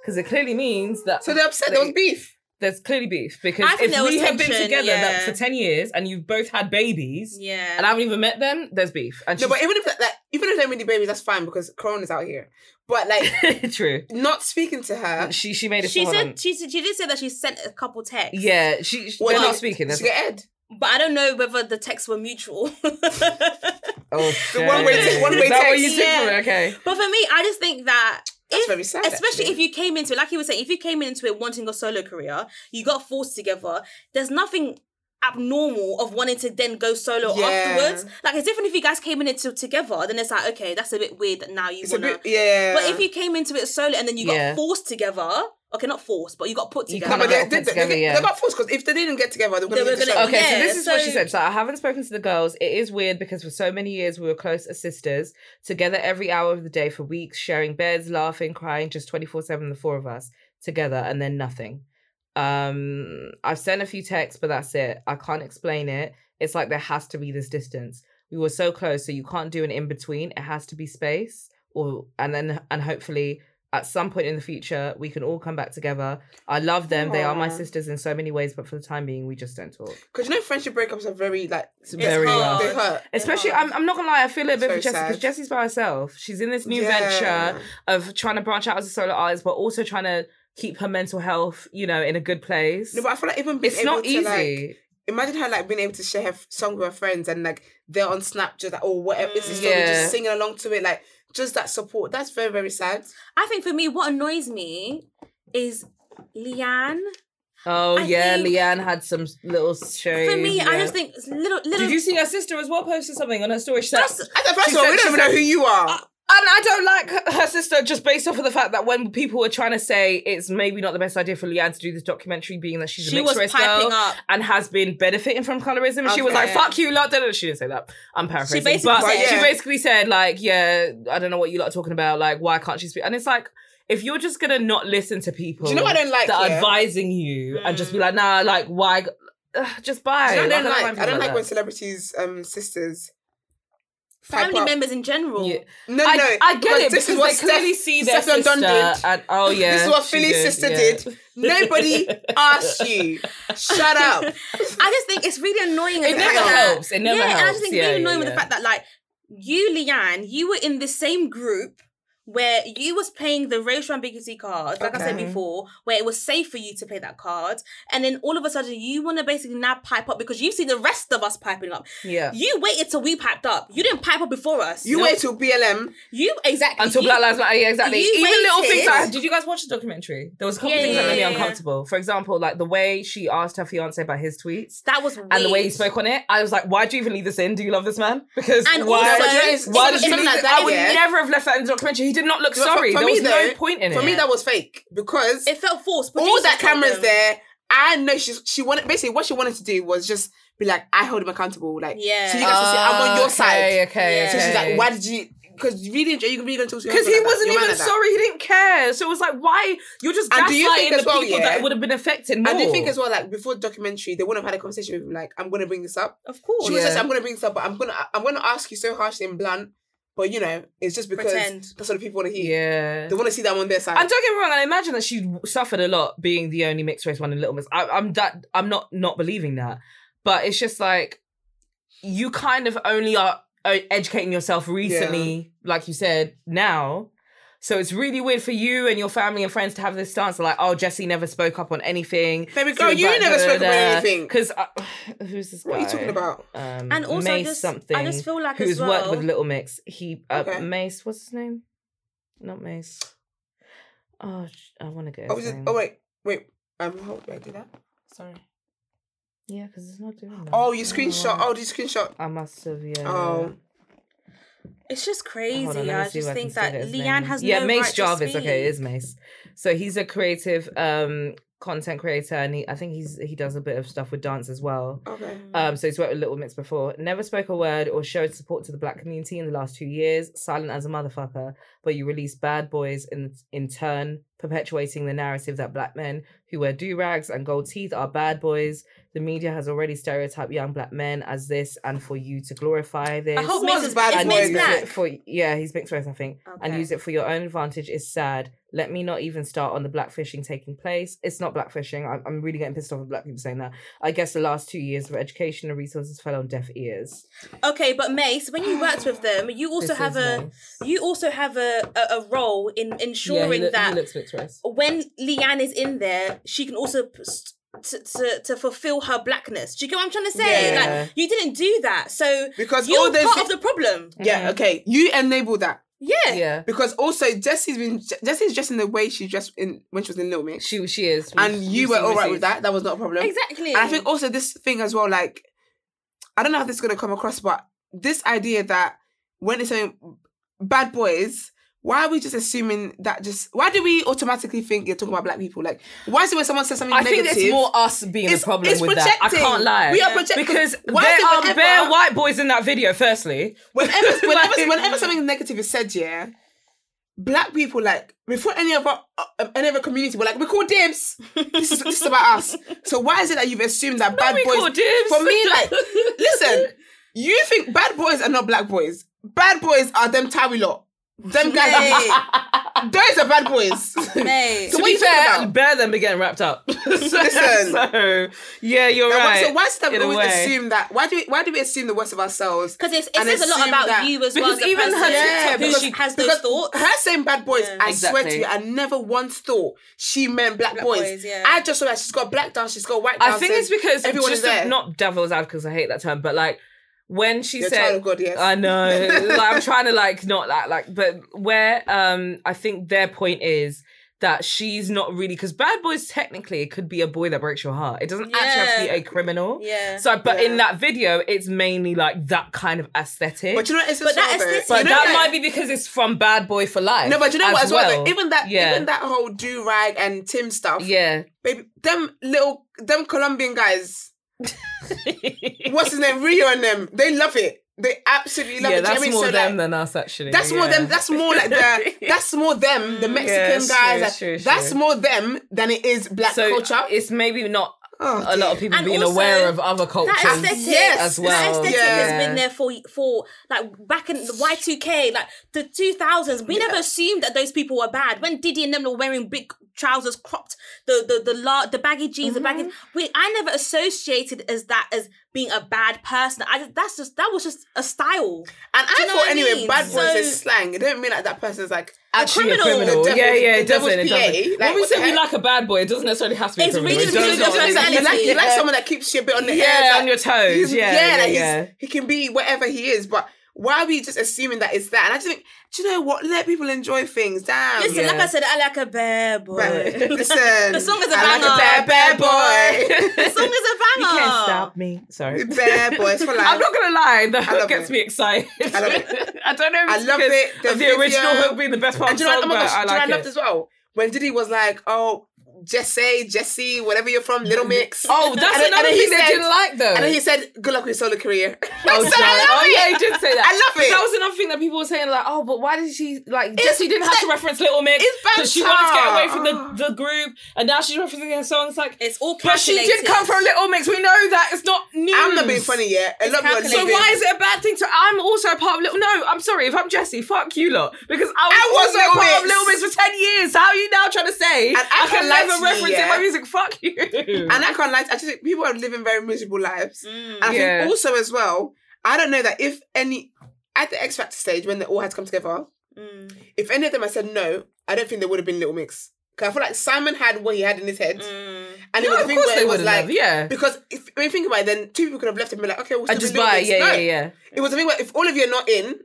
Speaker 1: because it clearly means that
Speaker 3: So they're upset. There was beef.
Speaker 1: there's clearly beef. Because
Speaker 2: I think
Speaker 1: if
Speaker 2: there was
Speaker 1: we have been
Speaker 2: tension,
Speaker 1: together that for
Speaker 2: yeah.
Speaker 1: ten years and you've both had babies
Speaker 2: yeah.
Speaker 1: and I haven't even met them, there's beef. And
Speaker 3: No, but
Speaker 1: she's-
Speaker 3: even if that, like, even if they're many babies, that's fine because Corona's out here. But like
Speaker 1: true,
Speaker 3: not speaking to her,
Speaker 1: she she made it.
Speaker 2: she
Speaker 1: hold
Speaker 2: said
Speaker 1: on.
Speaker 2: she said- she did say that she sent a couple texts.
Speaker 1: Yeah, she, she
Speaker 3: Well,
Speaker 1: they're not
Speaker 3: she-
Speaker 1: speaking. that's
Speaker 3: she get Ed.
Speaker 2: But I don't know whether the texts were mutual. but
Speaker 1: Oh, shit.
Speaker 3: one-way-
Speaker 1: Is
Speaker 3: one-way
Speaker 1: that what
Speaker 3: text.
Speaker 1: you took from
Speaker 2: Yeah.
Speaker 1: it? Okay.
Speaker 2: for me, I just think that
Speaker 3: That's
Speaker 2: if-
Speaker 3: very sad,
Speaker 2: Especially
Speaker 3: actually.
Speaker 2: if you came into it, like you were saying, if you came into it wanting a solo career, you got forced together. There's nothing abnormal of wanting to then go solo
Speaker 3: Yeah.
Speaker 2: afterwards. Like it's different if you guys came in it to- together, then it's like, okay, that's a bit weird that now you
Speaker 3: It's a
Speaker 2: wanna
Speaker 3: bit, yeah.
Speaker 2: But if you came into it solo and then you got
Speaker 1: Yeah.
Speaker 2: forced together, okay, not forced, but you got put
Speaker 1: You
Speaker 2: together.
Speaker 3: no, but they,
Speaker 1: Put
Speaker 3: they, they,
Speaker 1: together,
Speaker 3: they,
Speaker 1: yeah.
Speaker 3: they got forced because if they didn't get together, they were
Speaker 2: They were
Speaker 3: going to
Speaker 2: gonna-
Speaker 3: show.
Speaker 1: Okay, so
Speaker 2: Yeah,
Speaker 1: this is what she
Speaker 2: so-
Speaker 1: said. So I haven't spoken to the girls. It is weird because for so many years we were close as sisters, together every hour of the day for weeks, sharing beds, laughing, crying, just 24 7, the four of us together, and then nothing. Um, I've sent a few texts, but that's it. I can't explain it. It's like there has to be this distance. We were so close, so you can't do an in between. It has to be space, or and then and hopefully at some point in the future we can all come back together. I love them. They are my
Speaker 3: Aw.
Speaker 1: sisters in so many ways, but for the time being, we just don't talk.
Speaker 3: Because you know, friendship breakups are very like
Speaker 1: It's very
Speaker 2: hard.
Speaker 1: rough.
Speaker 3: they hurt.
Speaker 1: Especially, I'm, I'm not gonna lie, I feel a bit
Speaker 3: So
Speaker 1: for Jessie because
Speaker 3: sad.
Speaker 1: Jessie's by herself. She's in this new
Speaker 3: Yeah.
Speaker 1: venture of trying to branch out as a solo artist, but also trying to keep her mental health, you know, in a good place.
Speaker 3: No, but I feel like even being
Speaker 1: it's
Speaker 3: able
Speaker 1: not
Speaker 3: to,
Speaker 1: easy.
Speaker 3: Like, imagine her like being able to share her f- song with her friends and like they're on Snapchat like, or whatever it's a story,
Speaker 1: Yeah.
Speaker 3: just singing along to it, like just that support. That's very very sad.
Speaker 2: I think for me, what annoys me is Leanne.
Speaker 1: oh
Speaker 2: I
Speaker 1: yeah,
Speaker 2: think-
Speaker 1: Leanne had some little shade.
Speaker 2: For me, I
Speaker 1: yeah.
Speaker 2: just think it's little little.
Speaker 1: Did you see her sister as well posted something on her story? She said,
Speaker 2: That's-
Speaker 3: I said, first
Speaker 1: She
Speaker 3: of all,
Speaker 1: said-
Speaker 3: we don't
Speaker 1: she
Speaker 3: even
Speaker 1: said-
Speaker 3: know who you are.
Speaker 1: And I don't like her- her sister just based off of the fact that when people were trying to say it's maybe not the best idea for Leanne to do this documentary, being that she's
Speaker 2: She
Speaker 1: a mixed
Speaker 2: was
Speaker 1: race
Speaker 2: piping
Speaker 1: girl
Speaker 2: up.
Speaker 1: and has been benefiting from colorism, and she was like,
Speaker 3: Okay.
Speaker 1: "Fuck you, lot." da-da-da." She didn't say that. I'm paraphrasing.
Speaker 2: She basically
Speaker 1: but
Speaker 2: said-
Speaker 1: she basically said like, "Yeah, I don't know what you lot are talking about. Like, why can't she speak?" And it's like. If you're just gonna not listen to people,
Speaker 3: Do you know what I don't like
Speaker 1: that are
Speaker 3: here?
Speaker 1: advising you and just be like, nah, like why? Ugh, just buy.
Speaker 3: I don't
Speaker 1: Like,
Speaker 3: like. I
Speaker 1: people
Speaker 3: don't like
Speaker 1: that.
Speaker 3: when celebrities' um sisters. pipe
Speaker 2: family
Speaker 3: up.
Speaker 2: members in general.
Speaker 1: Yeah.
Speaker 3: No,
Speaker 1: I,
Speaker 3: no.
Speaker 1: I get it
Speaker 3: this
Speaker 1: because
Speaker 3: is what
Speaker 1: they clearly
Speaker 3: Steph-
Speaker 1: see their
Speaker 3: Stefan
Speaker 1: sister.
Speaker 3: Dunn did.
Speaker 1: And, oh yeah,
Speaker 3: this is what
Speaker 1: she
Speaker 3: Philly's
Speaker 1: did,
Speaker 3: sister
Speaker 1: yeah.
Speaker 3: did. Nobody asked you. Shut up.
Speaker 2: I just think it's really annoying.
Speaker 1: It
Speaker 2: the
Speaker 1: never
Speaker 2: fact that-
Speaker 1: helps. It never
Speaker 2: yeah,
Speaker 1: helps.
Speaker 2: and I just think
Speaker 1: yeah,
Speaker 2: really
Speaker 1: yeah,
Speaker 2: annoying with
Speaker 1: yeah.
Speaker 2: the fact that like you, Leanne, you were in the same group where you was playing the racial ambiguity card, like I said
Speaker 6: Okay.
Speaker 2: before, where it was safe for you to play that card, and then all of a sudden you want to basically now pipe up because you've seen the rest of us piping up.
Speaker 1: Yeah.
Speaker 2: You waited till we piped up. You didn't pipe up before us.
Speaker 3: You wait till BLM.
Speaker 2: You exactly
Speaker 1: Until
Speaker 2: you-
Speaker 1: Black Lives Matter, yeah, exactly.
Speaker 2: you
Speaker 1: Even little
Speaker 2: waited.
Speaker 1: things like, did you guys watch the documentary? There was a couple
Speaker 2: Yeah,
Speaker 1: things
Speaker 2: yeah,
Speaker 1: that made
Speaker 2: yeah,
Speaker 1: me
Speaker 2: yeah.
Speaker 1: uncomfortable. For example, like the way she asked her fiance about his tweets.
Speaker 2: That was weird.
Speaker 1: and the way he spoke on it, I was like, why do you even leave this in? Do you love this man? Because
Speaker 2: And
Speaker 1: why?
Speaker 2: also-
Speaker 1: why
Speaker 2: It's-
Speaker 1: why did
Speaker 2: it's
Speaker 1: you
Speaker 2: something
Speaker 1: leave
Speaker 2: like
Speaker 1: it?
Speaker 2: that,
Speaker 1: I would
Speaker 2: yeah.
Speaker 1: never have left that in the documentary. He did not look
Speaker 3: For-
Speaker 1: sorry.
Speaker 3: for
Speaker 1: there
Speaker 3: me,
Speaker 1: was no
Speaker 3: though-
Speaker 1: point in
Speaker 3: For
Speaker 1: it.
Speaker 3: me, that was fake because
Speaker 2: It felt forced.
Speaker 3: all that
Speaker 2: Producers told
Speaker 3: cameras
Speaker 2: them.
Speaker 3: there. I know she she wanted basically what she wanted to do was just be like I hold him accountable like
Speaker 2: Yeah.
Speaker 3: so you guys can see I'm on your side
Speaker 1: Ah, Okay, okay.
Speaker 2: Yeah.
Speaker 3: so she's
Speaker 1: okay.
Speaker 3: like why did you because you really enjoy you really gonna talk to your
Speaker 1: Because he
Speaker 3: husband like that,
Speaker 1: wasn't
Speaker 3: your man
Speaker 1: even
Speaker 3: like that.
Speaker 1: sorry, he didn't care. So it was like, why? You're just
Speaker 3: And do you
Speaker 1: gaslighting
Speaker 3: think as
Speaker 1: the
Speaker 3: well,
Speaker 1: people
Speaker 3: yeah?
Speaker 1: that would have been affected more.
Speaker 3: I do think as well, like before the documentary, they wouldn't have had a conversation with him. Like, I'm gonna bring this up.
Speaker 2: Of
Speaker 1: Oh,
Speaker 2: course.
Speaker 3: She was just, I'm gonna bring this up, but I'm gonna, I'm gonna ask you so harshly and blunt. But you know, it's just because
Speaker 2: Pretend.
Speaker 3: that's what the people want to hear.
Speaker 1: Yeah.
Speaker 3: They want to see that on their side.
Speaker 1: And don't get me wrong, I imagine that she suffered a lot being the only mixed race one in Little Miss. I, I'm that I'm not not believing that, but it's just like you kind of only are uh, educating yourself recently, like you said now. So it's really weird for you and your family and friends to have this stance of like, oh, Jesse never spoke up on anything.
Speaker 3: Baby girl, you never spoke about anything.
Speaker 1: Because who's this guy?
Speaker 3: What are you talking about?
Speaker 1: Um,
Speaker 2: And also, I
Speaker 1: Mace
Speaker 2: just- I
Speaker 1: something.
Speaker 2: just feel like as
Speaker 1: who's worked with
Speaker 2: well-
Speaker 1: Little Mix. He uh,
Speaker 3: Okay.
Speaker 1: Mace. What's his name? Not Mace. Oh, sh- I want to get.
Speaker 3: Oh,
Speaker 1: His
Speaker 3: was it-
Speaker 1: name.
Speaker 3: oh, wait, wait. Um, how do I do that?
Speaker 1: sorry. Yeah, because it's not doing. That.
Speaker 3: Oh, you screenshot. Oh, did you screenshot?
Speaker 1: I must have. Yeah.
Speaker 3: Oh.
Speaker 2: It's just
Speaker 1: Hold
Speaker 2: crazy.
Speaker 1: on, let me
Speaker 2: I
Speaker 1: see if
Speaker 2: just
Speaker 1: can
Speaker 2: think
Speaker 1: still
Speaker 2: that
Speaker 1: get his
Speaker 2: Leanne
Speaker 1: name.
Speaker 2: has
Speaker 1: yeah
Speaker 2: no
Speaker 1: Mace
Speaker 2: right to
Speaker 1: Jarvis.
Speaker 2: speak.
Speaker 1: Okay, it is Mace. So he's a creative um content creator, and he I think he's he does a bit of stuff with dance as well.
Speaker 3: Okay.
Speaker 1: Um, so he's worked with Little Mix before. Never spoke a word or showed support to the black community in the last two years. Silent as a motherfucker. But you release bad boys in in turn, perpetuating the narrative that black men who wear do rags and gold teeth are bad boys. The media has already stereotyped young black men as this, and for you to glorify this.
Speaker 2: I hope
Speaker 3: Who
Speaker 2: Mace
Speaker 3: was
Speaker 2: is
Speaker 3: bad
Speaker 2: bad.
Speaker 1: and
Speaker 3: boy
Speaker 2: Mace
Speaker 1: use
Speaker 3: then?
Speaker 2: black.
Speaker 1: it for yeah, he's mixed race, I think. And
Speaker 2: Okay.
Speaker 1: use it for your own advantage is sad. Let me not even start on the blackfishing taking place. It's not blackfishing. I'm, I'm really getting pissed off at black people saying that. I guess the last two years of education and resources fell on deaf ears.
Speaker 2: Okay, but Mace, when you worked with them, you also
Speaker 1: This
Speaker 2: have
Speaker 1: is
Speaker 2: a
Speaker 1: nice.
Speaker 2: you also have a, a, a role in
Speaker 1: Yeah, he
Speaker 2: ensuring
Speaker 1: loo- he
Speaker 2: that
Speaker 1: looks mixed
Speaker 3: Oh,
Speaker 1: race.
Speaker 2: when Leanne is in there, she can also p- s- to, to, to fulfill her blackness. Do you get what I'm trying to say?
Speaker 1: Yeah.
Speaker 2: Like you didn't do that, so
Speaker 3: Because all
Speaker 2: you're
Speaker 3: those
Speaker 2: part
Speaker 3: thi-
Speaker 2: of the problem.
Speaker 3: Yeah. Okay. You enable that
Speaker 2: Yeah.
Speaker 1: Yeah.
Speaker 3: because also Jessie's been Jessie's dressing the way she dressed in when she was in Little Mix,
Speaker 1: She she is. We've-
Speaker 3: and you
Speaker 1: we've
Speaker 3: were
Speaker 1: seen
Speaker 3: all right
Speaker 1: receipts.
Speaker 3: with that. That was not a problem.
Speaker 2: Exactly.
Speaker 3: And I think also this thing as well, like, I don't know how this is going to come across, but this idea that when it's saying bad boys, why are we just assuming that just, why do we automatically think you're talking about black people? Like, why is it when someone says something
Speaker 1: I think
Speaker 3: negative?
Speaker 1: it's more us being the
Speaker 3: It's-
Speaker 1: problem
Speaker 3: it's
Speaker 1: with that. I
Speaker 3: projecting.
Speaker 1: can't lie.
Speaker 3: We are projecting.
Speaker 1: Because
Speaker 3: Why is
Speaker 1: there
Speaker 3: it
Speaker 1: are
Speaker 3: whenever-
Speaker 1: bare white boys in that video, firstly.
Speaker 3: whenever, whenever,
Speaker 1: Like- mm.
Speaker 3: whenever something negative is said, yeah, black people like before any of our uh, um, any of our community, we're like we call dibs. This is this is about us. So why is it that you've assumed that bad
Speaker 1: we
Speaker 3: boys?
Speaker 1: call dibs.
Speaker 3: For me, like, listen, you think bad boys are not black boys? Bad boys are them Tawi lot. Them guys, that- those are bad boys.
Speaker 2: Mate.
Speaker 3: so
Speaker 1: to
Speaker 3: what
Speaker 1: be
Speaker 3: you talking
Speaker 1: fair,
Speaker 3: about?
Speaker 1: bear them be getting wrapped up. so,
Speaker 3: Listen.
Speaker 1: so, yeah, you're
Speaker 3: Now, why-
Speaker 1: right.
Speaker 3: So why is that we
Speaker 1: in a
Speaker 3: always
Speaker 1: way.
Speaker 3: assume that? Why do we why do we assume the worst of ourselves?
Speaker 2: Because it
Speaker 3: and
Speaker 2: says a lot
Speaker 3: assume
Speaker 2: about
Speaker 3: that-
Speaker 2: you as well.
Speaker 1: because
Speaker 2: As a
Speaker 1: even her TikTok
Speaker 2: person who
Speaker 1: because-
Speaker 2: she has those
Speaker 3: because
Speaker 2: thoughts.
Speaker 3: Her saying bad boys,
Speaker 2: Yeah.
Speaker 3: I swear
Speaker 1: Exactly.
Speaker 3: to you, I never once thought she meant black,
Speaker 2: Black
Speaker 3: boys.
Speaker 2: boys, yeah.
Speaker 3: I just saw that she's got black down, she's got white down.
Speaker 1: I think
Speaker 3: so
Speaker 1: it's because
Speaker 3: everyone
Speaker 1: just
Speaker 3: is there.
Speaker 1: to- not devil's advocate because I hate that term, but like when she
Speaker 3: You're a
Speaker 1: said,
Speaker 3: child of God, yes.
Speaker 1: I know, like, I'm trying to like not like like, but where um I think their point is. That she's not really because bad boys technically could be a boy that breaks your heart. It doesn't actually have to be
Speaker 2: Yeah.
Speaker 1: a criminal.
Speaker 2: Yeah.
Speaker 1: So, but in
Speaker 3: Yeah.
Speaker 1: that video, it's mainly like that kind of aesthetic.
Speaker 3: But you know what? It's as
Speaker 2: But that
Speaker 3: well, though?
Speaker 2: aesthetic-
Speaker 1: But
Speaker 3: You know
Speaker 1: that
Speaker 3: what?
Speaker 1: might be because it's from Bad Boy for Life.
Speaker 3: No, but you know what? As well, though, even that,
Speaker 1: Yeah.
Speaker 3: even that whole do rag and Tim stuff,
Speaker 1: yeah.
Speaker 3: baby, them little, them Colombian guys. what's his name? Rio and them. They love it. They absolutely love
Speaker 1: yeah,
Speaker 3: it. Do you know
Speaker 1: that's
Speaker 3: what I mean?
Speaker 1: more
Speaker 3: So,
Speaker 1: them
Speaker 3: like,
Speaker 1: than us, actually.
Speaker 3: That's more
Speaker 1: yeah.
Speaker 3: them. That's more like the. That's more them. The Mexican
Speaker 1: it's true, it's
Speaker 3: guys. like,
Speaker 1: true, it's
Speaker 3: that's
Speaker 1: true.
Speaker 3: more them than it is black
Speaker 1: so uh,
Speaker 3: culture.
Speaker 1: It's maybe not
Speaker 3: Oh,
Speaker 1: a lot
Speaker 3: dear.
Speaker 1: of people
Speaker 2: And
Speaker 1: being
Speaker 2: also,
Speaker 1: aware of other cultures
Speaker 2: That aesthetic,
Speaker 3: Yes.
Speaker 1: as well.
Speaker 2: that aesthetic
Speaker 3: Yeah.
Speaker 2: has been there for for like back in the Y two K, like the two thousands. We never assumed that those people were bad. When Diddy and them were wearing big trousers,
Speaker 1: Mm-hmm.
Speaker 2: cropped the the the la- the baggy jeans, the baggy. We I never associated as that as being a bad person. I just- that's just that was just a style.
Speaker 3: And
Speaker 2: Do
Speaker 3: I
Speaker 2: you know
Speaker 3: thought
Speaker 2: what I
Speaker 3: anyway,
Speaker 2: mean?
Speaker 3: bad boys
Speaker 2: So-
Speaker 3: is slang. It don't mean like that person's like
Speaker 1: Actually, a
Speaker 2: criminal.
Speaker 1: criminal.
Speaker 3: The devil-
Speaker 1: yeah, yeah,
Speaker 3: the
Speaker 1: it doesn't. It
Speaker 3: devil's PA.
Speaker 1: doesn't.
Speaker 3: Like,
Speaker 1: when we
Speaker 3: what the
Speaker 1: say we
Speaker 3: heck?
Speaker 1: like a bad boy, it doesn't necessarily have to be a
Speaker 2: It's
Speaker 1: criminal.
Speaker 2: really
Speaker 1: It
Speaker 2: the
Speaker 1: doesn't.
Speaker 2: individual
Speaker 3: You like- you like, you like
Speaker 2: personality.
Speaker 3: someone that keeps you a bit on the
Speaker 1: Yeah,
Speaker 3: air,
Speaker 1: on your toes.
Speaker 3: he's-
Speaker 1: Yeah, yeah,
Speaker 3: like
Speaker 1: yeah.
Speaker 3: He's, he can be whatever he is, but why are we just assuming that it's that? And I just think, do you know what? Let people enjoy things. Damn.
Speaker 2: Listen, like I said, I like a bad boy.
Speaker 3: Right.
Speaker 2: the
Speaker 3: Listen,
Speaker 2: The song is a
Speaker 3: I
Speaker 2: banger.
Speaker 3: Like a bad, bad boy.
Speaker 2: song is a
Speaker 1: You
Speaker 2: banger.
Speaker 1: can't stop me. Sorry.
Speaker 3: bad boys for life.
Speaker 1: I'm not gonna lie, the
Speaker 3: love
Speaker 1: hook gets
Speaker 3: it.
Speaker 1: me excited.
Speaker 3: I love it.
Speaker 1: I don't know if
Speaker 3: I
Speaker 1: it's
Speaker 3: love
Speaker 1: because
Speaker 3: it. The
Speaker 1: of the original
Speaker 3: video.
Speaker 1: hook being the best part
Speaker 3: And
Speaker 1: of
Speaker 3: do
Speaker 1: the
Speaker 3: you know,
Speaker 1: song,
Speaker 3: what- oh my
Speaker 1: but
Speaker 3: gosh,
Speaker 1: I
Speaker 3: do you know
Speaker 1: like
Speaker 3: what I loved
Speaker 1: it.
Speaker 3: as well? When Diddy was like, oh, Jesse, Jesse, whatever you're from, Little Mix.
Speaker 1: Oh, that's
Speaker 3: And then-
Speaker 1: another
Speaker 3: and
Speaker 1: thing
Speaker 3: then he
Speaker 1: they
Speaker 3: said-
Speaker 1: didn't like though.
Speaker 3: And then he said, good luck with your solo career.
Speaker 1: oh,
Speaker 3: So
Speaker 1: sorry.
Speaker 3: I love
Speaker 1: oh yeah, he
Speaker 3: it.
Speaker 1: did say that.
Speaker 3: I love
Speaker 1: But
Speaker 3: it.
Speaker 1: That was another thing that people were saying, like, oh, but why did she like? Jessie didn't have to
Speaker 3: like-
Speaker 1: reference Little Mix
Speaker 3: it's
Speaker 1: she wanted to get away
Speaker 3: banter.
Speaker 1: from the, the group, and now she's referencing her songs like.
Speaker 2: It's all
Speaker 1: But she did
Speaker 2: calculated.
Speaker 1: come from Little Mix. We know that it's not news.
Speaker 3: I'm not being funny yet. I love what
Speaker 2: calculated.
Speaker 1: So why is it a bad thing to? I'm also a part of Little. No, I'm sorry. If I'm Jesse, fuck you lot because I was,
Speaker 3: I was
Speaker 1: also
Speaker 3: Little
Speaker 1: a part of
Speaker 3: Mix.
Speaker 1: Little Mix for ten years. So how are you now trying to say
Speaker 3: And I
Speaker 1: I can
Speaker 3: can lie
Speaker 1: never
Speaker 3: to you,
Speaker 1: reference in my
Speaker 3: yeah.
Speaker 1: music? Fuck you.
Speaker 3: And I can't lie. I just think people are living very miserable lives.
Speaker 2: Mm,
Speaker 3: And I
Speaker 1: Mm, Yeah.
Speaker 3: think also as well, I don't know that if any at the X Factor stage when they all had to come together,
Speaker 2: mm,
Speaker 3: if any of them had said no, I don't think they would have been Little Mix. 'Cause I feel like Simon had what he had in his head,
Speaker 2: mm.
Speaker 1: Mm.
Speaker 3: and it
Speaker 1: No,
Speaker 3: was
Speaker 1: of
Speaker 3: a thing
Speaker 1: course
Speaker 3: where
Speaker 1: they
Speaker 3: it was
Speaker 1: would
Speaker 3: like,
Speaker 1: have. Yeah.
Speaker 3: Because if when you think about it, then two people could have left and been like, okay, we'll still
Speaker 1: And just
Speaker 3: be Little
Speaker 1: buy,
Speaker 3: Mix.
Speaker 1: yeah,
Speaker 3: No.
Speaker 1: yeah, yeah.
Speaker 3: It was a thing where if all of you are not in,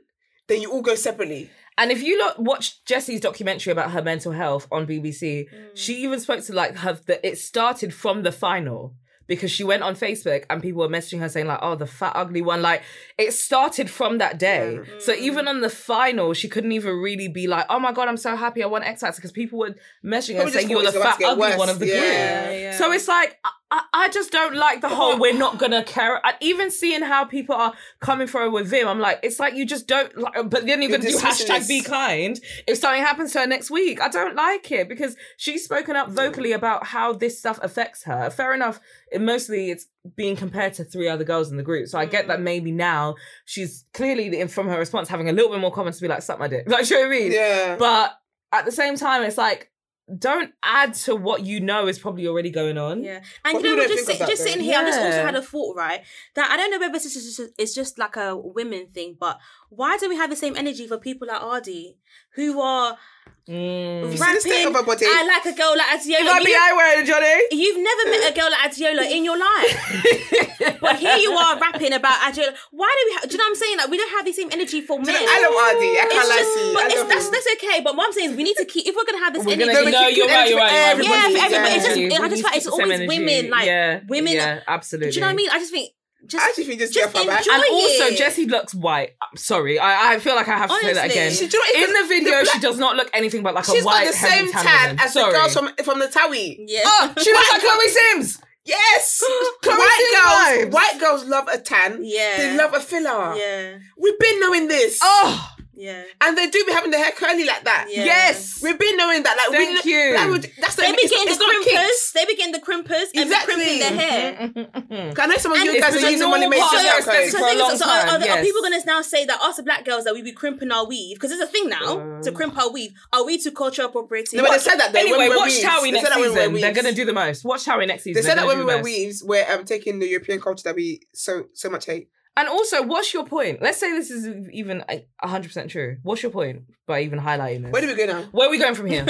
Speaker 3: then you all go separately.
Speaker 1: And if you lot watch Jessie's documentary about her mental health on BBC,
Speaker 3: Mm.
Speaker 1: she even spoke to like her. The, it started from the final because she went on Facebook and people were messaging her saying like, "Oh, the fat ugly one." Like it started from that day. So
Speaker 3: Mm.
Speaker 1: even on the final, she couldn't even really be like, "Oh my god, I'm so happy I won X Factor" because people were messaging her
Speaker 3: Probably
Speaker 1: saying
Speaker 3: just
Speaker 1: you're
Speaker 3: thought
Speaker 1: the
Speaker 3: it was about
Speaker 1: fat
Speaker 3: to get
Speaker 1: ugly
Speaker 3: worse.
Speaker 1: one of the group.
Speaker 3: Yeah.
Speaker 2: Yeah.
Speaker 1: So it's like I- I, I just don't like the whole we're not gonna care. I, even seeing how people are coming for with Vim, I'm like, it's like you just don't. Like, but then you're
Speaker 3: You're
Speaker 1: gonna do
Speaker 3: dismissing
Speaker 1: hashtag
Speaker 3: this.
Speaker 1: be kind if something happens to her next week. I don't like it because she's spoken up vocally about how this stuff affects her. Fair enough. It, mostly it's being compared to three other girls in the group, so I get that maybe now she's clearly from her response having a little bit more comments to be like, suck my dick. Like, do you know what I mean?
Speaker 3: Yeah.
Speaker 1: But at the same time, it's like. Don't add to what you know is probably already going on.
Speaker 2: Yeah, and
Speaker 3: But
Speaker 2: you know,
Speaker 3: people don't
Speaker 2: just
Speaker 3: think
Speaker 2: sit,
Speaker 3: of that
Speaker 2: just
Speaker 3: though.
Speaker 2: sitting here, I just also
Speaker 1: Yeah.
Speaker 2: had a thought, right? That I don't know whether this is just, it's just like a women thing, but why do we have the same energy for people like Ardi who are
Speaker 1: Mm.
Speaker 3: see the
Speaker 2: rapping?
Speaker 3: state of her body?
Speaker 2: I like a girl like Adiola. You,
Speaker 1: I wearing, Johnny?
Speaker 2: you've never met a girl like Adiola in your life, but here you are rapping about Adiola. Why do we? Ha- do you know what I'm saying? Like we don't have the same energy for men.
Speaker 3: I love Ardy. I
Speaker 2: It's
Speaker 3: can't lie
Speaker 2: just-
Speaker 3: to you.
Speaker 2: but
Speaker 3: I
Speaker 2: it's,
Speaker 3: love
Speaker 2: that's
Speaker 3: him.
Speaker 2: that's okay. But what I'm saying is, we need to keep if we're gonna have this
Speaker 1: We're
Speaker 2: energy.
Speaker 1: gonna
Speaker 3: we
Speaker 1: no,
Speaker 3: keep
Speaker 1: you're
Speaker 3: energy
Speaker 1: right,
Speaker 3: for
Speaker 1: you're right. you're right.
Speaker 2: Yeah, for
Speaker 3: Everybody,
Speaker 2: everybody.
Speaker 3: yeah.
Speaker 2: It's just,
Speaker 1: We
Speaker 2: I
Speaker 1: need
Speaker 2: just feel like it's
Speaker 1: the
Speaker 2: always
Speaker 1: same
Speaker 2: women,
Speaker 1: energy.
Speaker 2: like
Speaker 1: yeah,
Speaker 2: women.
Speaker 1: Yeah, absolutely.
Speaker 2: Do you know what I mean? I just think just
Speaker 3: I actually think just
Speaker 2: just
Speaker 3: get her back.
Speaker 2: enjoy
Speaker 1: And also,
Speaker 2: it.
Speaker 1: Jessie looks white. I'm sorry, I, I feel like I have to say that
Speaker 2: Honestly.
Speaker 1: again.
Speaker 2: She-
Speaker 3: do you know what,
Speaker 1: In the video,
Speaker 3: the black-
Speaker 1: she does not look anything but like a
Speaker 3: She's
Speaker 1: white
Speaker 3: got the same
Speaker 1: tan,
Speaker 3: tan as
Speaker 1: sorry.
Speaker 3: the girls from, from the TOWIE.
Speaker 2: Yeah.
Speaker 1: Oh, she looks like Chloe Sims.
Speaker 3: Yes,
Speaker 1: Chloe
Speaker 3: white
Speaker 1: Ting
Speaker 3: girls.
Speaker 1: vibes.
Speaker 3: White girls love a tan.
Speaker 2: Yeah.
Speaker 3: they love a filler.
Speaker 2: yeah,
Speaker 3: We've been knowing this,
Speaker 1: Oh,
Speaker 2: yeah.
Speaker 3: and they do be having their hair curly like that.
Speaker 2: Yeah.
Speaker 1: yes.
Speaker 3: We've been knowing that. Like,
Speaker 1: Thank
Speaker 3: we,
Speaker 1: you.
Speaker 3: Like, we- that's the,
Speaker 2: They be
Speaker 3: it's,
Speaker 2: getting
Speaker 3: it's
Speaker 2: the
Speaker 3: not
Speaker 2: crimpers.
Speaker 3: kinks.
Speaker 2: They be getting the crimpers and be
Speaker 3: Exactly.
Speaker 2: crimping their
Speaker 1: Mm-hmm.
Speaker 2: hair.
Speaker 3: I know some of you
Speaker 2: it's
Speaker 3: guys
Speaker 1: been
Speaker 3: are
Speaker 1: a
Speaker 3: using money
Speaker 1: normal
Speaker 3: makers
Speaker 1: part of their
Speaker 3: now, guys.
Speaker 1: aesthetic for a long
Speaker 2: so are, are,
Speaker 1: time,
Speaker 2: are
Speaker 1: yes.
Speaker 2: people gonna now say that us black girls that we be crimping our weave because it's a thing now to crimp our weave? Are we too cultural appropriating?
Speaker 3: No, but they said that. though, when
Speaker 1: Anyway,
Speaker 3: we were
Speaker 1: watch
Speaker 3: weaves.
Speaker 1: Towie
Speaker 3: They
Speaker 1: next
Speaker 3: said that when we were
Speaker 1: season. They're
Speaker 3: weaves.
Speaker 1: gonna do the most. Watch Towie next season.
Speaker 3: They said
Speaker 1: They're
Speaker 3: that
Speaker 1: gonna
Speaker 3: when we
Speaker 1: do
Speaker 3: were
Speaker 1: the most.
Speaker 3: weaves, we're um, taking the European culture that we so so much hate.
Speaker 1: And also, what's your point? Let's say this is even uh, like, 100% true. What's your point by even highlighting this?
Speaker 3: Where do we go now?
Speaker 1: Where are we going from here?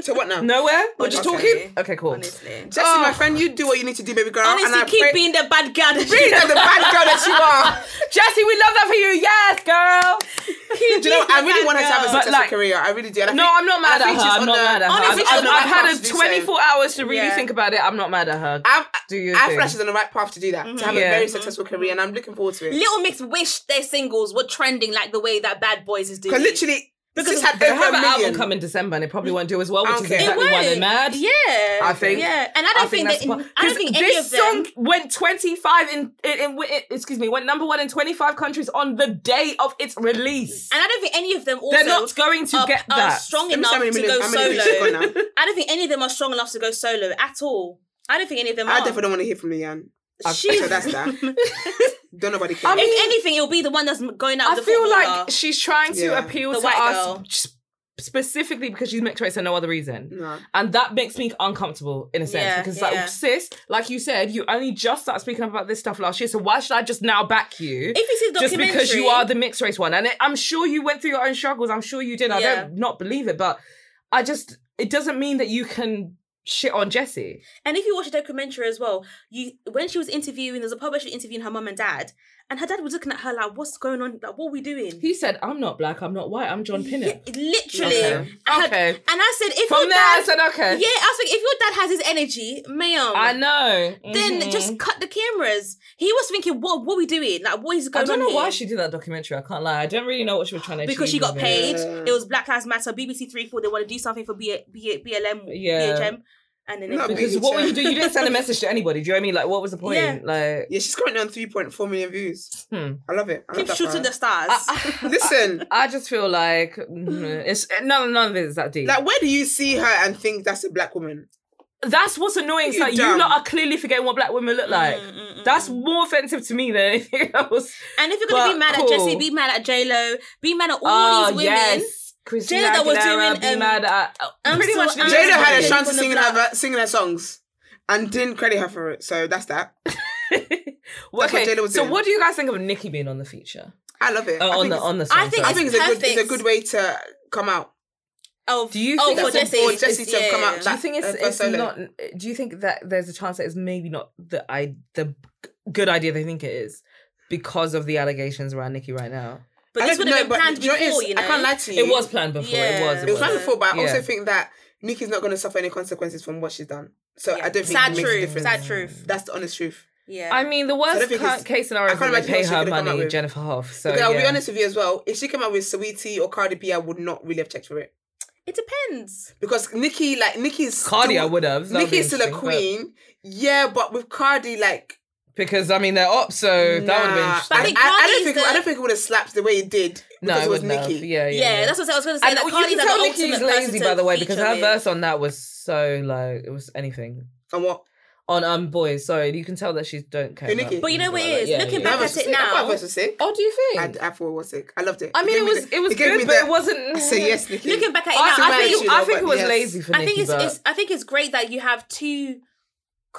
Speaker 3: So what now?
Speaker 1: Nowhere? We're just
Speaker 3: Honestly.
Speaker 1: talking? Okay, cool.
Speaker 2: honestly,
Speaker 3: Jesse,
Speaker 1: Oh.
Speaker 3: my friend, you do what you need to do, baby girl. and
Speaker 2: honestly,
Speaker 3: I
Speaker 2: keep
Speaker 3: pray-
Speaker 2: being the bad girl. that
Speaker 3: be
Speaker 2: you
Speaker 3: the
Speaker 2: are.
Speaker 3: bad girl that you are.
Speaker 1: Jesse, we love that for you. Yes, girl.
Speaker 2: Keep
Speaker 3: Do you know?
Speaker 2: being
Speaker 3: I
Speaker 2: the
Speaker 3: really
Speaker 2: bad
Speaker 3: want her to have a
Speaker 2: girl.
Speaker 1: But,
Speaker 3: successful
Speaker 1: like-
Speaker 3: career. I really do. And I
Speaker 1: No,
Speaker 3: think-
Speaker 1: I'm not mad
Speaker 3: I
Speaker 1: at
Speaker 3: think
Speaker 1: her.
Speaker 3: she's
Speaker 1: I'm
Speaker 3: on
Speaker 1: not
Speaker 3: the-
Speaker 1: mad at her.
Speaker 2: Honestly,
Speaker 1: I've,
Speaker 2: she's
Speaker 1: I've,
Speaker 2: on the
Speaker 1: I've
Speaker 3: right
Speaker 1: had
Speaker 3: path
Speaker 1: a
Speaker 3: to do so.
Speaker 1: 24 hours to really
Speaker 2: Yeah.
Speaker 1: think about it. I'm not mad at her.
Speaker 3: I'm,
Speaker 1: Do your
Speaker 3: I
Speaker 1: thing.
Speaker 3: feel like she's on the right path to do that, to have
Speaker 1: Yeah.
Speaker 3: a very successful career, and I'm looking forward to it.
Speaker 2: Little Mix wish their singles were trending like the way that Bad Boys is doing.
Speaker 3: Because literally, because sis had
Speaker 1: they
Speaker 3: over
Speaker 1: have
Speaker 3: a
Speaker 1: an
Speaker 3: million.
Speaker 1: album come in December and it probably won't do as well, which
Speaker 3: I don't
Speaker 1: is
Speaker 3: care. It
Speaker 1: exactly why they're mad.
Speaker 2: Yeah,
Speaker 1: I think.
Speaker 2: Yeah, and I don't think,
Speaker 1: that's
Speaker 2: that.
Speaker 1: part-
Speaker 2: I don't
Speaker 1: 'cause
Speaker 2: think any
Speaker 1: this
Speaker 2: of them.
Speaker 1: song went 25 in, in, in, in- excuse me, went number one in 25 countries on the day of its release.
Speaker 2: And I don't think any of them also
Speaker 1: They're not going to
Speaker 2: are,
Speaker 1: get
Speaker 2: are
Speaker 1: that.
Speaker 2: strong
Speaker 3: Let me see
Speaker 2: enough
Speaker 3: how many
Speaker 2: to
Speaker 3: millions-
Speaker 2: go
Speaker 3: how many millions she's
Speaker 2: solo.
Speaker 3: got now.
Speaker 2: I don't think any of them are strong enough to go solo at all. I don't think any of them
Speaker 3: I
Speaker 2: are.
Speaker 3: definitely don't want to hear from Leanne.
Speaker 2: She's-
Speaker 3: So that's that. don't nobody care.
Speaker 1: mean-
Speaker 2: if anything, it'll be the one that's going out.
Speaker 1: I
Speaker 2: with the
Speaker 1: feel
Speaker 2: footballer.
Speaker 1: like she's trying to
Speaker 3: Yeah.
Speaker 1: appeal
Speaker 2: The
Speaker 1: to
Speaker 2: white
Speaker 1: us
Speaker 2: girl.
Speaker 1: just specifically because she's mixed race and no other reason.
Speaker 3: No.
Speaker 1: And that makes me uncomfortable in a sense
Speaker 2: Yeah,
Speaker 1: because it's
Speaker 2: yeah.
Speaker 1: like, sis, like you said, you only just started speaking about this stuff last year, so why should I just now back you?
Speaker 2: If you see the
Speaker 1: just
Speaker 2: documentary,
Speaker 1: because you are the mixed race one, and it, I'm sure you went through your own struggles. I'm sure you did. I
Speaker 2: Yeah.
Speaker 1: don't not believe it, but I just it doesn't mean that you can shit on Jesse.
Speaker 2: And if you watch the documentary as well, you when she was interviewing, there's a part where she was interviewing her mum and dad, and her dad was looking at her like, "What's going on? Like, what are we doing?"
Speaker 1: He said, "I'm not black. I'm not white. I'm John Pinnock."
Speaker 2: Yeah, literally.
Speaker 1: Okay.
Speaker 2: And, her-
Speaker 1: Okay.
Speaker 2: and I said, if
Speaker 1: From
Speaker 2: your
Speaker 1: there, I
Speaker 2: dad,
Speaker 1: said, "Okay."
Speaker 2: yeah, I was like, if your dad has his energy, ma'am,
Speaker 1: I know.
Speaker 2: then
Speaker 1: Mhm.
Speaker 2: just cut the cameras. He was thinking, what, what are we doing? Like, what is going
Speaker 1: I
Speaker 2: on?
Speaker 1: don't know why
Speaker 2: here?
Speaker 1: she did that documentary. I can't lie. I don't really know what she was trying to
Speaker 2: because she
Speaker 1: achieve
Speaker 2: got
Speaker 1: with
Speaker 2: paid.
Speaker 1: it.
Speaker 2: It was Black Lives Matter, BBC Three Four. They want to do something for B- B- BLM,
Speaker 1: Yeah.
Speaker 2: BHM, and then
Speaker 3: No,
Speaker 2: it-
Speaker 1: Because what were you doing? You didn't send a message to anybody. Do you know what I mean? Like, what was the point?
Speaker 2: Yeah.
Speaker 1: Like,
Speaker 3: Yeah, she's currently on 3.4 million views.
Speaker 1: Hmm.
Speaker 3: I love it. I love
Speaker 2: keep
Speaker 3: that
Speaker 2: shooting
Speaker 3: for
Speaker 2: the stars.
Speaker 1: Ah,
Speaker 3: her. Listen,
Speaker 1: I just feel like mm, it's none, none of it is that deep.
Speaker 3: like, where do you see her and think that's a black woman?
Speaker 1: That's what's annoying. It's
Speaker 3: You
Speaker 1: like
Speaker 3: dumb.
Speaker 1: you lot are clearly forgetting what black women look like.
Speaker 2: Mm,
Speaker 1: That's more offensive to me than anything else.
Speaker 2: and if you're gonna
Speaker 1: But
Speaker 2: be mad at
Speaker 1: cool. Ah,
Speaker 2: Jesse, be mad at J Lo, be mad at all these women.
Speaker 1: Christina
Speaker 2: Jada was
Speaker 1: Aguilera,
Speaker 2: doing,
Speaker 1: be
Speaker 2: um,
Speaker 1: mad at
Speaker 2: I'm
Speaker 1: pretty
Speaker 2: still-
Speaker 1: much.
Speaker 2: I'm
Speaker 3: Jada
Speaker 2: Yeah,
Speaker 1: everybody.
Speaker 3: had a
Speaker 2: yeah.
Speaker 3: chance
Speaker 2: People
Speaker 3: of
Speaker 2: on
Speaker 3: singing
Speaker 2: the
Speaker 3: her,
Speaker 2: block.
Speaker 3: ver- singing her songs and didn't credit her for it. So that's that.
Speaker 1: Well,
Speaker 3: That's what
Speaker 1: okay,
Speaker 3: Jada was
Speaker 1: so
Speaker 3: doing.
Speaker 1: what do you guys think of Nicki being on the feature?
Speaker 3: I love it.
Speaker 1: Uh,
Speaker 3: I
Speaker 1: on
Speaker 3: think
Speaker 1: the
Speaker 3: it's-
Speaker 1: on the
Speaker 2: I
Speaker 1: song,
Speaker 2: think
Speaker 1: sorry.
Speaker 3: I think it's a good it's a
Speaker 2: perfect.
Speaker 3: good way to come out.
Speaker 2: Oh,
Speaker 1: Do you
Speaker 2: oh,
Speaker 1: think
Speaker 2: for
Speaker 1: that's
Speaker 2: Jesse,
Speaker 3: for Jesse to
Speaker 2: it's-
Speaker 3: come out
Speaker 1: do
Speaker 2: yeah.
Speaker 1: you
Speaker 3: that-
Speaker 1: think
Speaker 3: uh,
Speaker 1: it's,
Speaker 3: for
Speaker 1: it's
Speaker 3: solo.
Speaker 1: not? Do you think that there's a chance that it's maybe not the I the good idea they think it is because of the allegations around Nicki right now?
Speaker 2: But
Speaker 3: I
Speaker 2: this
Speaker 3: don't
Speaker 2: would have
Speaker 3: know,
Speaker 2: been
Speaker 3: but
Speaker 2: planned
Speaker 3: do know what it
Speaker 2: before,
Speaker 3: is?
Speaker 2: you know.
Speaker 3: I can't lie to you.
Speaker 1: It was planned before. It
Speaker 2: Yeah.
Speaker 1: was.
Speaker 3: It was planned
Speaker 2: Yeah.
Speaker 3: before, but I
Speaker 1: Yeah.
Speaker 3: also think that Nikki's not going to suffer any consequences from what she's done. So I
Speaker 2: Yeah.
Speaker 3: don't think
Speaker 2: sad
Speaker 3: it makes a
Speaker 2: truth.
Speaker 3: difference.
Speaker 2: Sad truth.
Speaker 3: That's the honest truth.
Speaker 2: Yeah.
Speaker 1: I mean, the worst
Speaker 3: don't think
Speaker 1: ca-
Speaker 3: it's-
Speaker 1: case
Speaker 3: I
Speaker 1: scenario is
Speaker 3: can't
Speaker 1: they
Speaker 3: imagine
Speaker 1: pay
Speaker 3: what she
Speaker 1: her
Speaker 3: could've come up
Speaker 1: money,
Speaker 3: with.
Speaker 1: Jennifer Hoff. So
Speaker 3: Because I'll
Speaker 1: yeah.
Speaker 3: be honest with you as well. If she came out with Sweetie or Cardi B, I would not really have checked for it.
Speaker 2: it depends.
Speaker 3: Because Nikki, like Nikki's
Speaker 1: Cardi, I
Speaker 3: still,
Speaker 1: would have. That would be
Speaker 3: Nikki's still a
Speaker 1: interesting, but-
Speaker 3: queen. Yeah, but with Cardi, like
Speaker 1: because I mean they're up, so that would have been
Speaker 3: nah.
Speaker 1: interesting.
Speaker 2: I think
Speaker 3: I, I don't
Speaker 2: Cardi's
Speaker 3: think
Speaker 2: the-
Speaker 3: I don't think it would have slapped the way it did
Speaker 1: no,
Speaker 3: because
Speaker 1: I
Speaker 3: it was
Speaker 1: wouldn't have.
Speaker 3: Nikki.
Speaker 1: Yeah, yeah,
Speaker 2: Yeah, that's what I was gonna say.
Speaker 1: And
Speaker 2: Like,
Speaker 1: you
Speaker 2: Cardi's
Speaker 1: can
Speaker 2: like
Speaker 1: tell
Speaker 2: the
Speaker 1: Nikki's
Speaker 2: ultimate person
Speaker 1: lazy,
Speaker 2: to
Speaker 1: by the way, because
Speaker 2: feature
Speaker 1: her
Speaker 2: with.
Speaker 1: verse on that was so like it was anything
Speaker 3: And what?
Speaker 1: on um boys. Sorry, you can tell that she don't care.
Speaker 3: Who,
Speaker 1: about
Speaker 3: Nicki?
Speaker 2: But you know what it
Speaker 1: Like,
Speaker 2: is?
Speaker 1: yeah,
Speaker 2: Looking
Speaker 1: yeah.
Speaker 2: back
Speaker 3: That was
Speaker 2: at it
Speaker 3: sick. I thought
Speaker 2: now,
Speaker 3: that verse was sick.
Speaker 1: Oh, do you think?
Speaker 3: I, I thought it was sick. I loved uh, it.
Speaker 1: I mean,
Speaker 3: gave
Speaker 1: it
Speaker 3: me
Speaker 1: was
Speaker 3: the-
Speaker 1: it was
Speaker 3: gave me
Speaker 1: good, but it
Speaker 3: the-
Speaker 1: wasn't.
Speaker 3: I say yes, Nikki.
Speaker 2: looking back at it
Speaker 1: I
Speaker 2: now,
Speaker 1: think,
Speaker 2: I
Speaker 3: Imagine
Speaker 2: think
Speaker 3: you
Speaker 1: I
Speaker 3: know,
Speaker 1: think it
Speaker 3: but
Speaker 1: was
Speaker 3: yes.
Speaker 1: lazy for
Speaker 2: I
Speaker 1: Nikki.
Speaker 2: think it's,
Speaker 1: but
Speaker 2: it's I think it's great that you have two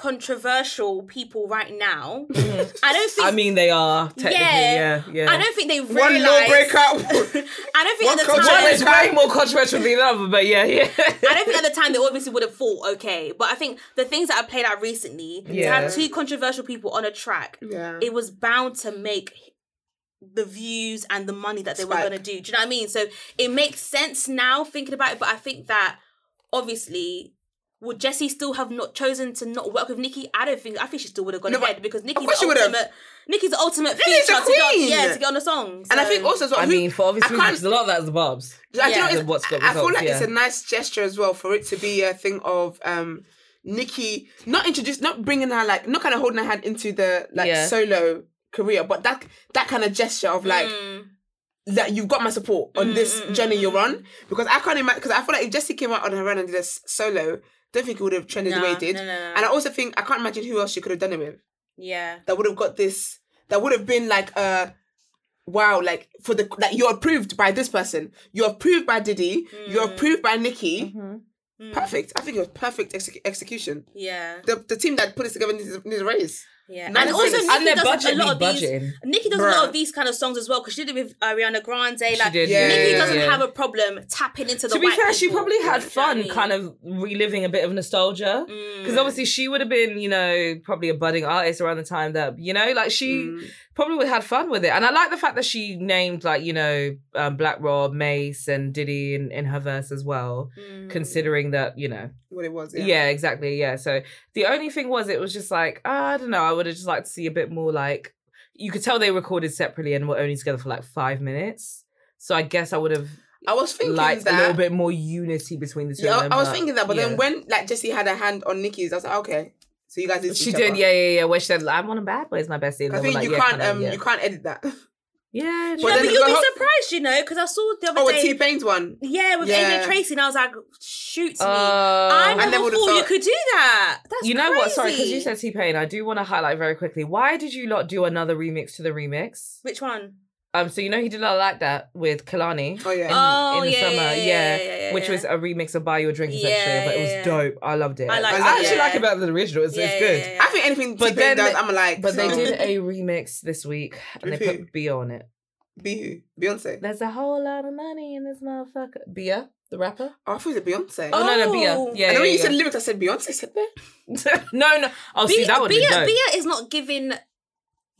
Speaker 2: controversial people right now. I don't think
Speaker 1: I mean, they are technically. Yeah,
Speaker 2: Yeah.
Speaker 1: yeah.
Speaker 2: I don't think they realize
Speaker 3: one lawbreaker.
Speaker 2: I don't think
Speaker 3: One
Speaker 2: at the
Speaker 3: culture
Speaker 1: One is
Speaker 2: time
Speaker 1: way more controversial than the other, but yeah, yeah.
Speaker 2: I don't think at the time they obviously would have thought okay, but I think the things that I played out recently to
Speaker 1: Yeah.
Speaker 2: have two controversial people on a track,
Speaker 3: yeah.
Speaker 2: it was bound to make the views and the money that they
Speaker 3: Spike.
Speaker 2: were going to do. Do you know what I mean? So it makes sense now thinking about it, but I think that obviously. Would Jesse still have not chosen to not work with Nikki? I don't think. I think she still would have gone
Speaker 3: No, but-
Speaker 2: ahead because Nikki's
Speaker 3: course she
Speaker 2: the
Speaker 3: would've.
Speaker 2: ultimate. Nikki's the ultimate
Speaker 3: Nikki's the
Speaker 2: feature to get on,
Speaker 3: queen.
Speaker 2: yeah, to get on the song.
Speaker 3: And I
Speaker 2: so-
Speaker 3: think also as well,
Speaker 1: I
Speaker 3: who-
Speaker 1: mean, for obvious
Speaker 3: I
Speaker 1: reasons,
Speaker 3: can't-
Speaker 1: 'cause a lot of that is the barbs.
Speaker 3: Like,
Speaker 2: Yeah.
Speaker 3: you know,
Speaker 1: And what's
Speaker 3: it's,
Speaker 1: got
Speaker 3: I I feel
Speaker 1: results,
Speaker 3: like it's
Speaker 1: yeah.
Speaker 3: a nice gesture as well for it to be a thing of um Nikki not introduced, not bringing her like, not kind of holding her hand into the like
Speaker 1: Yeah.
Speaker 3: solo career, but that that kind of gesture of like
Speaker 1: Mm.
Speaker 3: that you've got my support on this journey you're on because I can't imagine because I feel like if Jessie came out on her own and did a s- solo, don't think it would have trended the way it did.
Speaker 2: no, no, no.
Speaker 3: And I also think I can't imagine who else she could have done it with
Speaker 2: yeah,
Speaker 3: that would have got this that would have been like uh wow like for the like you're approved by this person you're approved by diddy you're
Speaker 1: Mm.
Speaker 3: approved by nikki
Speaker 1: Mm-hmm.
Speaker 3: perfect i think it was perfect exec- execution
Speaker 2: yeah,
Speaker 3: the, the team that put this together needs, needs a raise
Speaker 2: yeah.
Speaker 3: None
Speaker 2: And
Speaker 3: of
Speaker 2: also,
Speaker 3: this-
Speaker 2: Nikki
Speaker 1: And their
Speaker 2: does
Speaker 1: budget
Speaker 2: a lot of
Speaker 1: be
Speaker 2: these.
Speaker 1: budgeting.
Speaker 2: Nikki does a lot
Speaker 3: Bruh.
Speaker 2: of these kind of songs as well because she did it with Ariana Grande. Like,
Speaker 1: did,
Speaker 3: yeah,
Speaker 2: Nikki
Speaker 3: yeah,
Speaker 2: doesn't
Speaker 1: yeah.
Speaker 2: have a problem tapping into the.
Speaker 1: to be
Speaker 2: white
Speaker 1: fair, she
Speaker 2: people.
Speaker 1: probably had
Speaker 2: Do you know what I
Speaker 1: fun
Speaker 2: mean?
Speaker 1: kind of reliving a bit of nostalgia.
Speaker 2: Mm.
Speaker 1: Because obviously she would have been, you know, probably a budding artist around the time that, you know, like she
Speaker 3: Mm.
Speaker 1: probably would have had fun with it. And I like the fact that she named like, you know, um, Black Rob, Mace and Diddy in, in her verse as well, considering that, you know.
Speaker 3: what it was
Speaker 1: Yeah.
Speaker 3: Mm. yeah,
Speaker 1: exactly. Yeah. So the only thing was it was just like, ah, I don't know, I would have just liked to see a bit more like you could tell they recorded separately and were only together for like five minutes. So I guess I would have
Speaker 3: i was thinking
Speaker 1: like
Speaker 3: that
Speaker 1: a little bit more unity between the two.
Speaker 3: yeah,
Speaker 1: of
Speaker 3: I-
Speaker 1: them,
Speaker 3: I was
Speaker 1: but-
Speaker 3: thinking that, but
Speaker 1: yeah.
Speaker 3: then when like Jessie had a hand on Nikki's, I was like, okay, so you guys did. see
Speaker 1: she
Speaker 3: each
Speaker 1: did,
Speaker 3: other.
Speaker 1: yeah, yeah, yeah, where she said, like, "I'm on a bad boy, it's my best deal."
Speaker 3: I
Speaker 1: They were
Speaker 3: think
Speaker 1: like,
Speaker 3: you
Speaker 1: yeah,
Speaker 3: can't,
Speaker 1: kinda,
Speaker 3: um,
Speaker 1: yeah.
Speaker 3: you can't edit that.
Speaker 1: yeah,
Speaker 3: But
Speaker 2: No,
Speaker 1: yeah.
Speaker 3: then
Speaker 2: but
Speaker 3: the
Speaker 2: you'll be
Speaker 3: girl-
Speaker 2: surprised, you know, because I saw the other
Speaker 3: Oh,
Speaker 2: day.
Speaker 3: T Pain's one.
Speaker 2: yeah, with
Speaker 3: Yeah.
Speaker 2: AJ Tracy, and I was like, shoot me.
Speaker 1: Uh,
Speaker 2: I
Speaker 3: I
Speaker 2: never,
Speaker 3: never would've
Speaker 2: thought you
Speaker 3: thought-
Speaker 2: could do that. That's
Speaker 1: you know what? Sorry, because you
Speaker 2: crazy.
Speaker 1: said T Pain. I do want to highlight very quickly. Why did you lot do another remix to the remix?
Speaker 2: which one?
Speaker 1: Um, so you know he did a lot like that with Kalani.
Speaker 3: Oh, yeah.
Speaker 1: in,
Speaker 2: Oh,
Speaker 1: in the
Speaker 2: yeah,
Speaker 1: summer,
Speaker 2: yeah, yeah, yeah, yeah,
Speaker 1: which
Speaker 2: yeah.
Speaker 1: was a remix of "Buy Your Drink"
Speaker 2: Yeah,
Speaker 1: essentially, but it was
Speaker 2: yeah, yeah.
Speaker 1: dope. I loved it.
Speaker 2: I liked
Speaker 3: it,
Speaker 1: I actually
Speaker 3: yeah.
Speaker 1: like it better than the original. It's,
Speaker 2: Yeah,
Speaker 1: it's
Speaker 2: yeah,
Speaker 1: good.
Speaker 2: yeah, yeah.
Speaker 3: I think anything
Speaker 1: But
Speaker 3: but
Speaker 1: then
Speaker 3: then does,
Speaker 1: they-
Speaker 3: I'm like.
Speaker 1: But they
Speaker 3: so-
Speaker 1: did a remix this week, and they
Speaker 3: With who?
Speaker 1: put Bia on it.
Speaker 3: Be who? Beyonce.
Speaker 1: There's a whole lot of money in this motherfucker. Bia, the rapper.
Speaker 3: Oh, I thought it was Beyonce.
Speaker 1: Oh, no, no,
Speaker 2: Oh.
Speaker 1: Bia. Yeah,
Speaker 3: and then
Speaker 1: yeah,
Speaker 3: when you
Speaker 1: yeah.
Speaker 3: said lyrics, I said Beyonce said that.
Speaker 1: no, no. Oh, see, that would be
Speaker 2: Bia,
Speaker 1: dope.
Speaker 2: Bia is not giving.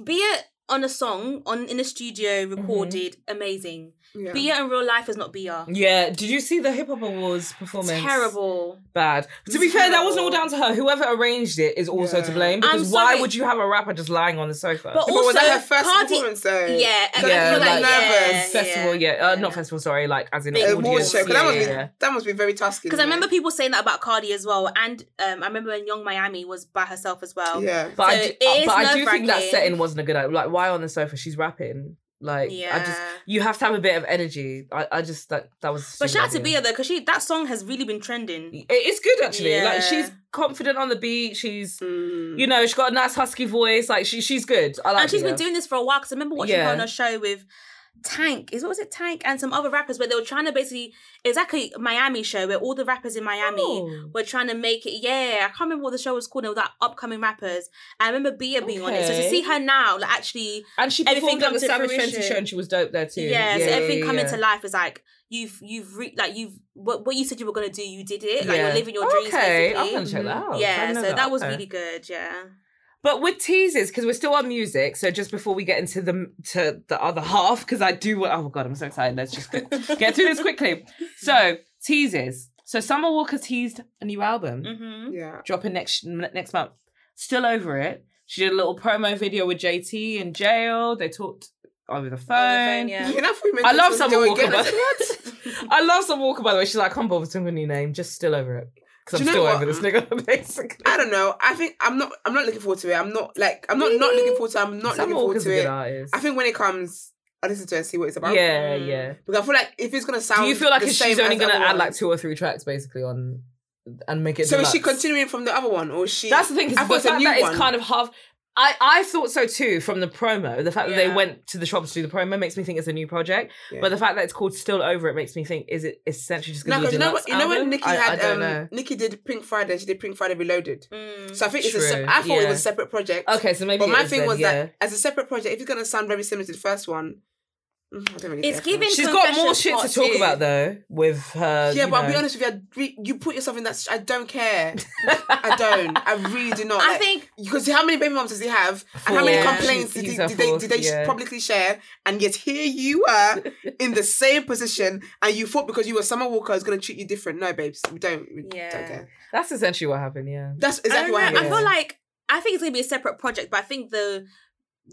Speaker 2: Bia on a song on in the studio
Speaker 1: Mm-hmm.
Speaker 2: recorded amazing.
Speaker 3: Yeah.
Speaker 2: Bia in real life is not Bia.
Speaker 1: Yeah. Did you see the Hip Hop Awards performance?
Speaker 2: Terrible.
Speaker 1: Bad. To be fair, that wasn't all down
Speaker 2: Terrible.
Speaker 1: to her. Whoever arranged it is also to
Speaker 3: Yeah.
Speaker 1: blame.
Speaker 2: I'm
Speaker 1: Because why
Speaker 2: sorry.
Speaker 1: would you have a rapper just lying on the sofa?
Speaker 2: But
Speaker 3: But
Speaker 2: also,
Speaker 3: was that her first
Speaker 2: Cardi-
Speaker 3: performance though?
Speaker 2: Yeah, and I
Speaker 1: Yeah,
Speaker 2: feel like,
Speaker 1: like,
Speaker 3: nervous.
Speaker 2: yeah,
Speaker 1: festival, yeah, uh, not festival. Sorry, like as in
Speaker 2: Big
Speaker 3: Award
Speaker 1: audience.
Speaker 3: show. 'cause that,
Speaker 1: yeah,
Speaker 3: must
Speaker 1: yeah,
Speaker 3: be,
Speaker 1: yeah.
Speaker 3: that must be very tasking.
Speaker 2: Because I remember people saying that about Cardi as well, and um, I remember when Young Miami was by herself as well.
Speaker 3: Yeah.
Speaker 1: But,
Speaker 2: So
Speaker 1: I do,
Speaker 2: it is
Speaker 1: but I do think that
Speaker 2: nerve-wracking.
Speaker 1: setting wasn't a good idea. Like, why on the sofa? She's rapping. Like, I just
Speaker 2: Yeah.
Speaker 1: you have to have a bit of energy. I, I just that that was. a stupid
Speaker 2: But shout out to
Speaker 1: idea.
Speaker 2: Bia though, because she that song has really been trending.
Speaker 1: It- It's good actually.
Speaker 2: Yeah.
Speaker 1: Like she's confident on the beat. She's
Speaker 3: Mm.
Speaker 1: you know she's got a nice husky voice. Like she she's good. I like.
Speaker 2: and she's
Speaker 1: Bia.
Speaker 2: been doing this for a while. Because I remember watching her
Speaker 1: Yeah.
Speaker 2: on a show with Tank. Is what was it? Tank and some other rappers, where they were trying to basically it was like a Miami show where all the rappers in Miami
Speaker 1: Oh.
Speaker 2: were trying to make it. Yeah, I can't remember what the show was called. It was like upcoming rappers. And I remember Bia being on it. So to
Speaker 1: Okay.
Speaker 2: see her now, like actually,
Speaker 1: And she
Speaker 2: Everything
Speaker 1: performed at the
Speaker 2: comes to
Speaker 1: Savage
Speaker 2: fruition.
Speaker 1: Fenty show and she was dope there too.
Speaker 2: yeah, so everything
Speaker 1: yeah,
Speaker 2: coming
Speaker 1: yeah.
Speaker 2: to life is like you've you've re- like you've what what you said you were gonna do, you did it. Like
Speaker 1: Yeah. Oh,
Speaker 2: you're living your dreams.
Speaker 1: Okay, I'm
Speaker 2: basically. Mm-hmm.
Speaker 1: gonna check that out. I
Speaker 2: Yeah,
Speaker 1: didn't
Speaker 2: so
Speaker 1: know
Speaker 2: that, was
Speaker 1: Okay.
Speaker 2: really good. Yeah.
Speaker 1: But with teasers, because we're still on music, so just before we get into the to the other half, because I do. wa- Oh god, I'm so excited. Let's just quick- get through this quickly. So teasers. So Summer Walker teased a new album
Speaker 2: Mm-hmm.
Speaker 3: Yeah.
Speaker 1: dropping next next month. Still over it. She did a little promo video with JT in jail. They talked over the phone.
Speaker 2: yeah.
Speaker 3: You know, if we meant
Speaker 1: I
Speaker 3: to
Speaker 1: love
Speaker 3: do
Speaker 1: Summer
Speaker 3: it
Speaker 1: Walker.
Speaker 3: again, I
Speaker 1: By-
Speaker 3: said,
Speaker 1: I love Summer Walker. By the way, she's like, I can't bother to a new name. Just still over it because I'm
Speaker 3: Do you know
Speaker 1: still
Speaker 3: what?
Speaker 1: over this nigga. Basically,
Speaker 3: I don't know. I think I'm not. I'm not looking forward to it. I'm not like. I'm not not looking forward to. it. I'm not
Speaker 1: Summer
Speaker 3: looking forward
Speaker 1: Walker's a
Speaker 3: to
Speaker 1: good
Speaker 3: it.
Speaker 1: artist.
Speaker 3: I think when it comes, I listen to it and see what it's about.
Speaker 1: yeah, yeah.
Speaker 3: Because I feel like if it's gonna sound,
Speaker 1: Do you feel like
Speaker 3: the
Speaker 1: if
Speaker 3: same
Speaker 1: she's only
Speaker 3: as
Speaker 1: going to
Speaker 3: other
Speaker 1: add like
Speaker 3: ones-
Speaker 1: two or three tracks basically on and make it?
Speaker 3: So is
Speaker 1: deluxe?
Speaker 3: she continuing from the other one, or is she?
Speaker 1: That's the thing.
Speaker 3: I
Speaker 1: Cause
Speaker 3: thought
Speaker 1: the
Speaker 3: it's a
Speaker 1: fact
Speaker 3: new
Speaker 1: that
Speaker 3: one.
Speaker 1: it's kind of half. I, I thought so too from the promo. The fact that
Speaker 2: Yeah.
Speaker 1: they went to the shop to do the promo makes me think it's a new project.
Speaker 3: Yeah.
Speaker 1: But the fact that it's called Still Over It makes me think is it essentially just
Speaker 3: No,
Speaker 1: going to
Speaker 3: because
Speaker 1: be a deluxe
Speaker 3: you know what? You know when
Speaker 1: album?
Speaker 3: Nikki
Speaker 1: I, I
Speaker 3: had
Speaker 1: don't
Speaker 3: um,
Speaker 1: know.
Speaker 3: Nikki did Pink Friday. She did Pink Friday Reloaded.
Speaker 2: Mm.
Speaker 3: So I think it's a.
Speaker 1: True,
Speaker 3: Sep- I thought it
Speaker 1: yeah.
Speaker 3: was a separate project.
Speaker 1: Okay, so maybe.
Speaker 3: But my
Speaker 1: it is
Speaker 3: thing
Speaker 1: then,
Speaker 3: was
Speaker 1: yeah.
Speaker 3: that as a separate project, if it's gonna sound very similar to the first one, mm, I don't really.
Speaker 2: It's
Speaker 3: care for it.
Speaker 2: giving-
Speaker 1: she's got more
Speaker 2: Confessions
Speaker 1: shit to
Speaker 2: Part
Speaker 1: talk
Speaker 2: Two.
Speaker 1: about though with her.
Speaker 3: Yeah,
Speaker 1: you
Speaker 3: but I'll be
Speaker 1: know.
Speaker 3: honest with you. I re- you put yourself in that. s- I don't care. I don't. I really do not.
Speaker 2: I
Speaker 3: Like,
Speaker 2: think-
Speaker 3: because how many baby moms does he have, and how
Speaker 1: Four.
Speaker 3: many
Speaker 2: Yeah.
Speaker 3: complaints did,
Speaker 1: He's
Speaker 3: he,
Speaker 1: a
Speaker 3: did they
Speaker 1: fourth,
Speaker 3: did they
Speaker 1: yeah.
Speaker 3: publicly share? And yet here you are in the same position, and you thought because you were Summer Walker is going to treat you different. No, babes, we don't. We don't
Speaker 2: Yeah.
Speaker 3: care.
Speaker 1: That's essentially what happened. Yeah.
Speaker 3: That's
Speaker 2: I
Speaker 3: exactly
Speaker 2: don't
Speaker 3: what
Speaker 2: know.
Speaker 3: happened.
Speaker 2: I feel like I think it's gonna be a separate project, but I think the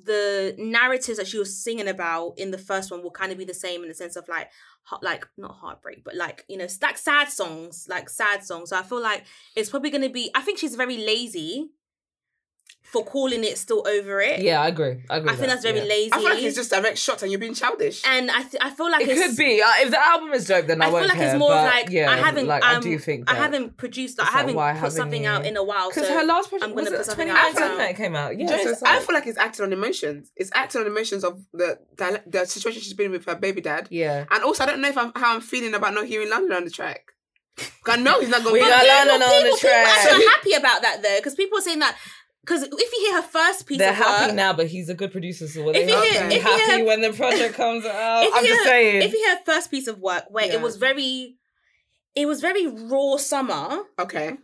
Speaker 2: the narratives that she was singing about in the first one will kind of be the same in the sense of like heart, like not heartbreak, but like you know, s- like sad songs, like sad songs. So I feel like it's probably gonna be. I think she's very lazy for calling it still over it.
Speaker 1: Yeah, I agree. I agree. with
Speaker 2: I think
Speaker 1: that,
Speaker 2: that's very
Speaker 1: yeah.
Speaker 2: lazy.
Speaker 3: I feel like it's just direct shots, and you're being childish.
Speaker 2: and I th- I feel like
Speaker 1: It
Speaker 2: it's,
Speaker 1: could be. Uh, if the album is dope, then I,
Speaker 2: I feel
Speaker 1: won't
Speaker 2: like
Speaker 1: care.
Speaker 2: it's more of
Speaker 1: but
Speaker 2: like
Speaker 1: yeah,
Speaker 2: I haven't.
Speaker 1: Like
Speaker 2: um,
Speaker 1: I do think
Speaker 2: I
Speaker 1: that-
Speaker 2: haven't produced. Like, I
Speaker 1: it's like,
Speaker 2: haven't
Speaker 1: why
Speaker 2: put
Speaker 1: haven't
Speaker 2: something
Speaker 1: you?
Speaker 2: out in a while.
Speaker 1: Because
Speaker 2: so
Speaker 1: her last project
Speaker 2: I'm
Speaker 1: was
Speaker 2: gonna put
Speaker 1: it
Speaker 2: something
Speaker 1: 2019
Speaker 2: out.
Speaker 1: that it came out. Yeah,
Speaker 3: Just-
Speaker 1: so it's
Speaker 3: I
Speaker 1: like-
Speaker 3: feel like it's acting on emotions. It's acting on emotions of the the, the situation she's been in with her baby dad.
Speaker 1: yeah.
Speaker 3: And also, I don't know if I'm how I'm feeling about not hearing London on the track. 'Cause I know he's not gonna.
Speaker 1: We
Speaker 3: be
Speaker 1: got
Speaker 3: there.
Speaker 1: London on the
Speaker 2: people, people
Speaker 1: track.
Speaker 2: actually are happy about that though, because people are saying that. Because if you hear her first piece
Speaker 1: They're
Speaker 2: of
Speaker 1: happy
Speaker 2: work,
Speaker 1: now, but he's a good producer, so
Speaker 2: If
Speaker 1: they
Speaker 2: you
Speaker 1: not
Speaker 3: hear-
Speaker 1: be
Speaker 3: if
Speaker 2: you
Speaker 1: happy
Speaker 2: hear-
Speaker 1: when the project comes out.
Speaker 2: if
Speaker 1: I'm
Speaker 2: you
Speaker 1: just
Speaker 2: hear-
Speaker 1: saying.
Speaker 2: if you hear her first piece of work where
Speaker 3: Yeah.
Speaker 2: it was very, it was very raw summer,
Speaker 3: Okay.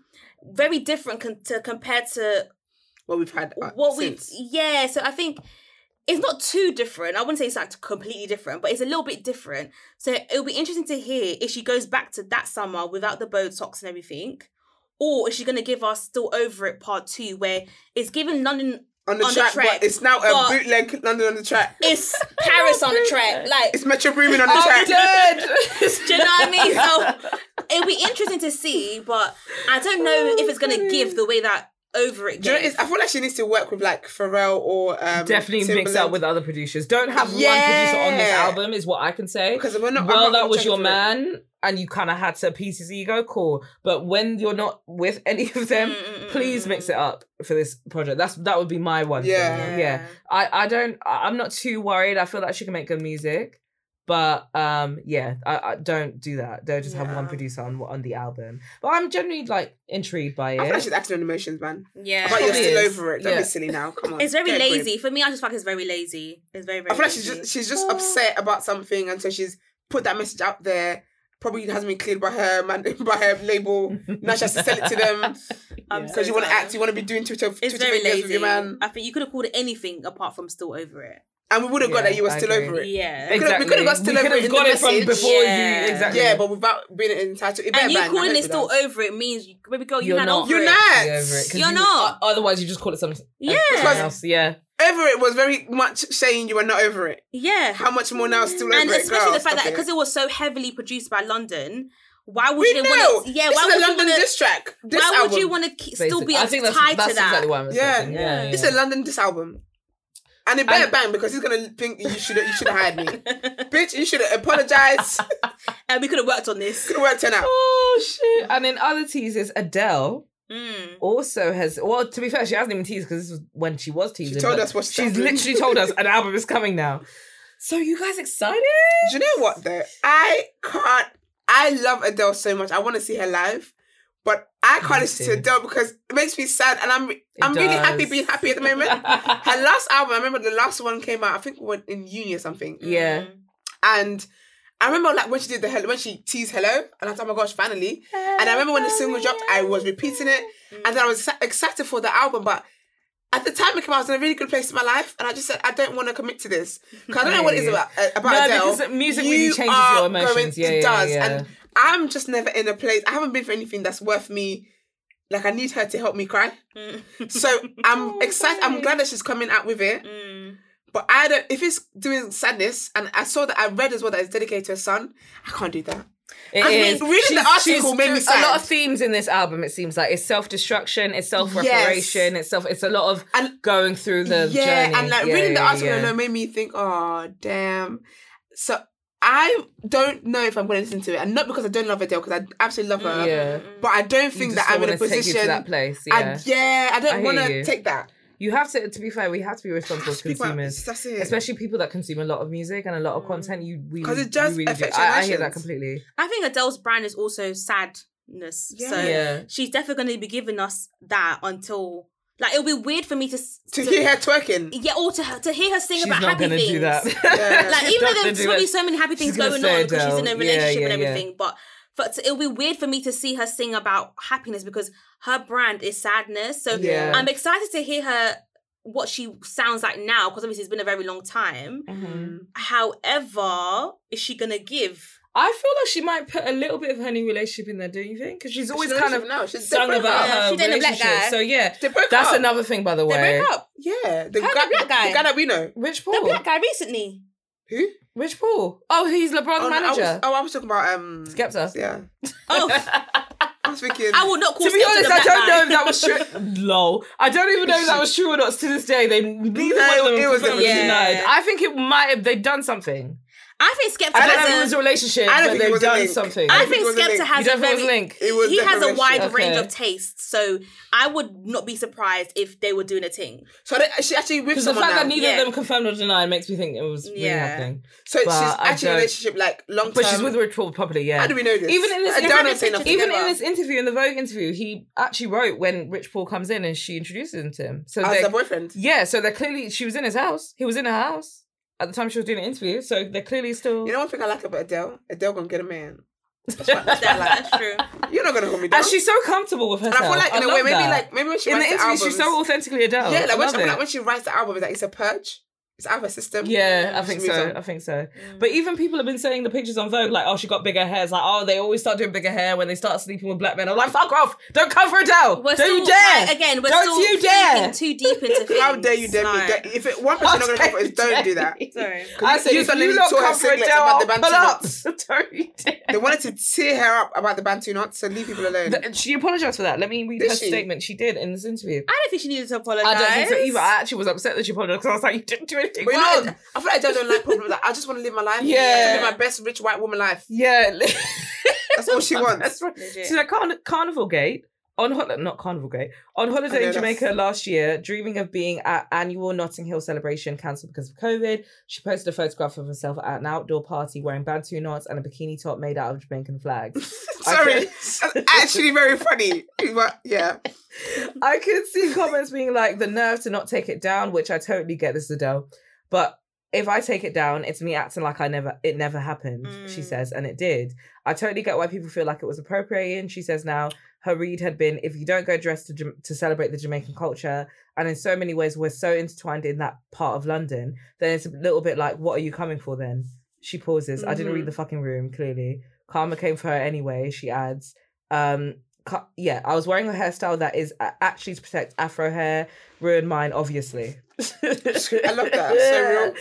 Speaker 2: very different con- to compared to
Speaker 3: Well, we've had uh,
Speaker 2: what we e-,
Speaker 3: since.
Speaker 2: yeah so i think it's not too different i wouldn't say it's like completely different but it's a little bit different so it'll be interesting to hear if she goes back to that summer without the botox and everything or is she going to give us still over it part two where it's given london
Speaker 3: on the
Speaker 2: on the
Speaker 3: track,
Speaker 2: track,
Speaker 3: but it's now a
Speaker 2: but-
Speaker 3: bootleg London on the track.
Speaker 2: it's paris on the track like
Speaker 3: It's Metro Boomin on the track.
Speaker 2: do you know what I mean? So it'll be interesting to see, but I don't know if it's gonna give the way that over it.
Speaker 3: Do you know,
Speaker 2: game.
Speaker 3: it's, I feel like she needs to work with like Pharrell or um,
Speaker 1: Definitely mix up
Speaker 3: Timberland.
Speaker 1: with other producers. Don't have one producer on this
Speaker 3: Yeah.
Speaker 1: album, is what I can say.
Speaker 3: because we're not. I'm
Speaker 1: well,
Speaker 3: not
Speaker 1: that was
Speaker 3: contracted
Speaker 1: your
Speaker 3: for it.
Speaker 1: man, and you kind of had to appease his ego. Cool, but when you're not with any of them,
Speaker 2: Mm, mm, mm,
Speaker 1: please
Speaker 2: mm,
Speaker 1: mix
Speaker 2: mm.
Speaker 1: it up for this project. That's that would be my one. thing.
Speaker 3: Yeah.
Speaker 1: yeah. I I don't. I- I'm not too worried. I feel like she can make good music, but um, yeah, I, I don't do that. Don't just have one
Speaker 3: Yeah.
Speaker 1: producer on on the album. But I'm generally like intrigued by
Speaker 3: I feel like
Speaker 1: it.
Speaker 3: she's acting on emotions, man.
Speaker 2: Yeah.
Speaker 3: But you're
Speaker 1: Probably
Speaker 3: still
Speaker 1: is.
Speaker 3: over it. Don't
Speaker 1: Yeah.
Speaker 3: be silly now. Come on.
Speaker 2: It's very
Speaker 3: Get a grip.
Speaker 2: lazy. For me, I just feel like it's very lazy. It's very, very
Speaker 3: I feel like she's
Speaker 2: lazy.
Speaker 3: just she's just upset about something, and so she's put that message out there. Probably hasn't been cleared by her man, by her label. Now she has to sell it to them
Speaker 2: I'm so
Speaker 3: because you want to
Speaker 2: sorry.
Speaker 3: act, you want to be doing Twitter,
Speaker 2: It's
Speaker 3: Twitter
Speaker 2: very
Speaker 3: videos with
Speaker 2: lazy.
Speaker 3: your man,
Speaker 2: I think you could have called it anything apart from still over it.
Speaker 3: and we would have got
Speaker 1: Yeah,
Speaker 3: that you were
Speaker 1: I
Speaker 3: still
Speaker 1: agree.
Speaker 3: over it.
Speaker 2: Yeah.
Speaker 3: Exactly. could've- we could've got still
Speaker 1: We
Speaker 3: over
Speaker 1: could've
Speaker 3: it in
Speaker 1: got
Speaker 3: the
Speaker 1: it from
Speaker 3: message.
Speaker 1: before
Speaker 2: Yeah.
Speaker 1: you exactly.
Speaker 3: Yeah, but without being entitled, it better
Speaker 2: And you
Speaker 3: ban, I
Speaker 2: calling
Speaker 3: don't
Speaker 2: it
Speaker 3: do
Speaker 2: still
Speaker 3: that.
Speaker 2: over it means, you- baby girl, you're,
Speaker 1: You're
Speaker 2: not,
Speaker 1: not.
Speaker 2: over
Speaker 3: You're
Speaker 2: it.
Speaker 3: not.
Speaker 1: Be over it, 'cause
Speaker 2: You're
Speaker 1: you-
Speaker 2: not.
Speaker 1: o- Otherwise, you just call it something.
Speaker 2: Yeah.
Speaker 1: something else. Yeah.
Speaker 3: Over it was very much saying you were not over it.
Speaker 2: Yeah.
Speaker 3: How much more now? Still over
Speaker 2: and
Speaker 3: it,
Speaker 2: especially
Speaker 3: girl,
Speaker 2: the fact
Speaker 3: stop
Speaker 2: that
Speaker 3: it.
Speaker 2: because it was so heavily produced by London, why would
Speaker 3: we
Speaker 2: you
Speaker 3: know.
Speaker 2: want to? Yeah,
Speaker 3: this
Speaker 2: why
Speaker 3: is a
Speaker 2: would you
Speaker 3: London
Speaker 2: want
Speaker 3: diss
Speaker 2: to?
Speaker 3: track. Diss
Speaker 2: Why would you
Speaker 3: album.
Speaker 2: want to still be
Speaker 1: Basically. I think that's,
Speaker 2: tied
Speaker 1: that's
Speaker 2: to that?
Speaker 1: exactly what I'm
Speaker 3: Yeah.
Speaker 1: expecting. Yeah.
Speaker 3: It's a London diss album. And it better bang because he's gonna think you should you should have hired me, bitch. You should apologize.
Speaker 2: and we could have worked on this.
Speaker 3: Could have worked it out.
Speaker 1: Oh shit! And in other teasers, Adele
Speaker 2: Mm.
Speaker 1: also has. Well, to be fair, she hasn't even teased because this was when she was teasing.
Speaker 3: told
Speaker 1: but
Speaker 3: us what she's
Speaker 1: she's
Speaker 3: doing.
Speaker 1: literally told us an album is coming now. So you guys excited?
Speaker 3: Do you know what though? I can't. I love Adele so much. I want to see her live, but I can't listen to
Speaker 1: too.
Speaker 3: Adele because it makes me sad, and I'm I'm really happy
Speaker 1: does.
Speaker 3: being happy at the moment. her last album, I remember the last one came out. I think we were in uni or something,
Speaker 1: Yeah.
Speaker 3: and. I remember like when she did the hello, when she teased hello, and I was like, oh my gosh, finally. And I remember when the single dropped, I was repeating it, and then I was excited for the album, but at the time it came out, I was in a really good place in my life, and I just said I don't want to commit to this because I don't know what it is
Speaker 1: Right.
Speaker 3: about uh, about
Speaker 1: No,
Speaker 3: Adele.
Speaker 1: because music really changes
Speaker 3: are
Speaker 1: your emotions. Yeah, yeah,
Speaker 3: it does,
Speaker 1: yeah.
Speaker 3: and I'm just never in a place. I haven't been for anything that's worth me. Like I need her to help me cry.
Speaker 1: Mm.
Speaker 3: so
Speaker 1: Oh,
Speaker 3: I'm excited. I'm glad that she's coming out with it.
Speaker 2: Mm.
Speaker 3: But I don't. If it's doing sadness, and I saw that I read as well that it's dedicated to her son. I can't do that.
Speaker 1: It
Speaker 3: I mean,
Speaker 1: is.
Speaker 3: reading the article made me
Speaker 1: A lot
Speaker 3: sad.
Speaker 1: of themes in this album. It seems like it's self destruction, it's self reparation, it's self. It's a lot of
Speaker 3: And-
Speaker 1: going through the
Speaker 3: yeah,
Speaker 1: journey.
Speaker 3: and like
Speaker 1: Yeah,
Speaker 3: reading the
Speaker 1: yeah,
Speaker 3: article
Speaker 1: yeah.
Speaker 3: alone made me think, oh damn. So I don't know if I'm going to listen to it, and not because I don't love Adele, because I absolutely love her.
Speaker 1: Yeah.
Speaker 2: Mm.
Speaker 3: But I don't
Speaker 1: You
Speaker 3: think
Speaker 1: just
Speaker 3: that
Speaker 1: don't
Speaker 3: I'm in a
Speaker 1: wanna take you
Speaker 3: position.
Speaker 1: to that place. Yeah.
Speaker 3: I, yeah, I
Speaker 1: I
Speaker 3: don't
Speaker 1: hear
Speaker 3: want
Speaker 1: you.
Speaker 3: to take that.
Speaker 1: You have to. To be fair, we have to be responsible as
Speaker 3: Speak about-
Speaker 1: consumers,
Speaker 3: that's it. Mm.
Speaker 1: especially people that consume a lot of music and a lot of content. You we
Speaker 3: 'Cause it
Speaker 1: you
Speaker 3: just
Speaker 1: really do.
Speaker 3: affects your
Speaker 1: I, I hear that
Speaker 3: emotions.
Speaker 1: completely.
Speaker 2: I think Adele's brand is also sadness.
Speaker 3: Yeah.
Speaker 2: So
Speaker 1: Yeah.
Speaker 2: she's definitely going to be giving us that until like it'll be weird for me to s-
Speaker 3: To hear her twerking,
Speaker 2: yeah, or to her, to hear her sing
Speaker 1: She's
Speaker 2: about
Speaker 1: not
Speaker 2: happy
Speaker 1: gonna
Speaker 2: things.
Speaker 1: do that.
Speaker 2: Like
Speaker 1: She's
Speaker 2: even
Speaker 1: not
Speaker 2: though
Speaker 1: gonna
Speaker 2: there's
Speaker 1: do
Speaker 2: probably
Speaker 1: that.
Speaker 2: so many happy things
Speaker 1: gonna
Speaker 2: going on
Speaker 1: stay
Speaker 2: because she's in a
Speaker 1: Adele.
Speaker 2: relationship
Speaker 1: Yeah, yeah,
Speaker 2: and
Speaker 1: yeah.
Speaker 2: everything, but but it'll be weird for me to see her sing about happiness because her brand is sadness. So
Speaker 1: Yeah.
Speaker 2: I'm excited to hear her what she sounds like now because obviously it's been a very long time.
Speaker 1: Mm-hmm.
Speaker 3: Mm.
Speaker 2: However, is she gonna give?
Speaker 1: I feel like she might put a little bit of her new relationship in there, don't you think? Because she's always
Speaker 3: She's
Speaker 1: kind
Speaker 3: relationship
Speaker 1: of
Speaker 3: now. She's- they
Speaker 1: sung
Speaker 3: broke
Speaker 1: about
Speaker 3: up.
Speaker 2: Yeah,
Speaker 1: her
Speaker 2: she dating a black
Speaker 1: relationship.
Speaker 2: guy.
Speaker 1: So yeah,
Speaker 3: They broke
Speaker 1: that's
Speaker 3: up.
Speaker 1: another thing, by the way.
Speaker 2: up.
Speaker 3: yeah, the
Speaker 2: Her
Speaker 3: guy,
Speaker 2: black guy.
Speaker 3: the guy that we know,
Speaker 1: Rich
Speaker 2: The
Speaker 1: Paul.
Speaker 2: black guy recently.
Speaker 3: who?
Speaker 1: Rich Paul. Oh, he's LeBron's
Speaker 3: Oh, no, I was,
Speaker 1: manager.
Speaker 3: oh, I was talking about um,
Speaker 1: Skepta.
Speaker 3: Yeah,
Speaker 2: Oh,
Speaker 3: I was thinking.
Speaker 2: I will not call.
Speaker 1: to be
Speaker 2: Skepta
Speaker 1: honest,
Speaker 2: the
Speaker 1: I
Speaker 2: black
Speaker 1: don't
Speaker 2: guy.
Speaker 1: know if that was true. Lol. I don't even know if that was true or not. To this day, they neither one of them
Speaker 3: it was
Speaker 1: completely
Speaker 2: different.
Speaker 1: denied.
Speaker 2: Yeah.
Speaker 1: I think it might have. They've done something.
Speaker 2: I think Skepta
Speaker 1: I don't know if it
Speaker 2: has
Speaker 1: was
Speaker 2: a.
Speaker 1: a relationship,
Speaker 3: I don't
Speaker 1: but
Speaker 3: think it
Speaker 1: they've
Speaker 3: was a
Speaker 1: done
Speaker 3: link.
Speaker 1: something.
Speaker 2: I
Speaker 3: I
Speaker 2: think
Speaker 3: think it was a
Speaker 2: Skepta
Speaker 3: link.
Speaker 2: has
Speaker 1: You
Speaker 2: a
Speaker 1: don't think it
Speaker 2: very.
Speaker 1: was link?
Speaker 3: It was
Speaker 2: he has a
Speaker 3: definitely
Speaker 2: wide
Speaker 3: shit.
Speaker 2: range
Speaker 1: Okay.
Speaker 2: of tastes, so I would not be surprised if they were doing a thing.
Speaker 3: so they, she actually with
Speaker 1: Because the
Speaker 3: someone
Speaker 1: fact that
Speaker 3: now.
Speaker 1: neither
Speaker 2: Yeah.
Speaker 1: of them confirmed or denied makes me think it was really
Speaker 2: Yeah.
Speaker 1: happening.
Speaker 3: so she's
Speaker 1: But I
Speaker 3: actually in a
Speaker 1: don't-
Speaker 3: relationship like long term.
Speaker 1: But she's with Rich Paul properly, yeah.
Speaker 3: How do we know this?
Speaker 1: Even in this,
Speaker 3: Adele
Speaker 1: even,
Speaker 3: don't say nothing
Speaker 1: even in
Speaker 3: about-
Speaker 1: this interview, in the Vogue interview, he actually wrote when Rich Paul comes in and she introduces him to him. So
Speaker 3: as
Speaker 1: they,
Speaker 3: their boyfriend.
Speaker 1: yeah, so they're clearly she was in his house. He was in her house at the time she was doing an interview. So they're clearly still.
Speaker 3: You know one thing I like about Adele? Adele gonna get a man.
Speaker 2: That- that's true.
Speaker 3: You're not gonna hold me down.
Speaker 1: and she's so comfortable with
Speaker 3: And I
Speaker 1: herself.
Speaker 3: feel like in a way,
Speaker 1: love
Speaker 3: maybe
Speaker 1: that.
Speaker 3: like maybe when she
Speaker 1: in the
Speaker 3: writes
Speaker 1: interview,
Speaker 3: albums,
Speaker 1: she's so authentically Adele.
Speaker 3: yeah,
Speaker 1: I
Speaker 3: like when,
Speaker 1: love
Speaker 3: she, I feel
Speaker 1: it.
Speaker 3: like when she writes the album, it's like it's a purge. It's our system.
Speaker 1: Yeah, I think
Speaker 3: She moves
Speaker 1: so.
Speaker 3: on.
Speaker 1: I think so. But even people have been saying the pictures on Vogue, like, oh, she got bigger hair. It's like, oh, they always start doing bigger hair when they start sleeping with black men. I'm like, fuck off. Don't cover it down.
Speaker 2: We're
Speaker 1: Don't
Speaker 2: still,
Speaker 1: you dare.
Speaker 2: like, again, we're
Speaker 1: Don't
Speaker 2: still
Speaker 1: you dare.
Speaker 2: thinking too deep into things.
Speaker 3: How dare you dare
Speaker 2: like-
Speaker 3: me? Dare, if it, one person not going to go for it, don't do that.
Speaker 2: Sorry.
Speaker 1: I said,
Speaker 3: You
Speaker 1: if
Speaker 3: suddenly
Speaker 1: you not
Speaker 3: tore her
Speaker 1: cover it
Speaker 3: singlet
Speaker 1: down,
Speaker 3: about
Speaker 1: I'll
Speaker 3: the
Speaker 1: pull up.
Speaker 3: Bantu
Speaker 1: Don't you dare.
Speaker 3: They wanted to tear her up about the Bantu knots, so leave people alone.
Speaker 1: Th- She apologized for that. Let me read
Speaker 3: Did
Speaker 1: her
Speaker 3: she?
Speaker 1: statement. She did in this interview.
Speaker 2: I don't think she needed to apologize.
Speaker 1: I don't think so either. I actually was upset that she apologized because I was like, you didn't do anything
Speaker 3: But you
Speaker 1: wrong.
Speaker 3: know, I feel like I don't like problems. Like, I just want to live my life.
Speaker 1: Yeah.
Speaker 3: live my best rich white woman life.
Speaker 1: Yeah.
Speaker 3: That's all she wants.
Speaker 1: That's right.
Speaker 2: Legit.
Speaker 1: So like Carn- Carnival Gate on hol- uh, not Carnival Gate on
Speaker 3: I
Speaker 1: holiday
Speaker 3: know
Speaker 1: in
Speaker 3: that's-
Speaker 1: Jamaica last year, dreaming of being at annual Notting Hill celebration cancelled because of COVID. She posted a photograph of herself at an outdoor party wearing bantu knots and a bikini top made out of Jamaican flags.
Speaker 3: Sorry.
Speaker 1: Okay.
Speaker 3: That's actually very funny. But yeah.
Speaker 1: I could see comments being like the nerve to not take it down, which I totally get. This is Adele, but if I take it down, it's me acting like I never it never happened. She
Speaker 2: Mm.
Speaker 1: says, and it did. I totally get why people feel like it was appropriating. She says now her read had been if you don't go dressed to Jam- to celebrate the Jamaican culture, and in so many ways we're so intertwined in that part of London, then it's a little bit like what are you coming for then? She pauses. I didn't read
Speaker 2: Mhm.
Speaker 1: the fucking room clearly. Karma came for her anyway. She adds. Um, Ca- yeah, I was wearing a hairstyle that is a- actually to protect afro hair. Ruined mine, obviously. I
Speaker 3: love that. So real.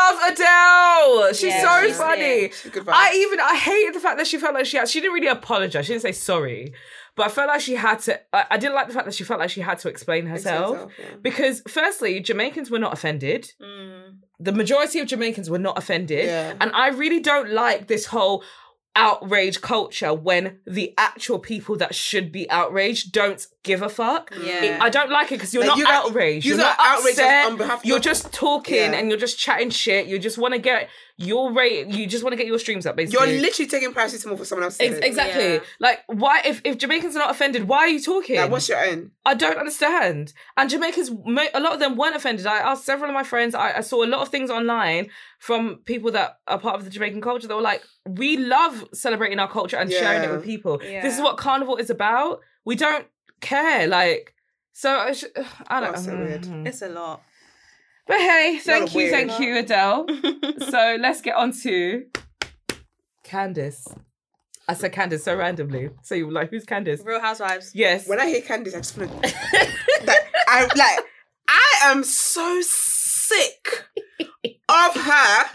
Speaker 1: I love Adele. She's
Speaker 2: Yeah,
Speaker 1: so
Speaker 2: she's
Speaker 1: funny.
Speaker 2: it.
Speaker 3: She's a good vibe.
Speaker 1: I even I hated the fact that she felt like she had. She didn't really apologize. She didn't say sorry, but I felt like she had to. I, I didn't like the fact that she felt like she had to explain herself.
Speaker 3: yeah.
Speaker 1: Because firstly, Jamaicans were not offended.
Speaker 2: Mm.
Speaker 1: The majority of Jamaicans were not offended.
Speaker 3: Yeah.
Speaker 1: And I really don't like this whole outrage culture when the actual people that should be outraged don't give a fuck.
Speaker 2: Yeah.
Speaker 1: It- I don't like it because you're
Speaker 3: Like,
Speaker 1: not
Speaker 3: you got-
Speaker 1: outraged.
Speaker 3: you
Speaker 1: You're
Speaker 3: got
Speaker 1: not
Speaker 3: outraged on-
Speaker 1: upset.
Speaker 3: on behalf of
Speaker 1: you're
Speaker 3: your-
Speaker 1: just talking
Speaker 3: Yeah.
Speaker 1: and you're just chatting shit. You just want to get your rate. You just want to get your streams up,
Speaker 3: You're
Speaker 1: basically.
Speaker 3: literally taking paracetamol for someone else.
Speaker 1: Ex- exactly.
Speaker 2: Yeah.
Speaker 1: Like, why? If, if Jamaicans are not offended, why are you talking?
Speaker 3: Like, what's your own?
Speaker 1: I don't understand. And Jamaicans, mo- a lot of them weren't offended. I asked several of my friends. I, I saw a lot of things online from people that are part of the Jamaican culture that were like, "We love celebrating our culture and sharing it
Speaker 3: Yeah.
Speaker 1: with people. This is
Speaker 2: Yeah.
Speaker 1: what carnival is about. We don't care." Like, so I, sh- I don't.
Speaker 3: That's so weird.
Speaker 1: Mhm.
Speaker 2: It's a lot.
Speaker 1: But hey, thank you,
Speaker 3: weird.
Speaker 1: thank you, Adele. so let's get on to Candice. I said Candice so randomly. So you were like, "Who's Candice?"
Speaker 2: Real Housewives.
Speaker 1: Yes.
Speaker 3: When I hear Candice, I just want to. I like. I am so sick of her.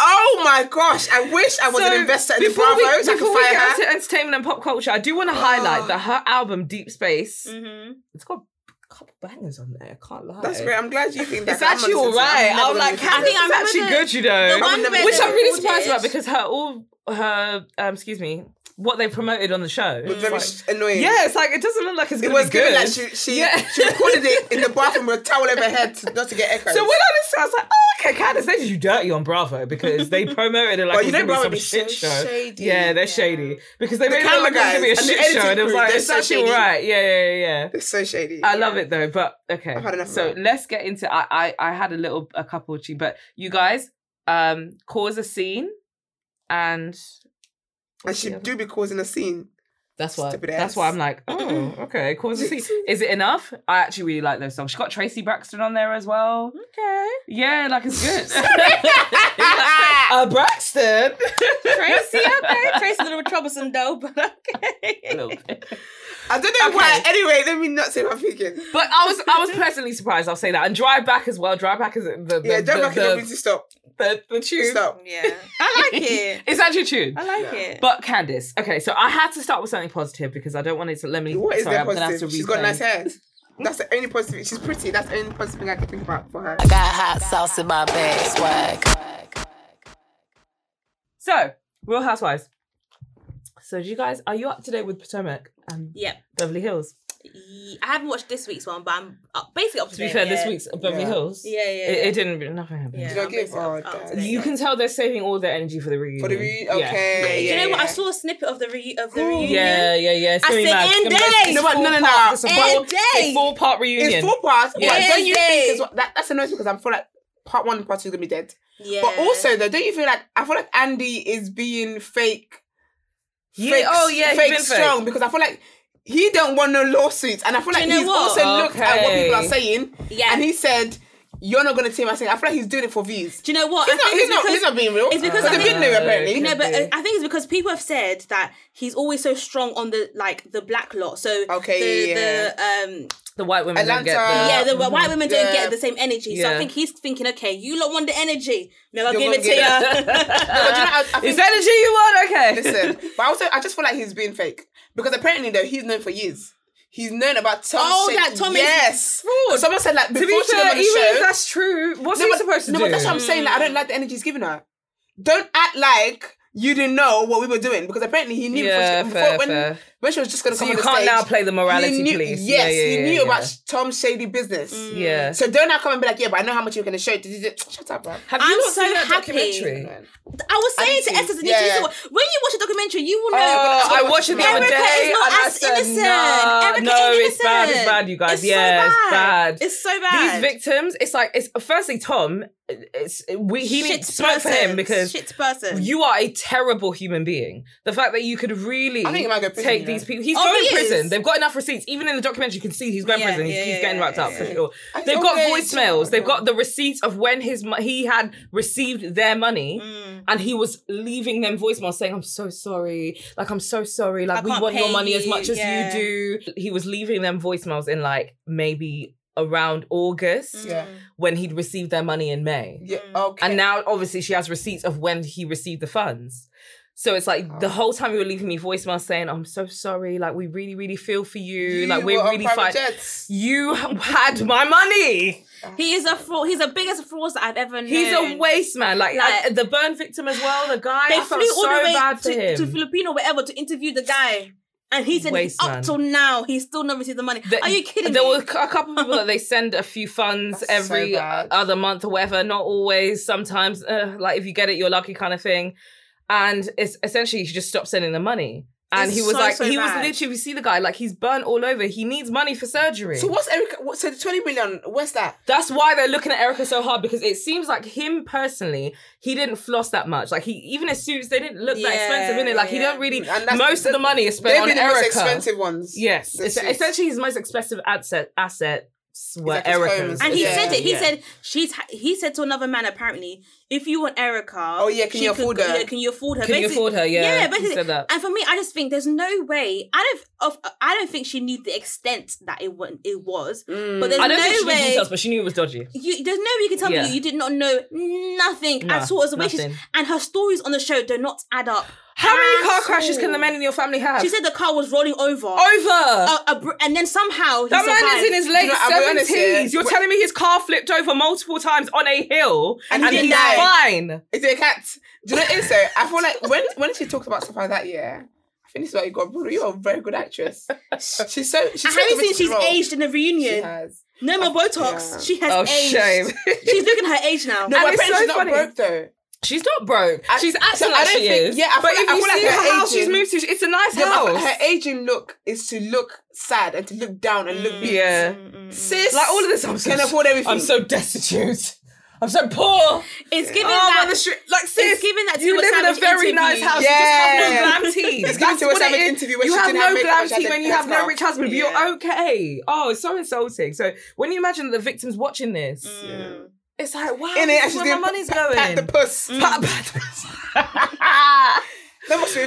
Speaker 3: Oh my gosh! I wish I was an investor in the
Speaker 1: before
Speaker 3: Bravo.
Speaker 1: we,
Speaker 3: so I
Speaker 1: before
Speaker 3: could
Speaker 1: we
Speaker 3: fire
Speaker 1: get
Speaker 3: her. Ah.
Speaker 1: into entertainment and pop culture, I do want to highlight that her album Deep Space,
Speaker 2: Mm-hmm.
Speaker 1: it's got a couple bangers on there. I can't lie.
Speaker 3: Mm. That's great. I'm glad you think that.
Speaker 1: It's actually all right. I was like,
Speaker 2: I think
Speaker 1: it's
Speaker 2: I'm remember
Speaker 1: actually
Speaker 2: the-
Speaker 1: good, you know.
Speaker 2: The one
Speaker 3: never-
Speaker 2: where
Speaker 1: Which
Speaker 2: they
Speaker 1: I'm really surprised
Speaker 2: recorded-
Speaker 1: about because her all her um excuse me what they promoted on the show.
Speaker 3: It was very
Speaker 1: It's
Speaker 3: sh- annoying.
Speaker 1: like- yeah, it's like it doesn't look like it's
Speaker 3: It
Speaker 1: gonna
Speaker 3: was
Speaker 1: be good.
Speaker 3: given like she she,
Speaker 1: Yeah.
Speaker 3: she recorded it in the bathroom with a towel over her head to, not to get echoes.
Speaker 1: so when I listened, I was like, oh, okay, Candace, they did you dirty on Bravo because they promoted it like
Speaker 3: But
Speaker 1: it was
Speaker 3: you know
Speaker 1: gonna be
Speaker 3: Bravo
Speaker 1: some
Speaker 3: be so
Speaker 1: shit show.
Speaker 3: shady.
Speaker 1: Yeah, they're
Speaker 3: Yeah.
Speaker 1: shady because they
Speaker 3: The
Speaker 1: made it look like it was
Speaker 3: camera guys
Speaker 1: gonna be a
Speaker 3: and the
Speaker 1: shit show,
Speaker 3: editing
Speaker 1: and it was
Speaker 3: crew,
Speaker 1: like
Speaker 3: they're
Speaker 1: it's
Speaker 3: so
Speaker 1: actually all
Speaker 3: shady.
Speaker 1: right. Yeah, yeah, yeah, yeah.
Speaker 3: it's so shady.
Speaker 1: I love it though, but okay.
Speaker 3: I've had enough of
Speaker 1: so
Speaker 3: that.
Speaker 1: let's get into. I, I I had a little a couple of cheap, but you guys um cause a scene, and
Speaker 3: And she do be causing a scene.
Speaker 1: that's why
Speaker 3: Stupid
Speaker 1: that's
Speaker 3: ass.
Speaker 1: why I'm like oh okay cause a scene. Is it enough? I actually really like those songs. She got Tracy Braxton on there as well.
Speaker 2: Okay.
Speaker 1: Yeah, like it's good. uh, Braxton.
Speaker 2: Tracy, okay. Tracy's a little troublesome though, but
Speaker 1: A
Speaker 2: okay.
Speaker 1: little bit.
Speaker 3: I don't know why.
Speaker 1: Okay.
Speaker 3: Anyway, let me not say what I'm thinking.
Speaker 1: But I was I was pleasantly surprised. I'll say that. And Drive Back as well. Drive Back is the the
Speaker 3: Yeah,
Speaker 1: the,
Speaker 3: don't reckon
Speaker 1: the-
Speaker 3: I need to stop.
Speaker 1: the, the tune.
Speaker 3: Stop.
Speaker 2: Yeah. I like it.
Speaker 1: It's actually a tune.
Speaker 2: I like
Speaker 3: Yeah.
Speaker 2: it.
Speaker 1: But Candice, okay, so I had to start with something positive because I don't want it to let me.
Speaker 3: What is
Speaker 1: sorry,
Speaker 3: there
Speaker 1: I'm gonna have to
Speaker 3: positive? She's got
Speaker 1: replay.
Speaker 3: nice hair. That's the only positive. She's pretty. That's the only positive thing I can think about for her.
Speaker 4: I got hot sauce in my bag. Swag.
Speaker 1: So, Real Housewives. So, do you guys are you up to date with Potomac and
Speaker 2: yeah.
Speaker 1: Beverly Hills?
Speaker 2: Ye- I haven't watched this week's one, but I'm up, basically up to,
Speaker 1: To be
Speaker 2: date,
Speaker 1: fair, this
Speaker 2: yeah.
Speaker 1: week's Beverly
Speaker 3: Yeah.
Speaker 1: Hills.
Speaker 2: Yeah, yeah, yeah.
Speaker 1: It, it didn't. Nothing happened.
Speaker 2: Yeah,
Speaker 3: you not
Speaker 2: I'm
Speaker 3: give-
Speaker 2: basically up-
Speaker 3: oh,
Speaker 2: up to
Speaker 3: damn.
Speaker 2: date,
Speaker 1: You
Speaker 2: yeah.
Speaker 1: can tell they're saving all their energy for the reunion.
Speaker 3: For the re-
Speaker 1: Yeah.
Speaker 3: okay.
Speaker 2: Do
Speaker 3: yeah,
Speaker 2: you know what? I
Speaker 3: yeah.
Speaker 2: saw a snippet of the re- of the
Speaker 3: Ooh.
Speaker 2: reunion.
Speaker 1: Yeah, yeah, yeah. It's
Speaker 2: I
Speaker 1: gonna be
Speaker 2: said
Speaker 1: mad. It's
Speaker 2: end
Speaker 1: gonna be-
Speaker 2: day.
Speaker 1: it's
Speaker 2: No,
Speaker 3: but
Speaker 1: four
Speaker 3: no, no, no.
Speaker 1: parts. It's a
Speaker 2: End
Speaker 1: four- It's
Speaker 2: day.
Speaker 1: four part reunion.
Speaker 3: It's four parts.
Speaker 1: Yeah.
Speaker 3: But don't you
Speaker 2: Wednesday.
Speaker 3: think as well, that, that's annoying because I feel like part one and part two is gonna be dead.
Speaker 2: yeah.
Speaker 3: But also though, don't you feel like I feel like Andy is being fake,
Speaker 1: Yeah,
Speaker 3: fake,
Speaker 1: oh yeah, he's
Speaker 3: fake
Speaker 1: been
Speaker 3: strong because I feel like he don't want no lawsuits, and I feel like
Speaker 2: you know
Speaker 3: he's
Speaker 2: what?
Speaker 3: also looked at what people are
Speaker 1: Okay.
Speaker 3: saying,
Speaker 2: yeah,
Speaker 3: and he said you're not gonna team my saying. I feel like he's doing it for views.
Speaker 2: Do you know what?
Speaker 3: He's
Speaker 2: I
Speaker 3: not,
Speaker 2: think
Speaker 3: he's,
Speaker 2: it's
Speaker 3: not,
Speaker 2: because-
Speaker 3: he's not being real.
Speaker 2: it's because
Speaker 3: But
Speaker 2: I
Speaker 3: the
Speaker 2: think-
Speaker 3: big new apparently.
Speaker 2: You know, but uh,
Speaker 6: Okay.
Speaker 2: I think it's because people have said that he's always so strong on the like the black lot. So
Speaker 3: Okay,
Speaker 2: the,
Speaker 3: yeah,
Speaker 2: the um
Speaker 1: The white women don't get
Speaker 3: Atlanta-
Speaker 1: the-
Speaker 2: yeah, the white women don't
Speaker 3: Yeah.
Speaker 2: get the same energy. So
Speaker 1: Uh, Yeah.
Speaker 2: I think he's thinking, okay, you lot want the energy. No, I'll
Speaker 3: You're
Speaker 2: give
Speaker 3: gonna
Speaker 2: it to
Speaker 3: get it.
Speaker 2: you.
Speaker 3: But do you know, I, I think,
Speaker 1: Is energy you want? Okay.
Speaker 3: listen, but I also I just feel like he's being fake because apparently though he's known for years. He's known about Tom.
Speaker 2: Oh,
Speaker 3: Shank-
Speaker 2: that Tom is
Speaker 3: Yes.
Speaker 1: fraud.
Speaker 3: Someone said like
Speaker 1: to
Speaker 3: before
Speaker 1: be
Speaker 3: she came
Speaker 1: fair,
Speaker 3: on
Speaker 1: even
Speaker 3: the show.
Speaker 1: if that's true, what's he
Speaker 3: but-
Speaker 1: supposed to
Speaker 3: no,
Speaker 1: do?
Speaker 3: but that's what I'm saying. Like, I don't like the energy he's giving her. Don't act like you didn't know what we were doing because apparently he knew
Speaker 1: Yeah,
Speaker 3: before, she,
Speaker 1: fair,
Speaker 3: before when,
Speaker 1: fair.
Speaker 3: when she was just going to
Speaker 1: So
Speaker 3: come
Speaker 1: you
Speaker 3: on the
Speaker 1: can't
Speaker 3: stage,
Speaker 1: now play the morality
Speaker 3: he knew,
Speaker 1: police.
Speaker 3: Yes,
Speaker 1: Yeah, yeah,
Speaker 3: he knew
Speaker 1: yeah, Mm.
Speaker 3: about Mm.
Speaker 1: yeah.
Speaker 3: Tom's shady business.
Speaker 1: Yeah.
Speaker 3: So don't now come and be like, yeah, but I know how much you're going to show. Shut up, bro.
Speaker 1: Have
Speaker 2: I'm
Speaker 1: you not
Speaker 2: so
Speaker 1: seen that
Speaker 2: happy.
Speaker 1: documentary?
Speaker 2: I was saying to
Speaker 3: see.
Speaker 2: Esther,
Speaker 3: Yeah,
Speaker 2: yeah.
Speaker 3: yeah. Uh,
Speaker 2: when you watch a documentary, you will know.
Speaker 1: Oh, I watched it the other
Speaker 2: Erica
Speaker 1: day.
Speaker 2: is not
Speaker 1: and I
Speaker 2: as
Speaker 1: said,
Speaker 2: innocent.
Speaker 1: Nah,
Speaker 2: Erica
Speaker 1: no,
Speaker 2: ain't
Speaker 1: it's bad. It's
Speaker 2: innocent.
Speaker 1: bad, you guys.
Speaker 2: It's so
Speaker 1: yeah, it's
Speaker 2: bad.
Speaker 1: bad.
Speaker 2: It's so bad.
Speaker 1: These victims, it's like, it's firstly Tom. It's we, he
Speaker 2: Shit
Speaker 1: needs smoke for him
Speaker 2: person.
Speaker 1: because
Speaker 2: shit person.
Speaker 1: you are a terrible human being. The fact that you could really
Speaker 3: I think he might go prison,
Speaker 1: take
Speaker 3: you know.
Speaker 1: these people. He's
Speaker 2: Oh,
Speaker 1: going
Speaker 2: he
Speaker 1: prison.
Speaker 2: is.
Speaker 1: They've got enough receipts. Even in the documentary, you can see he's going
Speaker 2: Yeah,
Speaker 1: prison. He's,
Speaker 2: yeah,
Speaker 1: he's
Speaker 2: yeah,
Speaker 1: getting
Speaker 2: yeah,
Speaker 1: wrapped up for
Speaker 2: yeah.
Speaker 1: sure.
Speaker 3: I
Speaker 1: They've got
Speaker 3: don't
Speaker 1: voicemails.
Speaker 3: know.
Speaker 1: They've got the receipts of when his mo- he had received their money.
Speaker 2: Mm.
Speaker 1: And he was leaving them voicemails saying, I'm so sorry. Like, I'm so sorry. Like, we
Speaker 2: can't
Speaker 1: want your
Speaker 2: pay
Speaker 1: money as
Speaker 2: you."
Speaker 1: much as
Speaker 2: Yeah.
Speaker 1: you do. He was leaving them voicemails in like maybe around
Speaker 2: Mm.
Speaker 1: August
Speaker 3: Yeah.
Speaker 1: when he'd received their money in May.
Speaker 3: Yeah. Okay.
Speaker 1: Mm. And now, obviously, she has receipts of when he received the funds. So it's like the whole time you were leaving me voicemail saying, "I'm so sorry. Like we really, really feel for you. like we're
Speaker 3: were on
Speaker 1: really
Speaker 3: private
Speaker 1: fine.
Speaker 3: jets.
Speaker 1: You had my money.
Speaker 2: He is a fraud. He's the biggest fraud that I've ever known.
Speaker 1: He's a waste man. Like,
Speaker 2: Like-
Speaker 1: I- the burn victim as well. The guy.
Speaker 2: They
Speaker 1: I
Speaker 2: flew
Speaker 1: felt
Speaker 2: all
Speaker 1: so
Speaker 2: the way
Speaker 1: bad for
Speaker 2: to,
Speaker 1: him.
Speaker 2: to Filipino, wherever, to interview the guy, and he said
Speaker 1: Waste
Speaker 2: up
Speaker 1: man.
Speaker 2: till now he's still not received the money.
Speaker 1: The-
Speaker 2: Are you kidding
Speaker 1: There
Speaker 2: me?
Speaker 1: were a couple of people that they send a few funds
Speaker 3: That's so
Speaker 1: every
Speaker 3: bad.
Speaker 1: other month or whatever. Not always. Sometimes, uh, like if you get it, you're lucky, kind of thing. And it's essentially he just stopped sending the money. And
Speaker 2: It's
Speaker 1: he was
Speaker 2: so,
Speaker 1: like,
Speaker 2: so
Speaker 1: he
Speaker 2: bad.
Speaker 1: was literally. We see the guy like he's burnt all over. He needs money for surgery.
Speaker 3: So what's Erica? What, so the twenty million. Where's that?
Speaker 1: That's why they're looking at Erica so hard because it seems like him personally, he didn't floss that much. Like he even his suits, they didn't look that
Speaker 2: Yeah,
Speaker 1: expensive in it. Like he
Speaker 2: yeah.
Speaker 1: don't really.
Speaker 3: And that's-
Speaker 1: most of the money is spent
Speaker 3: They've
Speaker 1: on
Speaker 3: been the
Speaker 1: Erica.
Speaker 3: most expensive ones.
Speaker 1: Yes,
Speaker 3: The
Speaker 1: it's
Speaker 3: suits.
Speaker 1: essentially his most expensive asset. Assets were
Speaker 3: like his
Speaker 1: Erica's.
Speaker 3: phones.
Speaker 2: And he
Speaker 3: Yeah,
Speaker 2: said it. He
Speaker 1: yeah.
Speaker 2: said she's. ha- He said to another man apparently, if you want Erica,
Speaker 3: Oh, yeah, can
Speaker 2: she
Speaker 3: you
Speaker 2: could
Speaker 3: afford
Speaker 2: go-
Speaker 3: her?
Speaker 2: Yeah, can you afford her?
Speaker 1: Can you
Speaker 2: Basically-
Speaker 1: afford her? Yeah, he
Speaker 2: basically.
Speaker 1: said that.
Speaker 2: And for me, I just think there's no way. I don't. Of, I don't think she knew the extent that it was. It was. But there's
Speaker 1: Mm. I don't
Speaker 2: no
Speaker 1: think she knew
Speaker 2: way.
Speaker 1: details, but she knew it was dodgy.
Speaker 2: you, there's no way you can tell
Speaker 1: Yeah.
Speaker 2: me you, you did not know nothing
Speaker 1: Nah,
Speaker 2: at all as a way she's-
Speaker 1: nothing.
Speaker 2: and her stories on the show do not add up.
Speaker 1: How many car
Speaker 2: at
Speaker 1: crashes can
Speaker 2: all.
Speaker 1: the men in your family have?
Speaker 2: She said Oh, the car was rolling over.
Speaker 1: over.
Speaker 2: A- a br- and then somehow he
Speaker 1: Oh, that man
Speaker 2: survived.
Speaker 1: is in his late
Speaker 3: You know, I'll be honest here,
Speaker 1: seventies. You're
Speaker 3: when-
Speaker 1: telling me his car flipped over multiple times on a hill,
Speaker 3: And
Speaker 1: and,
Speaker 3: he didn't
Speaker 1: he's
Speaker 3: die.
Speaker 1: fine.
Speaker 3: Is it a cat? Do you know what it is though? I feel like when when she talked about stuff like that, yeah. I think this is why you got Bruno. You're a very good actress. She's so she's
Speaker 2: I
Speaker 3: so
Speaker 2: haven't
Speaker 3: committed
Speaker 2: seen
Speaker 3: to the
Speaker 2: she's
Speaker 3: role.
Speaker 2: aged in the reunion.
Speaker 3: She has.
Speaker 2: No more Botox.
Speaker 3: yeah.
Speaker 2: She has
Speaker 1: Oh,
Speaker 2: aged.
Speaker 1: shame.
Speaker 2: She's looking her age now.
Speaker 3: No,
Speaker 1: And
Speaker 3: but
Speaker 1: it's
Speaker 3: apparently
Speaker 1: so
Speaker 3: she's not
Speaker 1: funny.
Speaker 3: broke though.
Speaker 1: She's not broke.
Speaker 3: I-
Speaker 1: she's
Speaker 3: so
Speaker 1: acting
Speaker 3: I
Speaker 1: like
Speaker 3: don't
Speaker 1: she
Speaker 3: think-
Speaker 1: is.
Speaker 3: yeah, I
Speaker 1: but
Speaker 3: feel like-
Speaker 1: if
Speaker 3: I
Speaker 1: you
Speaker 3: feel like
Speaker 1: see
Speaker 3: her
Speaker 1: the house she's
Speaker 3: aging-
Speaker 1: moved to, it's a nice
Speaker 3: Yeah, but
Speaker 1: house.
Speaker 3: her aging look is to look sad and to look down and look big.
Speaker 1: yeah,
Speaker 3: Sis,
Speaker 1: like all of this, I'm so,
Speaker 3: can afford everything.
Speaker 1: I'm so destitute. I'm so poor.
Speaker 2: It's giving
Speaker 1: Oh,
Speaker 2: that.
Speaker 1: by the street, like sis,
Speaker 2: It's giving that
Speaker 1: you
Speaker 2: Tiwa
Speaker 1: live in a
Speaker 2: Savage
Speaker 1: very
Speaker 2: interview.
Speaker 1: nice house. You just
Speaker 3: Yeah.
Speaker 1: have no glam team.
Speaker 3: It's giving
Speaker 1: That's
Speaker 3: Tiwa
Speaker 1: what it
Speaker 3: Savage
Speaker 1: is.
Speaker 3: interview when
Speaker 1: you
Speaker 3: she
Speaker 1: have
Speaker 3: didn't
Speaker 1: no
Speaker 3: have makeup,
Speaker 1: glam
Speaker 3: she had
Speaker 1: team
Speaker 3: the
Speaker 1: and you have no
Speaker 3: hairstyle.
Speaker 1: rich husband, but
Speaker 3: Yeah.
Speaker 1: you're okay. Oh, it's so insulting. So when you imagine the victims watching
Speaker 3: Mm.
Speaker 1: this, it's like, wow,
Speaker 3: in
Speaker 1: this
Speaker 3: it, and
Speaker 1: is
Speaker 3: she's
Speaker 1: where my
Speaker 3: doing
Speaker 1: money's
Speaker 3: pat-
Speaker 1: going.
Speaker 3: pat the puss.
Speaker 1: Pat- pat the-
Speaker 3: That must be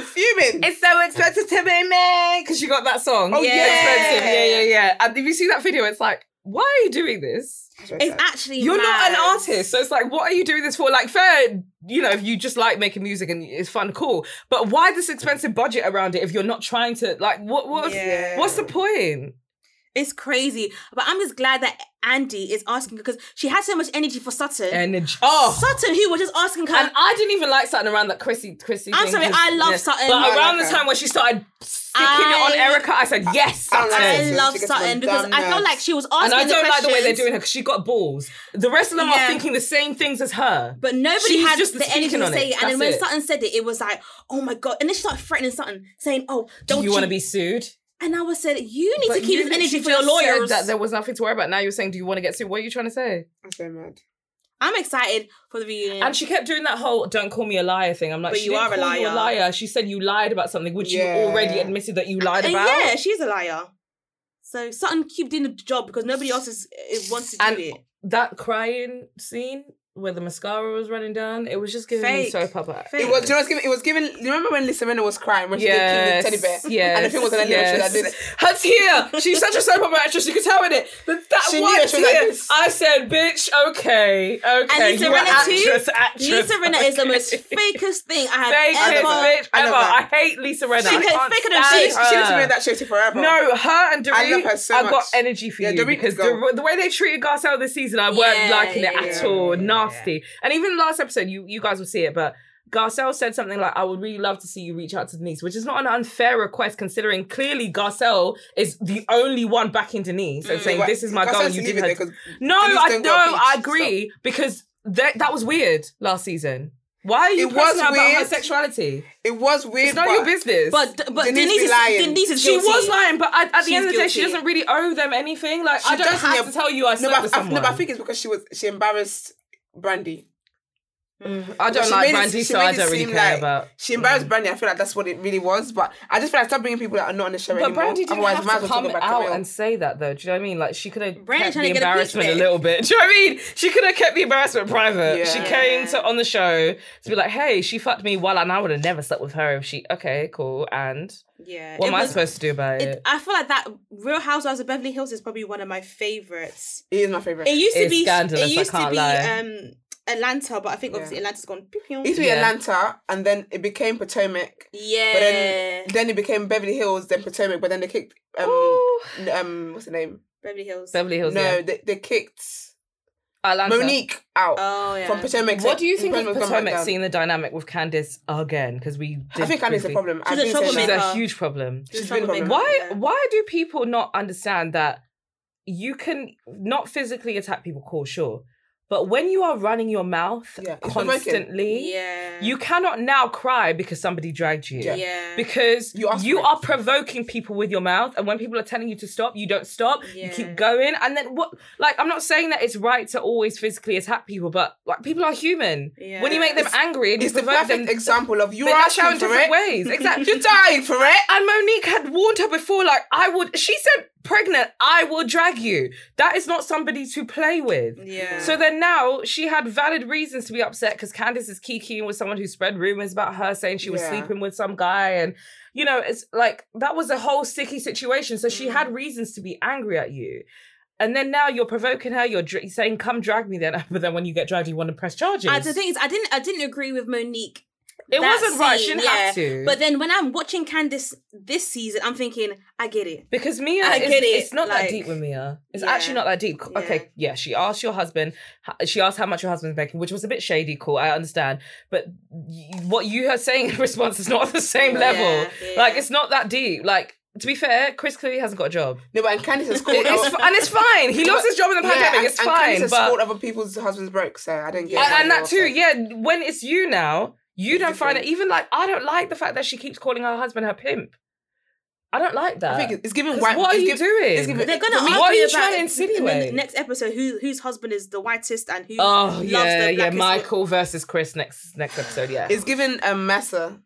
Speaker 3: fuming.
Speaker 1: It's so expensive to be me because you got that song.
Speaker 3: Oh, yeah.
Speaker 1: expensive. Yeah, yeah, yeah. And if you see that video, it's like, why are you doing this?
Speaker 2: It's actually
Speaker 1: You're not
Speaker 2: mad.
Speaker 1: an artist, so it's like, what are you doing this for? Like, fair, you know, if you just like making music and it's fun, cool. But why this expensive budget around it if you're not trying to like, what, what,
Speaker 2: Yeah.
Speaker 1: what's the point?
Speaker 2: It's crazy. But I'm just glad that Andy is asking because she had so much energy for Sutton.
Speaker 1: Energy. Oh,
Speaker 2: Sutton, who was just asking her.
Speaker 1: and I didn't even like Sutton around that Chrissy, Chrissy.
Speaker 2: I'm
Speaker 1: thing,
Speaker 2: sorry,
Speaker 1: 'cause-
Speaker 2: I love Sutton.
Speaker 1: But
Speaker 2: I
Speaker 1: around
Speaker 3: like
Speaker 1: the
Speaker 3: her.
Speaker 1: time when she started sticking it
Speaker 2: I-
Speaker 1: on Erica, I said yes,
Speaker 3: I
Speaker 1: Sutton.
Speaker 3: don't like
Speaker 2: I
Speaker 3: Sutton.
Speaker 2: love
Speaker 3: She gets
Speaker 2: Sutton
Speaker 3: some
Speaker 2: because
Speaker 3: dumb
Speaker 2: I felt
Speaker 3: nerves.
Speaker 2: like she was asking
Speaker 1: And I
Speaker 2: the
Speaker 1: don't like the way they're
Speaker 2: questions,
Speaker 1: doing her because she got balls. The rest of them
Speaker 2: Yeah.
Speaker 1: are thinking the same things as her.
Speaker 2: But nobody
Speaker 1: She's
Speaker 2: had
Speaker 1: just
Speaker 2: the
Speaker 1: speaking
Speaker 2: energy to
Speaker 1: on
Speaker 2: say it.
Speaker 1: it.
Speaker 2: And then
Speaker 1: That's
Speaker 2: when
Speaker 1: it.
Speaker 2: Sutton said it, it was like, oh my God. And then she started threatening Sutton, saying, oh,
Speaker 1: do
Speaker 2: don't
Speaker 1: you want to be sued?
Speaker 2: And I was said, you need to
Speaker 1: But you
Speaker 2: keep this energy
Speaker 1: literally
Speaker 2: for your
Speaker 1: just said
Speaker 2: lawyers.
Speaker 1: That there was nothing to worry about. Now you're saying, do you want to get sued? What are you trying to say?
Speaker 3: I'm so mad.
Speaker 2: I'm excited for the reunion.
Speaker 1: And she kept doing that whole "don't call me a liar" thing. I'm like,
Speaker 2: But
Speaker 1: she
Speaker 2: you
Speaker 1: didn't
Speaker 2: are a
Speaker 1: call you a
Speaker 2: liar.
Speaker 1: liar. She said you lied about something, which
Speaker 3: Yeah.
Speaker 1: you already admitted that you lied
Speaker 2: and
Speaker 1: about.
Speaker 2: yeah, she's a liar. So Sutton keep doing the job because nobody else is, it wants to do
Speaker 1: And
Speaker 2: it.
Speaker 1: that crying scene where the mascara was running down, it was just giving me
Speaker 2: Fake.
Speaker 1: soap opera.
Speaker 2: Fake.
Speaker 3: It was, you know, it was given. It was given. You remember when Lisa Renna was crying when she
Speaker 1: Yes,
Speaker 3: did King the Teddy Bear?
Speaker 1: yes,
Speaker 3: And the thing was, that yes. I did it.
Speaker 1: Her tear. She's such a soap opera actress. You could tell in it. That, that
Speaker 3: She knew
Speaker 1: one
Speaker 3: it, she was like
Speaker 1: tear.
Speaker 3: this.
Speaker 1: I said, "Bitch, okay, okay."
Speaker 2: Lisa
Speaker 1: you are
Speaker 2: Rinna too?
Speaker 1: actress, actress.
Speaker 2: Lisa Renna is the
Speaker 1: okay."
Speaker 2: most fakest thing I have
Speaker 1: Fakest
Speaker 2: ever.
Speaker 1: bitch
Speaker 3: I
Speaker 1: ever.
Speaker 3: love
Speaker 1: I,
Speaker 3: her.
Speaker 1: hate Lisa Renna. I
Speaker 2: She could-
Speaker 1: can't
Speaker 2: faker than
Speaker 1: stand
Speaker 3: She,
Speaker 2: Hey,
Speaker 3: she needs to
Speaker 1: her.
Speaker 3: be in that show forever.
Speaker 1: No, her and Dorit.
Speaker 3: I love her so
Speaker 1: I got
Speaker 3: much.
Speaker 1: energy for
Speaker 3: Yeah,
Speaker 1: you
Speaker 3: Dorit
Speaker 1: because
Speaker 3: go.
Speaker 1: the, the way they treated Garcelle this season, I weren't
Speaker 2: Yeah,
Speaker 1: liking it
Speaker 2: yeah,
Speaker 1: at
Speaker 3: yeah.
Speaker 1: all. Nasty. And even last episode, you you guys will see it, but. Garcelle said something like, I would really love to see you reach out to Denise, which is not an unfair request considering clearly Garcelle is the only one backing Denise
Speaker 3: Mm.
Speaker 1: and saying, This is my
Speaker 3: Because
Speaker 1: girl.
Speaker 3: I
Speaker 1: You
Speaker 3: leave
Speaker 1: did
Speaker 3: it
Speaker 1: her.
Speaker 3: there 'cause
Speaker 1: No,
Speaker 3: Denise
Speaker 1: I
Speaker 3: don't
Speaker 1: no,
Speaker 3: go off
Speaker 1: I
Speaker 3: each
Speaker 1: agree because that that was weird last season. Why are you
Speaker 3: It
Speaker 1: it
Speaker 3: was
Speaker 1: about her
Speaker 3: weird.
Speaker 1: sexuality?
Speaker 3: It was weird.
Speaker 1: It's not
Speaker 3: but
Speaker 1: your business.
Speaker 2: But but
Speaker 3: Denise
Speaker 2: Denise,
Speaker 3: be
Speaker 2: is
Speaker 3: lying.
Speaker 2: Denise is
Speaker 1: She
Speaker 2: guilty.
Speaker 1: was lying, but at, at the
Speaker 2: She's
Speaker 1: end of the day, she
Speaker 2: guilty.
Speaker 1: doesn't really owe them anything. Like
Speaker 3: She
Speaker 1: I don't
Speaker 3: doesn't,
Speaker 1: have
Speaker 3: yeah.
Speaker 1: to tell you I
Speaker 3: No,
Speaker 1: slept with
Speaker 3: but I,
Speaker 1: someone.
Speaker 3: no, but I think it's because she was she embarrassed Brandy.
Speaker 1: I don't like
Speaker 3: she made it-
Speaker 1: Brandy,
Speaker 3: she
Speaker 1: so I
Speaker 3: made it
Speaker 1: don't really
Speaker 3: seem
Speaker 1: care
Speaker 3: like-
Speaker 1: about. Mm.
Speaker 3: She embarrassed Brandy. I feel like that's what it really was. But I just feel like stop bringing people that are not on the show
Speaker 1: But
Speaker 3: anymore.
Speaker 1: Brandy didn't
Speaker 3: Otherwise,
Speaker 1: have
Speaker 3: might as
Speaker 1: to
Speaker 3: well talk
Speaker 1: come
Speaker 3: about
Speaker 1: out
Speaker 3: Camille.
Speaker 1: and say that though. Do you know what I mean? Like she could have
Speaker 2: Brandy
Speaker 1: kept
Speaker 2: trying
Speaker 1: the
Speaker 2: to get a peach
Speaker 1: embarrassment a
Speaker 2: bit.
Speaker 1: little bit. Do you know what I mean? She could have kept the embarrassment private. She
Speaker 3: Yeah.
Speaker 1: came to on the show to be like, "Hey, she fucked me while and I would have never slept with her if she." Okay, cool. And
Speaker 2: Yeah.
Speaker 1: what
Speaker 2: it
Speaker 1: am I
Speaker 2: was-
Speaker 1: supposed to do about it?
Speaker 2: It, I feel like that Real Housewives of Beverly Hills is probably one of my favorites.
Speaker 3: He is my favorite.
Speaker 2: It used
Speaker 1: It's
Speaker 2: to be
Speaker 1: scandalous, I
Speaker 2: It used
Speaker 1: can't
Speaker 2: to be
Speaker 1: lie.
Speaker 2: um Atlanta, but I think obviously Atlanta's gone.
Speaker 3: It used to be
Speaker 1: Yeah.
Speaker 3: Atlanta, and then it became Potomac.
Speaker 2: Yeah.
Speaker 3: But then, then it became Beverly Hills, then Potomac, but then they kicked um,
Speaker 1: Ooh.
Speaker 3: n- um what's the name?
Speaker 2: Beverly Hills.
Speaker 1: Beverly Hills.
Speaker 3: no,
Speaker 1: yeah.
Speaker 3: they, they kicked
Speaker 1: Atlanta.
Speaker 3: Monique out
Speaker 2: Oh yeah.
Speaker 3: from Potomac.
Speaker 1: What do you think of
Speaker 3: Potomac's gone back
Speaker 1: Potomac
Speaker 3: down.
Speaker 1: seeing the dynamic with Candice again? Because we did
Speaker 3: I think Annie's a
Speaker 1: briefly-
Speaker 3: problem.
Speaker 2: She's
Speaker 3: I've
Speaker 2: a
Speaker 3: been saying
Speaker 1: She's
Speaker 3: that.
Speaker 1: a
Speaker 2: troublemaker.
Speaker 1: huge problem.
Speaker 3: She's
Speaker 2: She's
Speaker 3: been a problem.
Speaker 2: troublemaker.
Speaker 1: Why?
Speaker 2: Yeah.
Speaker 1: Why do people not understand that you can not physically attack people? Cool, sure, but when you are running your mouth
Speaker 3: Yeah, it's provoking.
Speaker 1: constantly,
Speaker 2: Yeah.
Speaker 1: you cannot now cry because somebody dragged you.
Speaker 3: Yeah.
Speaker 2: Yeah.
Speaker 1: Because
Speaker 3: You
Speaker 1: you,
Speaker 3: asked for it.
Speaker 1: are provoking people with your mouth, and when people are telling you to stop, you don't stop. You
Speaker 2: Yeah.
Speaker 1: keep going, and then what? Like, I'm not saying that it's right to always physically attack people, but like, people are human. When you make them
Speaker 3: It's-
Speaker 1: angry and you
Speaker 3: It's the
Speaker 1: provoke them,
Speaker 3: perfect example of you
Speaker 1: they
Speaker 3: are
Speaker 1: lash out
Speaker 3: asking
Speaker 1: in
Speaker 3: for
Speaker 1: different
Speaker 3: it.
Speaker 1: ways. Exactly.
Speaker 3: You're dying for it.
Speaker 1: And Monique had warned her before, like, I would, she said, pregnant, I will drag you. That is not somebody to play with.
Speaker 2: Yeah. Uh,
Speaker 1: So then now she had valid reasons to be upset because Candice is kikiing with someone who spread rumors about her saying she was
Speaker 3: Yeah.
Speaker 1: sleeping with some guy. And, you know, it's like that was a whole sticky situation. So she
Speaker 2: Mm.
Speaker 1: had reasons to be angry at you. And then now you're provoking her, you're dr- saying, come drag me then. But then when you get dragged, you want to press charges.
Speaker 2: I, the thing is, I didn't. I didn't agree with Monique.
Speaker 1: it
Speaker 2: that
Speaker 1: wasn't right. She
Speaker 2: scene,
Speaker 1: didn't have
Speaker 2: yeah.
Speaker 1: to.
Speaker 2: But then when I'm watching Candice this season, I'm thinking, I get it.
Speaker 1: Because Mia,
Speaker 2: I
Speaker 1: is-
Speaker 2: get it,
Speaker 1: it's not that
Speaker 2: like-
Speaker 1: deep with Mia. It's
Speaker 2: Yeah.
Speaker 1: actually not that deep.
Speaker 2: Yeah.
Speaker 1: Okay, yeah, she asked your husband, h- she asked how much your husband's making, which was a bit shady, cool, I understand. But y- what you are saying in response is not the same level.
Speaker 2: Yeah, yeah.
Speaker 1: Like, it's not that deep. Like, to be fair, Chris clearly hasn't got a job.
Speaker 3: No, but and Candice has called.
Speaker 1: It's,
Speaker 3: other-
Speaker 1: f- and it's fine. He lost his job in the
Speaker 3: Yeah,
Speaker 1: pandemic.
Speaker 3: and-
Speaker 1: it's
Speaker 3: and Candice
Speaker 1: fine.
Speaker 3: has
Speaker 1: But
Speaker 3: called other people's husbands broke, so I don't
Speaker 1: and,
Speaker 3: get. why
Speaker 1: and
Speaker 3: they're
Speaker 1: that too,
Speaker 3: upset.
Speaker 1: yeah. When it's you now, you don't find it. Even like, I don't like the fact that she keeps calling her husband her pimp. I don't like that.
Speaker 3: I think it's giving
Speaker 1: 'Cause
Speaker 3: white.
Speaker 1: what are
Speaker 3: it's
Speaker 1: you
Speaker 3: giving-
Speaker 1: doing?
Speaker 3: It's giving,
Speaker 2: They're gonna
Speaker 3: for me,
Speaker 2: argue
Speaker 1: what are you
Speaker 2: about
Speaker 1: trying to
Speaker 2: in
Speaker 1: insinuate?
Speaker 2: the next episode who whose husband is the whitest and who
Speaker 1: Oh
Speaker 2: loves
Speaker 1: yeah,
Speaker 2: the
Speaker 1: yeah.
Speaker 2: blackest.
Speaker 1: Michael versus Chris next next episode. Yeah,
Speaker 3: It's giving a massa.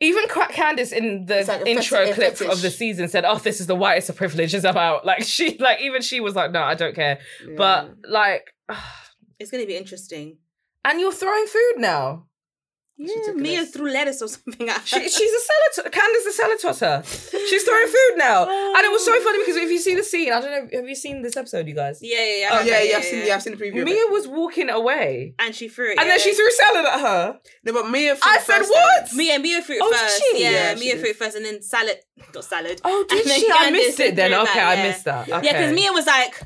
Speaker 1: even Crack Candace in the
Speaker 3: It's like a
Speaker 1: intro
Speaker 3: feti- a
Speaker 1: clip
Speaker 3: fetish.
Speaker 1: of the season said, "Oh, this is the whitest of privileges I'm out." Like she, like even she was like, "No, I don't care." But like,
Speaker 2: It's gonna be interesting.
Speaker 1: and you're throwing food now.
Speaker 2: Yeah, Mia threw lettuce or something at her.
Speaker 1: She, she's a salad. Candace a salad tosser. She's throwing food now, and it was so funny because if you see the scene, I don't know. Have you seen this episode, you guys?
Speaker 2: yeah, yeah, yeah.
Speaker 3: Oh,
Speaker 2: okay,
Speaker 3: yeah, yeah, I've seen. Yeah, I've seen the preview. of it.
Speaker 1: Mia was walking away,
Speaker 2: And she threw it.
Speaker 1: and then
Speaker 2: yeah.
Speaker 1: she threw salad at her.
Speaker 3: No, but Mia. for
Speaker 1: I
Speaker 3: the
Speaker 1: said,
Speaker 3: first
Speaker 1: "What?"
Speaker 3: time-
Speaker 2: Mia, Mia threw it
Speaker 1: Oh, did
Speaker 2: first.
Speaker 1: she?
Speaker 2: Yeah,
Speaker 1: Yeah,
Speaker 2: Mia threw it first, and then salad, not salad.
Speaker 1: Oh, did
Speaker 2: And then
Speaker 1: she? I
Speaker 2: Candace
Speaker 1: missed it then.
Speaker 2: threw
Speaker 1: Okay,
Speaker 2: back,
Speaker 1: I
Speaker 2: yeah.
Speaker 1: missed that. Okay.
Speaker 2: Yeah, because Mia was like,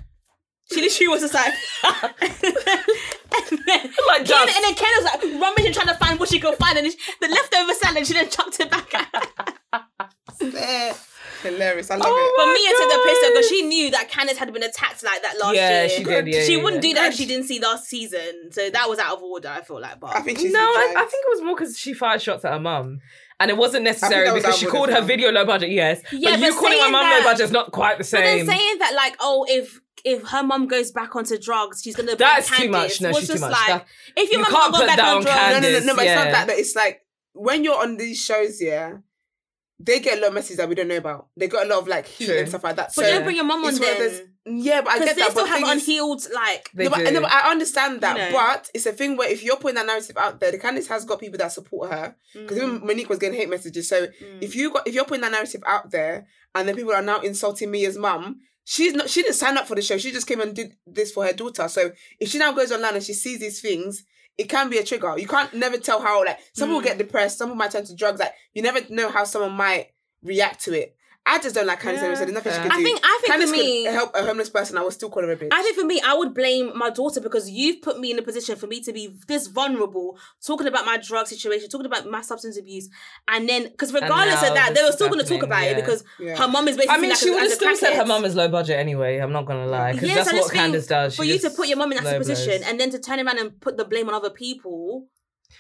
Speaker 2: she literally was just like, and then,
Speaker 1: Like
Speaker 2: Ken,
Speaker 1: dust.
Speaker 2: and then Ken was like rummaging trying to find what she could find, and then she- the leftover salad she then chucked it back. at her.
Speaker 3: Eh, Hilarious. I love
Speaker 1: Oh
Speaker 3: it.
Speaker 2: But
Speaker 1: my
Speaker 2: Mia took the piss
Speaker 1: God.
Speaker 2: because she knew that Candice had been attacked like that last
Speaker 1: Yeah,
Speaker 2: year.
Speaker 1: she did, yeah,
Speaker 2: she
Speaker 1: yeah,
Speaker 2: wouldn't
Speaker 1: yeah.
Speaker 2: do that if she didn't see last season, so that was out of order. I feel like, but
Speaker 3: I think she's.
Speaker 1: no, I,
Speaker 3: betrayed.
Speaker 1: I think it was more because she fired shots at her mum. And it wasn't necessary
Speaker 3: that was
Speaker 1: because she
Speaker 3: Alwood
Speaker 1: called
Speaker 3: as
Speaker 1: her
Speaker 3: well.
Speaker 1: video low budget, yes.
Speaker 2: Yeah,
Speaker 1: but you
Speaker 2: but
Speaker 1: calling my
Speaker 2: saying
Speaker 1: mum low
Speaker 2: that-
Speaker 1: budget is not quite the
Speaker 2: but then
Speaker 1: same.
Speaker 2: saying that like, oh, if if her mum goes back onto drugs, she's gonna
Speaker 1: That's
Speaker 2: blame
Speaker 1: too
Speaker 2: Candice,
Speaker 1: much. No,
Speaker 2: was
Speaker 1: she's too
Speaker 2: just
Speaker 1: much.
Speaker 2: Like,
Speaker 1: That-
Speaker 2: if your
Speaker 1: you
Speaker 2: mum
Speaker 1: can't
Speaker 2: goes
Speaker 1: put
Speaker 2: back
Speaker 1: that
Speaker 2: on
Speaker 1: on
Speaker 2: drugs,
Speaker 3: No, no, no, no. But it's
Speaker 1: yeah.
Speaker 3: not that. That it's like when you're on these shows, yeah. they get a lot of messages that we don't know about. They got a lot of like heat
Speaker 1: True.
Speaker 3: and stuff like that.
Speaker 2: But
Speaker 3: so
Speaker 2: don't bring your mum on
Speaker 3: it's where there's-
Speaker 2: then.
Speaker 3: yeah, but I
Speaker 2: Because
Speaker 3: get
Speaker 2: they
Speaker 3: that.
Speaker 2: still
Speaker 3: but
Speaker 2: have
Speaker 3: thing is-
Speaker 2: unhealed, like,
Speaker 1: They
Speaker 3: no, but,
Speaker 1: do.
Speaker 3: no, but I understand that.
Speaker 2: know.
Speaker 3: But it's a thing where if you're putting that narrative out there, the Candice has got people that support her. Because
Speaker 2: Mm.
Speaker 3: even Monique was getting hate messages. So if you got if you're putting that narrative out there and then people are now insulting me as mum, she's not she didn't sign up for the show. She just came and did this for her daughter. So if she now goes online and she sees these things, it can be a trigger. You can't never tell how like some people
Speaker 2: Mm.
Speaker 3: get depressed, some people might turn to drugs, like you never know how someone might react to it. I just don't like Candice
Speaker 1: Yeah,
Speaker 3: anyway, so there's nothing she
Speaker 1: fair.
Speaker 3: can
Speaker 2: I
Speaker 3: do.
Speaker 2: think- I think for
Speaker 3: Candice
Speaker 2: me-
Speaker 3: could help a homeless person, I would still call her a bitch.
Speaker 2: I think for me, I would blame my daughter because you've put me in a position for me to be this vulnerable, talking about my drug situation, talking about my substance abuse, and then because regardless
Speaker 1: now
Speaker 2: of that,
Speaker 1: this
Speaker 2: they were
Speaker 1: is
Speaker 2: still going to talk
Speaker 1: happening,
Speaker 2: about
Speaker 1: yeah.
Speaker 2: it because
Speaker 3: Yeah.
Speaker 2: her mom is basically.
Speaker 1: I mean,
Speaker 2: like
Speaker 1: she
Speaker 2: a-
Speaker 1: would have
Speaker 2: as a
Speaker 1: still said her
Speaker 2: crackhead.
Speaker 1: mum is low budget anyway. I'm not gonna lie because
Speaker 2: Yes,
Speaker 1: that's
Speaker 2: I
Speaker 1: what
Speaker 2: just think
Speaker 1: Candace does.
Speaker 2: For
Speaker 1: She
Speaker 2: you to
Speaker 1: just
Speaker 2: put your mum in that
Speaker 1: low
Speaker 2: position
Speaker 1: blows.
Speaker 2: and then to turn around and put the blame on other people.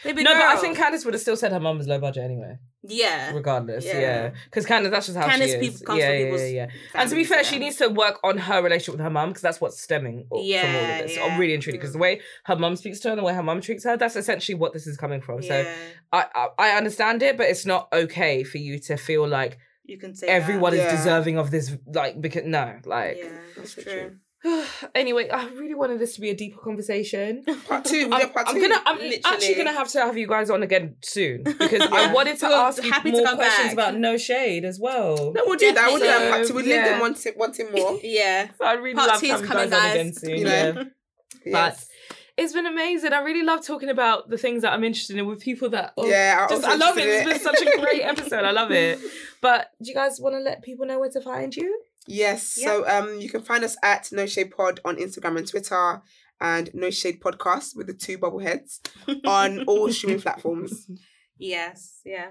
Speaker 2: Baby
Speaker 1: no, but I
Speaker 2: girl.
Speaker 1: think Candace would have still said her mum is low budget anyway,
Speaker 2: yeah.
Speaker 1: regardless.
Speaker 2: Yeah.
Speaker 1: Yeah, because Candace, that's just how
Speaker 2: Candace
Speaker 1: she is.
Speaker 2: people- comes
Speaker 1: yeah,
Speaker 2: from
Speaker 1: yeah,
Speaker 2: people's
Speaker 1: yeah, yeah. And to be
Speaker 2: families,
Speaker 1: fair,
Speaker 2: yeah.
Speaker 1: she needs to work on her relationship with her mum because that's what's stemming o- from all
Speaker 2: Yeah,
Speaker 1: of this.
Speaker 2: yeah. Mm.
Speaker 1: Really and truly, because the way her mum speaks to her and the way her mum treats her, that's essentially what this is coming from. So
Speaker 2: yeah.
Speaker 1: I, I I understand it, but it's not okay for you to feel like
Speaker 2: You can say
Speaker 1: everyone
Speaker 3: Yeah.
Speaker 1: is deserving of this. Like because no,
Speaker 2: That.
Speaker 1: like
Speaker 2: Yeah, it's true.
Speaker 1: anyway, I really wanted this to be a deeper conversation.
Speaker 3: part two, we
Speaker 1: I'm,
Speaker 3: did part
Speaker 1: I'm
Speaker 3: two.
Speaker 1: gonna, I'm
Speaker 2: Literally.
Speaker 1: actually gonna have to have you guys on again soon because I
Speaker 3: Yeah.
Speaker 1: wanted to
Speaker 2: We're
Speaker 1: ask you
Speaker 2: happy to
Speaker 1: more
Speaker 2: come
Speaker 1: questions
Speaker 2: back.
Speaker 1: about no shade as well.
Speaker 3: No, we'll do that. We'll do that.
Speaker 1: Definitely.
Speaker 3: Part two. We'll leave
Speaker 1: Yeah.
Speaker 3: them wanting, wanting more.
Speaker 2: Yeah.
Speaker 1: So I really
Speaker 2: Part
Speaker 1: love
Speaker 2: two
Speaker 1: to have
Speaker 2: is
Speaker 1: you
Speaker 2: coming,
Speaker 1: guys, on again
Speaker 2: guys.
Speaker 1: soon.
Speaker 3: You know?
Speaker 1: Yeah. But
Speaker 3: Yes.
Speaker 1: it's been amazing. I really love talking about the things that I'm interested in with people that. oh,
Speaker 3: yeah,
Speaker 1: just,
Speaker 3: also
Speaker 1: I love it.
Speaker 3: interested in
Speaker 1: It's been such a great episode. I love it. But do you guys want to let people know where to find you?
Speaker 3: Yes. So um you can find us at No Shade Pod on Instagram and Twitter and No Shade Podcast with the two bubble heads on all streaming platforms.
Speaker 2: Yes. Yeah.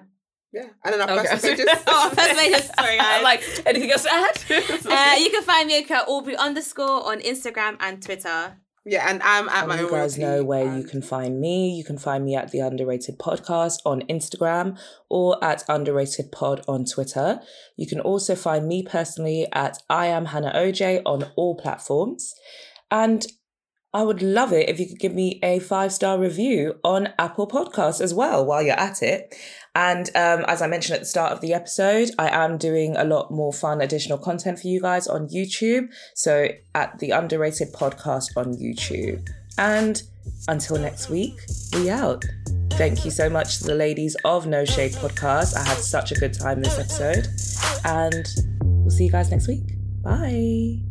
Speaker 3: Yeah. And then our
Speaker 1: Okay.
Speaker 3: personal pages.
Speaker 2: Oh, first pages. Sorry, guys.
Speaker 1: like anything else to add?
Speaker 2: Uh, you can find me at Aubrey underscore on Instagram and Twitter.
Speaker 3: Yeah, and I'm at
Speaker 6: And
Speaker 3: my
Speaker 6: Oh, you
Speaker 3: own
Speaker 6: guys
Speaker 3: royalty
Speaker 6: know where you
Speaker 3: and-
Speaker 6: can find me. You can find me at the Underrated Podcast on Instagram or at Underrated Pod on Twitter. You can also find me personally at I am Hannah OJ on all platforms. And I would love it if you could give me a five star review on Apple Podcasts as well while you're at it. And um, as I mentioned at the start of the episode, I am doing a lot more fun additional content for you guys on YouTube. So at the Underrated Podcast on YouTube. And until next week, we out. Thank you so much to the ladies of No Shade Podcast. I had such a good time this episode. And we'll see you guys next week. Bye.